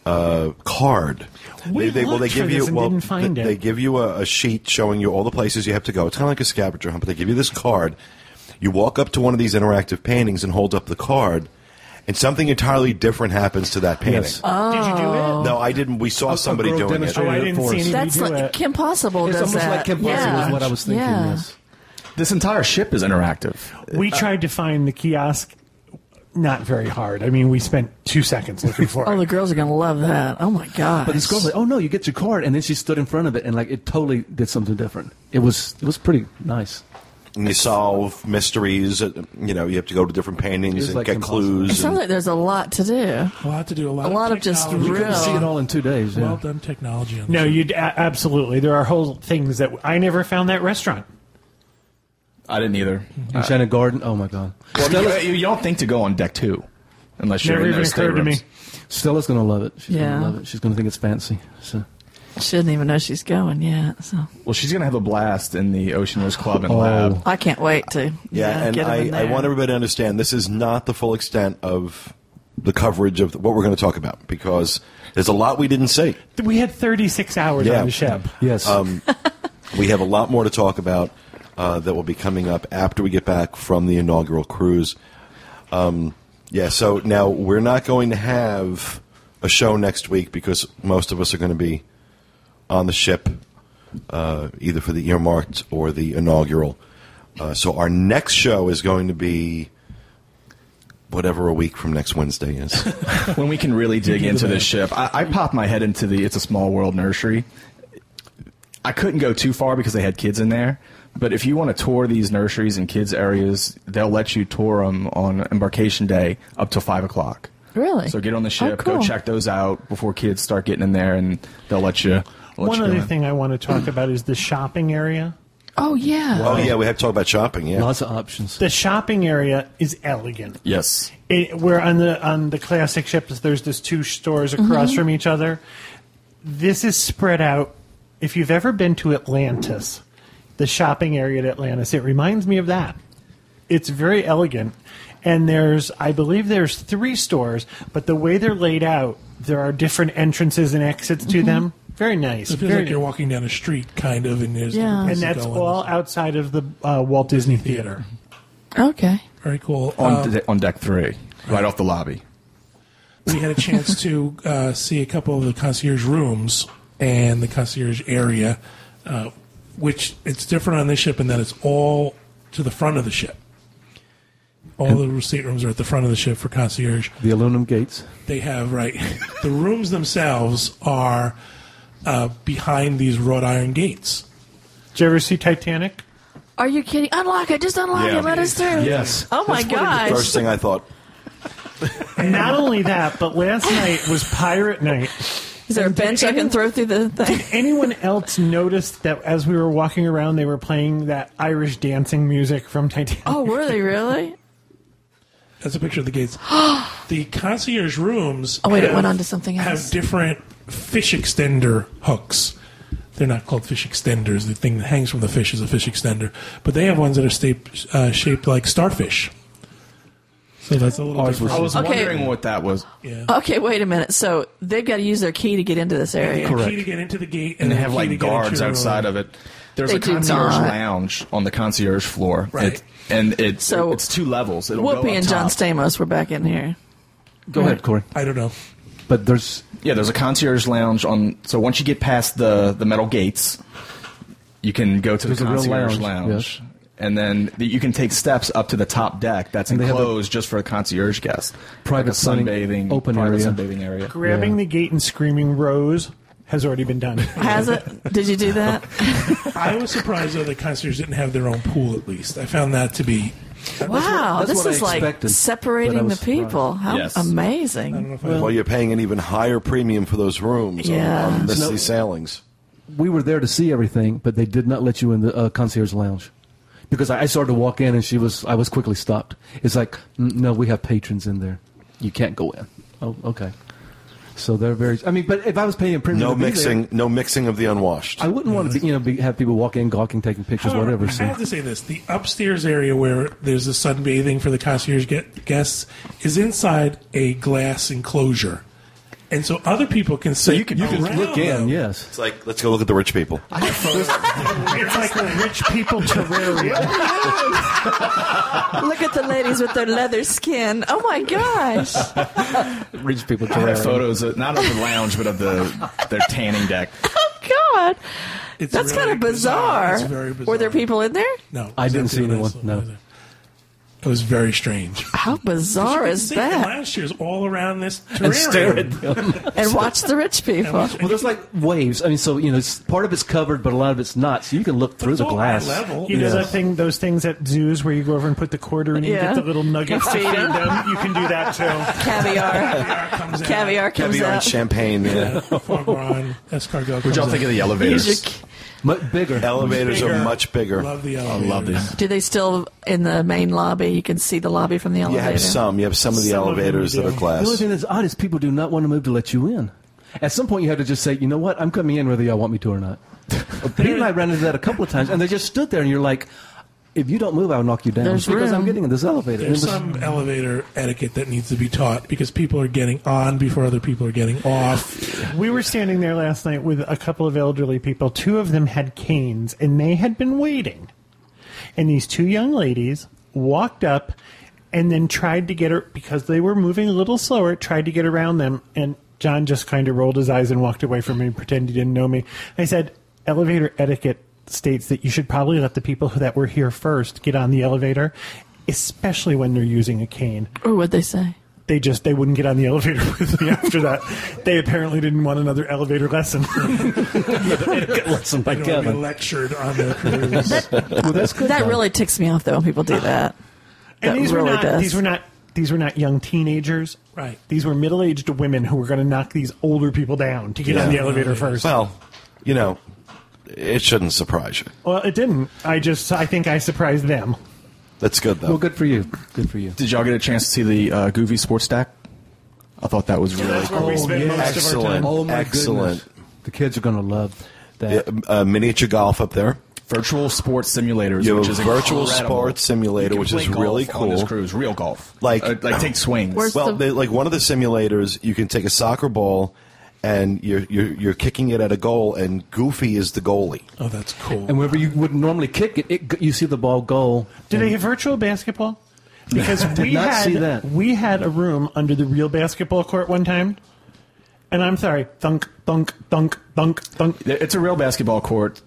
Speaker 1: uh, card.
Speaker 6: We looked for this and didn't find
Speaker 1: they,
Speaker 6: it.
Speaker 1: they give you a, a sheet showing you all the places you have to go. It's kind of like a scavenger hunt, but they give you this card. You walk up to one of these interactive paintings and hold up the card, and something entirely different happens to that painting.
Speaker 4: Yes.
Speaker 3: Oh.
Speaker 6: Did you do it?
Speaker 1: No, I didn't. We saw
Speaker 4: a
Speaker 1: somebody
Speaker 4: girl
Speaker 1: doing it.
Speaker 4: demonstrated
Speaker 6: Oh, I
Speaker 4: it
Speaker 6: didn't
Speaker 4: for
Speaker 6: see
Speaker 4: us.
Speaker 6: any-
Speaker 3: That's
Speaker 6: You do
Speaker 3: like
Speaker 6: it.
Speaker 3: Kim Possible
Speaker 4: It's
Speaker 3: does
Speaker 4: almost
Speaker 3: that.
Speaker 4: like Kim Possible
Speaker 3: yeah.
Speaker 4: is what I was thinking.
Speaker 3: Yeah.
Speaker 4: Yes.
Speaker 7: This entire ship is interactive.
Speaker 6: We tried to find the kiosk. Not very hard. I mean, we spent two seconds looking for
Speaker 3: Oh,
Speaker 6: it.
Speaker 3: the girls are gonna love that. Oh my God.
Speaker 4: But this girl's like, "Oh no, you get your card," and then she stood in front of it, and like it totally did something different. It was it was pretty nice.
Speaker 1: and you solve mysteries. uh, You know, you have to go to different paintings
Speaker 4: It's
Speaker 1: and
Speaker 4: like
Speaker 1: get
Speaker 4: impossible.
Speaker 3: It
Speaker 1: clues.
Speaker 3: sounds
Speaker 1: and-
Speaker 3: like there's a lot to do.
Speaker 2: A lot to do. A lot.
Speaker 3: A lot of just
Speaker 2: technology.
Speaker 4: We couldn't
Speaker 3: real-
Speaker 4: see it all in two days. Yeah.
Speaker 2: Well done technology. On
Speaker 6: No,
Speaker 2: this.
Speaker 6: you a- absolutely. There are whole things that I never found that restaurant.
Speaker 7: I didn't either.
Speaker 4: in Shannon Garden. Oh my God.
Speaker 7: Well, you, you don't think to go on deck two, unless you're
Speaker 6: Never
Speaker 7: in
Speaker 6: even
Speaker 7: those
Speaker 6: occurred to me.
Speaker 7: staterooms.
Speaker 4: Stella's gonna love it. She's
Speaker 3: Yeah.
Speaker 4: gonna love it. She's gonna think it's fancy. So
Speaker 3: She doesn't even know she's going yet. So
Speaker 7: Well, she's gonna have a blast in the Ocean Rose Club and
Speaker 4: Oh.
Speaker 7: Lab.
Speaker 3: I can't wait to.
Speaker 1: Yeah, and
Speaker 3: get 'em in
Speaker 1: I, I
Speaker 3: there.
Speaker 1: want everybody to understand this is not the full extent of the coverage of what we're going to talk about because there's a lot we didn't see.
Speaker 6: We had 36 hours
Speaker 1: Yeah.
Speaker 6: on the ship.
Speaker 4: yes,
Speaker 1: Um, we have a lot more to talk about uh, that will be coming up after we get back from the inaugural cruise. Um, yeah, so now we're not going to have a show next week because most of us are going to be on the ship, uh, either for the earmarked or the inaugural. Uh, so our next show is going to be whatever a week from next Wednesday is.
Speaker 7: when we can really dig into this ship. I, I popped my head into the It's a Small World nursery. I couldn't go too far because they had kids in there. But if you want to tour these nurseries and kids areas, they'll let you tour them on embarkation day up till five o'clock.
Speaker 3: Really?
Speaker 7: So get on the
Speaker 3: Oh,
Speaker 7: ship, go
Speaker 3: cool.
Speaker 7: check those out before kids start getting in there, and they'll let you. Let
Speaker 6: One
Speaker 7: you go
Speaker 6: other
Speaker 7: in.
Speaker 6: thing I want to talk about is the shopping area.
Speaker 3: Oh yeah.
Speaker 1: oh yeah, we have to talk about shopping. Yeah,
Speaker 4: lots of options.
Speaker 6: The shopping area is elegant.
Speaker 7: Yes.
Speaker 6: it, where on the on the classic ships there's just two stores across from each other. This is spread out. If you've ever been to Atlantis, the shopping area at Atlantis, it reminds me of that. It's very elegant, and there's I believe there's three stores, but the way they're laid out, there are different entrances and exits to them. Very nice.
Speaker 2: It feels
Speaker 6: very
Speaker 2: like you're walking down a street, kind of, and there's
Speaker 3: Yeah.
Speaker 6: and that's all outside of the uh, Walt Disney Theater.
Speaker 3: Okay.
Speaker 2: Very cool.
Speaker 7: On,
Speaker 2: Um,
Speaker 7: de- on deck three, right off the lobby.
Speaker 2: we had a chance to uh, see a couple of the concierge rooms and the concierge area, uh, which it's different on this ship in that it's all to the front of the ship. All the staterooms are at the front of the ship for concierge.
Speaker 4: The aluminum gates.
Speaker 2: They have right. the rooms themselves are uh, behind these wrought iron gates.
Speaker 6: Did you ever see Titanic?
Speaker 3: Are you kidding? Unlock it. Just unlock
Speaker 1: Yeah.
Speaker 3: it. Let us through.
Speaker 4: Yes.
Speaker 3: Oh my gosh.
Speaker 1: First thing I thought.
Speaker 6: Not only that, but last night was Pirate Night.
Speaker 3: Is there a bench I can throw through the thing?
Speaker 6: Anyone else noticed that as we were walking around, they were playing that Irish dancing music from Titanic?
Speaker 3: Oh, were they really?
Speaker 2: That's a picture of the gates. the concierge rooms.
Speaker 3: Oh, wait, it went on to something
Speaker 2: Have
Speaker 3: else.
Speaker 2: different fish extender hooks. They're not called fish extenders. The thing that hangs from the fish is a fish extender, but they have ones that are sta- uh, shaped like starfish. So that's a little.
Speaker 4: Ours was-
Speaker 2: different.
Speaker 7: I was
Speaker 3: Okay.
Speaker 7: wondering what that was.
Speaker 2: yeah.
Speaker 3: Okay, wait a minute. So they've got to use their key to get into this area.
Speaker 2: Key to get into the gate, and,
Speaker 7: and they
Speaker 2: then
Speaker 7: have
Speaker 2: key to
Speaker 7: like
Speaker 2: get into
Speaker 7: guards
Speaker 2: your
Speaker 7: outside
Speaker 2: room.
Speaker 7: of it. There's
Speaker 3: They
Speaker 7: a
Speaker 3: do
Speaker 7: concierge
Speaker 3: not.
Speaker 7: lounge on the concierge floor,
Speaker 2: Right.
Speaker 7: It- and it's
Speaker 3: So,
Speaker 7: it's two levels. It'll go
Speaker 3: Whoopi
Speaker 7: up
Speaker 3: and John
Speaker 7: top.
Speaker 3: Stamos were back in here.
Speaker 4: Go ahead, Corey.
Speaker 2: I don't know.
Speaker 4: But there's
Speaker 7: Yeah, there's a concierge lounge on. So once you get past the the metal gates, you can go to
Speaker 4: There's
Speaker 7: the
Speaker 4: a real
Speaker 7: concierge
Speaker 4: lounge,
Speaker 7: lounge.
Speaker 4: yes.
Speaker 7: And then th- you can take steps up to the top deck. That's
Speaker 4: And they have a
Speaker 7: enclosed just for a concierge guest.
Speaker 4: Private
Speaker 7: like a sunbathing,
Speaker 4: sunning- open
Speaker 7: private
Speaker 4: area.
Speaker 7: sunbathing area.
Speaker 6: Grabbing
Speaker 4: Yeah.
Speaker 6: the gate and screaming Rose has already been done.
Speaker 3: Has it? Did you do that?
Speaker 2: I was surprised though the concierge didn't have their own pool. At least I found that to be.
Speaker 3: wow,
Speaker 4: that's
Speaker 3: this
Speaker 4: what I
Speaker 3: is like
Speaker 4: expected, but I
Speaker 3: separating the
Speaker 4: was
Speaker 3: people. How
Speaker 7: Yes.
Speaker 2: I don't know
Speaker 3: amazing!
Speaker 2: if I
Speaker 1: Well, you're paying an even higher premium for those rooms on-
Speaker 3: Yeah.
Speaker 1: on, this,
Speaker 4: No.
Speaker 1: these sailings.
Speaker 4: we were there to see everything, but they did not let you in the uh, concierge lounge because I, I started to walk in and she was I was quickly stopped. It's like "Mm, no, we have patrons in there. You can't go in. Oh, okay. So they're very. I mean, but if I was paying a premium,
Speaker 1: No
Speaker 4: to be there,
Speaker 1: mixing, no mixing of the unwashed.
Speaker 4: I wouldn't want to be, you know be, have people walk in gawking, taking pictures,
Speaker 2: However,
Speaker 4: whatever.
Speaker 2: I
Speaker 4: So
Speaker 2: have to say this: the upstairs area where there's the sunbathing for the concierge get, guests is inside a glass enclosure, and so other people can so
Speaker 7: you can- you can
Speaker 4: look in, yes.
Speaker 1: It's like let's go look at the rich people.
Speaker 6: it's like a rich people terrarium.
Speaker 3: Look at the ladies with their leather skin. Oh my gosh!
Speaker 4: Rich people.
Speaker 7: I have
Speaker 4: terrarium.
Speaker 7: photos of, not of the lounge, but of the their tanning deck.
Speaker 3: God,
Speaker 2: It's
Speaker 3: that's
Speaker 2: really
Speaker 3: kind of bizarre.
Speaker 2: It's very bizarre.
Speaker 3: Were there people in there?
Speaker 2: No,
Speaker 4: I didn't see
Speaker 2: Exactly what
Speaker 4: anyone,
Speaker 2: saw.
Speaker 4: no.
Speaker 2: It was very strange.
Speaker 3: How bizarre
Speaker 2: You can
Speaker 3: is
Speaker 2: see
Speaker 3: that?
Speaker 2: Last year's all around this terrarium.
Speaker 3: and watch the rich people.
Speaker 4: Well, there's like waves. I mean, so you know, it's, part of it's covered, but a lot of it's not. So you can look through
Speaker 2: It's
Speaker 4: the
Speaker 2: all
Speaker 4: glass.
Speaker 2: eye level.
Speaker 6: You know
Speaker 4: Yeah.
Speaker 6: that thing, those things at zoos where you go over and put the quarter in and you
Speaker 3: Yeah.
Speaker 6: get the little nuggets to
Speaker 3: Feed
Speaker 6: feed
Speaker 3: 'em.
Speaker 6: them. You can do that too.
Speaker 3: Caviar.
Speaker 2: Caviar comes out.
Speaker 3: Caviar comes
Speaker 1: Caviar and
Speaker 3: out.
Speaker 1: champagne. Yeah.
Speaker 2: Foie gras, escargot.
Speaker 7: Which
Speaker 2: comes
Speaker 7: y'all
Speaker 2: out.
Speaker 7: think of the
Speaker 3: Use
Speaker 7: elevators?
Speaker 3: your-
Speaker 4: Much bigger.
Speaker 1: Elevators
Speaker 2: Bigger.
Speaker 1: are much bigger.
Speaker 2: Love the
Speaker 7: I
Speaker 2: elevator.
Speaker 7: love these.
Speaker 3: Do they still in the main lobby? You can see the lobby from the
Speaker 1: You
Speaker 3: elevator.
Speaker 1: have some. You have some of the
Speaker 6: Some of them
Speaker 1: elevators
Speaker 6: you
Speaker 1: that
Speaker 6: do.
Speaker 1: are glass.
Speaker 4: The only thing that's odd is people do not want to move to let you in. At some point, you have to just say, you know what, I'm coming in whether y'all want me to or not. Pete and I ran into that a couple of times, and they just stood there, and you're like, if you don't move, I'll knock you down.
Speaker 3: There's
Speaker 4: because
Speaker 3: room.
Speaker 4: I'm getting in this elevator.
Speaker 2: There's
Speaker 4: It was-
Speaker 2: some elevator etiquette that needs to be taught because people are getting on before other people are getting off.
Speaker 6: We were standing there last night with a couple of elderly people. Two of them had canes and they had been waiting. And these two young ladies walked up and then tried to get her because they were moving a little slower, tried to get around them. And John just kind of rolled his eyes and walked away from me and pretended he didn't know me. I said, Elevator etiquette states that you should probably let the people that were here first get on the elevator, especially when they're using a cane
Speaker 3: Or what'd they say?
Speaker 6: they just they wouldn't get on the elevator with me after that. They apparently didn't want another elevator lesson.
Speaker 4: Lesson by
Speaker 2: You know, be
Speaker 4: Kevin.
Speaker 2: lectured on their careers.
Speaker 3: that really ticks me off though when people do
Speaker 1: Uh-huh.
Speaker 3: that.
Speaker 6: and
Speaker 3: That
Speaker 6: these
Speaker 3: really
Speaker 6: were not
Speaker 3: does.
Speaker 6: these were not these were not young teenagers.
Speaker 2: Right.
Speaker 6: These were middle aged women who were going to knock these older people down to get on the
Speaker 1: Yeah.
Speaker 6: elevator first. Well,
Speaker 1: Well, you know, it shouldn't surprise you.
Speaker 6: it didn't. I just I think I surprised them.
Speaker 1: That's good though.
Speaker 4: Well, good for you. Good for you.
Speaker 7: Did y'all get a chance to see the uh, Goofy Sports Stack? I thought that was really
Speaker 6: That's where we spent most of our
Speaker 1: Excellent.
Speaker 6: time.
Speaker 4: Oh, my
Speaker 1: Excellent.
Speaker 4: goodness. The kids are going to love that.
Speaker 1: Yeah, uh, miniature golf up there.
Speaker 7: virtual sports simulators.
Speaker 1: You have
Speaker 7: which
Speaker 1: a
Speaker 7: is
Speaker 1: virtual
Speaker 7: incredible.
Speaker 1: sports simulator,
Speaker 7: You can
Speaker 1: which
Speaker 7: play
Speaker 1: is
Speaker 7: golf
Speaker 1: really
Speaker 7: On this
Speaker 1: cool.
Speaker 7: cruise, real golf,
Speaker 1: Like-
Speaker 7: Uh, like take swings.
Speaker 3: Where's-
Speaker 1: Well,
Speaker 3: the-
Speaker 1: they, like one of the simulators, you can take a soccer ball and you're, you're you're kicking it at a goal, and Goofy is the goalie.
Speaker 2: oh, that's cool.
Speaker 4: And wherever you would normally kick it, it, go- you see the ball go.
Speaker 6: Do they have virtual basketball? Because we
Speaker 4: not
Speaker 6: had
Speaker 4: see that.
Speaker 6: we had a room under the real basketball court one time. And I'm sorry, thunk, thunk, thunk, thunk, thunk.
Speaker 7: It's a real basketball court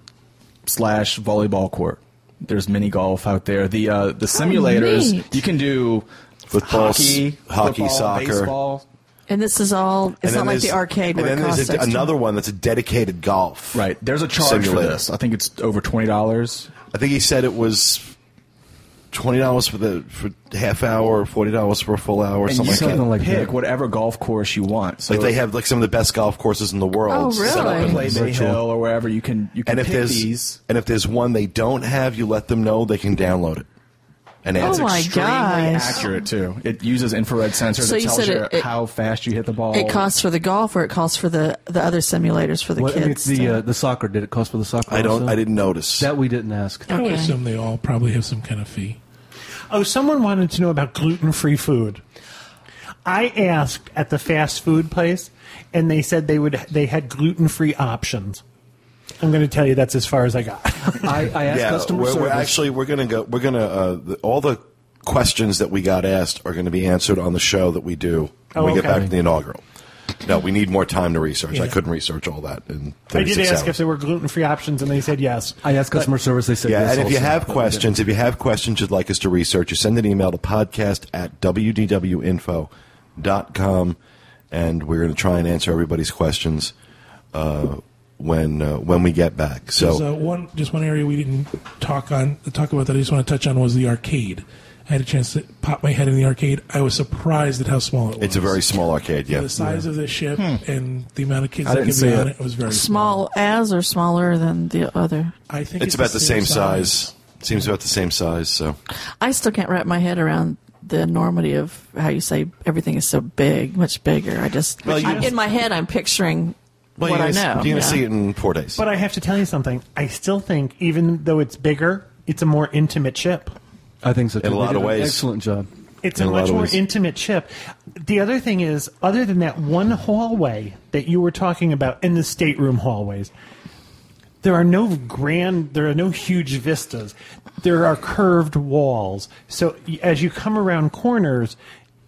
Speaker 7: slash volleyball court. There's mini golf out there. The uh, the simulators
Speaker 3: Oh, neat.
Speaker 7: you can do
Speaker 1: Football,
Speaker 7: hockey,
Speaker 1: s- hockey,
Speaker 7: football,
Speaker 1: soccer.
Speaker 7: baseball.
Speaker 3: And this is all. It's not like the
Speaker 1: there's-
Speaker 3: arcade
Speaker 1: And
Speaker 3: where
Speaker 1: then
Speaker 3: it costs
Speaker 1: there's a,
Speaker 3: extra.
Speaker 1: another one that's a dedicated golf.
Speaker 7: Right. There's a charge for
Speaker 1: simulator.
Speaker 7: this. I think it's over twenty dollars.
Speaker 1: I think he said it was twenty dollars for the for half hour, or forty dollars for a full hour, or
Speaker 7: And
Speaker 1: something
Speaker 7: you
Speaker 1: like that.
Speaker 4: something
Speaker 7: can
Speaker 4: like that.
Speaker 7: pick whatever golf course you want. So
Speaker 1: Like they have like some of the best golf courses in the world.
Speaker 3: Oh, really?
Speaker 1: set up in-
Speaker 7: play Bay
Speaker 4: Virtual.
Speaker 7: Hill or wherever you can you can
Speaker 1: And if
Speaker 7: pick
Speaker 1: there's
Speaker 7: these.
Speaker 1: and if there's one they don't have, you let them know they can download it. And
Speaker 3: Oh
Speaker 1: add it.
Speaker 3: my
Speaker 7: extremely
Speaker 3: gosh.
Speaker 7: accurate too. It uses infrared sensors.
Speaker 3: So
Speaker 7: it
Speaker 3: you
Speaker 7: tells
Speaker 3: said
Speaker 7: you
Speaker 3: it- it-
Speaker 7: how fast you hit the ball.
Speaker 3: It costs for the golf, or it costs for the the other simulators for the
Speaker 4: What, I mean,
Speaker 3: kids.
Speaker 4: the, uh, the soccer, did it cost for the soccer?
Speaker 1: I don't.
Speaker 4: also?
Speaker 1: I didn't notice.
Speaker 4: That we didn't ask.
Speaker 2: I would
Speaker 3: Okay.
Speaker 2: assume they all probably have some kind of fee.
Speaker 6: Oh, someone wanted to know about gluten free food. I asked at the fast food place, and they said they would they had gluten free options. I'm going to tell you that's as far as I got.
Speaker 4: I, I asked
Speaker 1: yeah,
Speaker 4: customer
Speaker 1: we're,
Speaker 4: service.
Speaker 1: we're actually we're gonna go. We're gonna uh, the, all the questions that we got asked are going to be answered on the show that we do when
Speaker 6: Oh,
Speaker 1: we get
Speaker 6: okay.
Speaker 1: back to the inaugural. No, we need more time to research. I
Speaker 2: Yeah.
Speaker 1: couldn't research all that in
Speaker 6: I did
Speaker 1: 36
Speaker 6: ask
Speaker 1: hours.
Speaker 6: if there were gluten free options, and they said yes.
Speaker 4: I asked customer service. They said
Speaker 1: Yeah,
Speaker 4: yes
Speaker 1: and if you
Speaker 4: also,
Speaker 1: have
Speaker 4: but we
Speaker 1: questions, if you have questions you'd like us to research, you send an email to podcast at wdwinfo.com, and we're going to try and answer everybody's questions uh, when uh, when we get back.
Speaker 2: There's
Speaker 1: So
Speaker 2: uh, one, just one area we didn't talk on talk about that I just want to touch on was the arcade. I had a chance to pop my head in the arcade. I was surprised at how small it was.
Speaker 1: it's a very small arcade, yeah.
Speaker 2: the size of the ship and the amount of kids
Speaker 7: I
Speaker 2: that
Speaker 7: didn't
Speaker 2: could be
Speaker 7: see
Speaker 2: on
Speaker 7: it.
Speaker 2: it. it was very
Speaker 3: Small as or smaller than the other.
Speaker 2: I think
Speaker 1: It's, about the same size. Seems about the same size. So
Speaker 3: I still can't wrap my head around the enormity of how you say everything is so big, much bigger. I just
Speaker 1: Well, you-
Speaker 3: I'm- in my head I'm picturing what
Speaker 1: you're
Speaker 3: I
Speaker 1: gonna,
Speaker 3: know.
Speaker 1: You're going to
Speaker 3: yeah.
Speaker 1: see it in four days.
Speaker 6: But I have to tell you something. I still think, even though it's bigger, it's a more intimate ship.
Speaker 4: did. I think so. Too.
Speaker 1: In a
Speaker 4: They
Speaker 1: lot
Speaker 4: did
Speaker 1: of
Speaker 4: an
Speaker 1: ways.
Speaker 4: excellent job.
Speaker 6: It's
Speaker 1: In
Speaker 6: a
Speaker 1: a lot
Speaker 6: much
Speaker 1: of
Speaker 6: more
Speaker 1: ways.
Speaker 6: intimate ship. The other thing is, other than that one hallway that you were talking about in the stateroom hallways, there are no grand, there are no huge vistas. There are curved walls. So y- as you come around corners,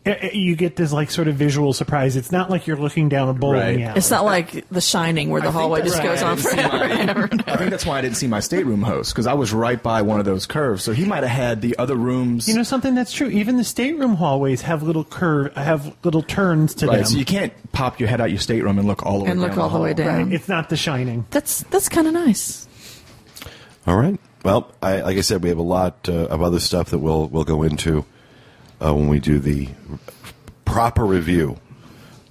Speaker 6: eh, eh, you get this like sort of visual surprise. It's not like you're looking down a bowling
Speaker 7: Right.
Speaker 6: alley.
Speaker 3: It's not like The Shining where the hallway just goes on forever and ever. and
Speaker 7: I think that's why I didn't see my stateroom host because I was right by one of those curves. So he might have had the other rooms.
Speaker 6: you know something that's true. Even the stateroom hallways have little curve, have little turns to
Speaker 7: right.
Speaker 6: them.
Speaker 7: So you can't pop your head out your stateroom and look all the way
Speaker 3: And
Speaker 7: down
Speaker 3: look all the way
Speaker 7: hall.
Speaker 3: down.
Speaker 6: It's not The Shining.
Speaker 3: That's that's kind of nice.
Speaker 1: All right. Well, I, like I said, we have a lot uh, of other stuff that we'll we'll go into uh, when we do the proper review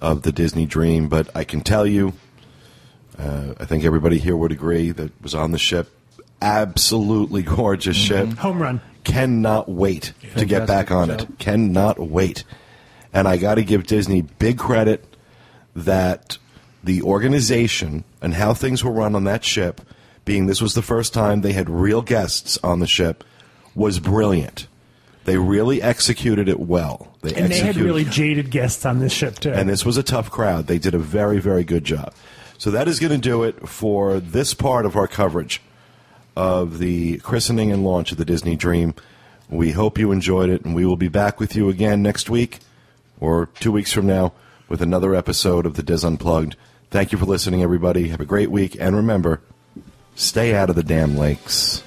Speaker 1: of the Disney Dream. But I can tell you, uh, I think everybody here would agree that was on the ship. Absolutely gorgeous ship.
Speaker 6: Home run.
Speaker 1: Cannot wait to get back on it. Cannot wait. And I got to give Disney big credit that the organization and how things were run on that ship, being this was the first time they had real guests on the ship, was brilliant. They really executed it well. They
Speaker 6: And they had
Speaker 1: executed
Speaker 6: really jaded guests on this ship too.
Speaker 1: and this was a tough crowd. They did a very, very good job. So that is going to do it for this part of our coverage of the christening and launch of the Disney Dream. We hope you enjoyed it, and we will be back with you again next week or two weeks from now with another episode of the Dis Unplugged. Thank you for listening, everybody. Have a great week, and remember, stay out of the damn lakes.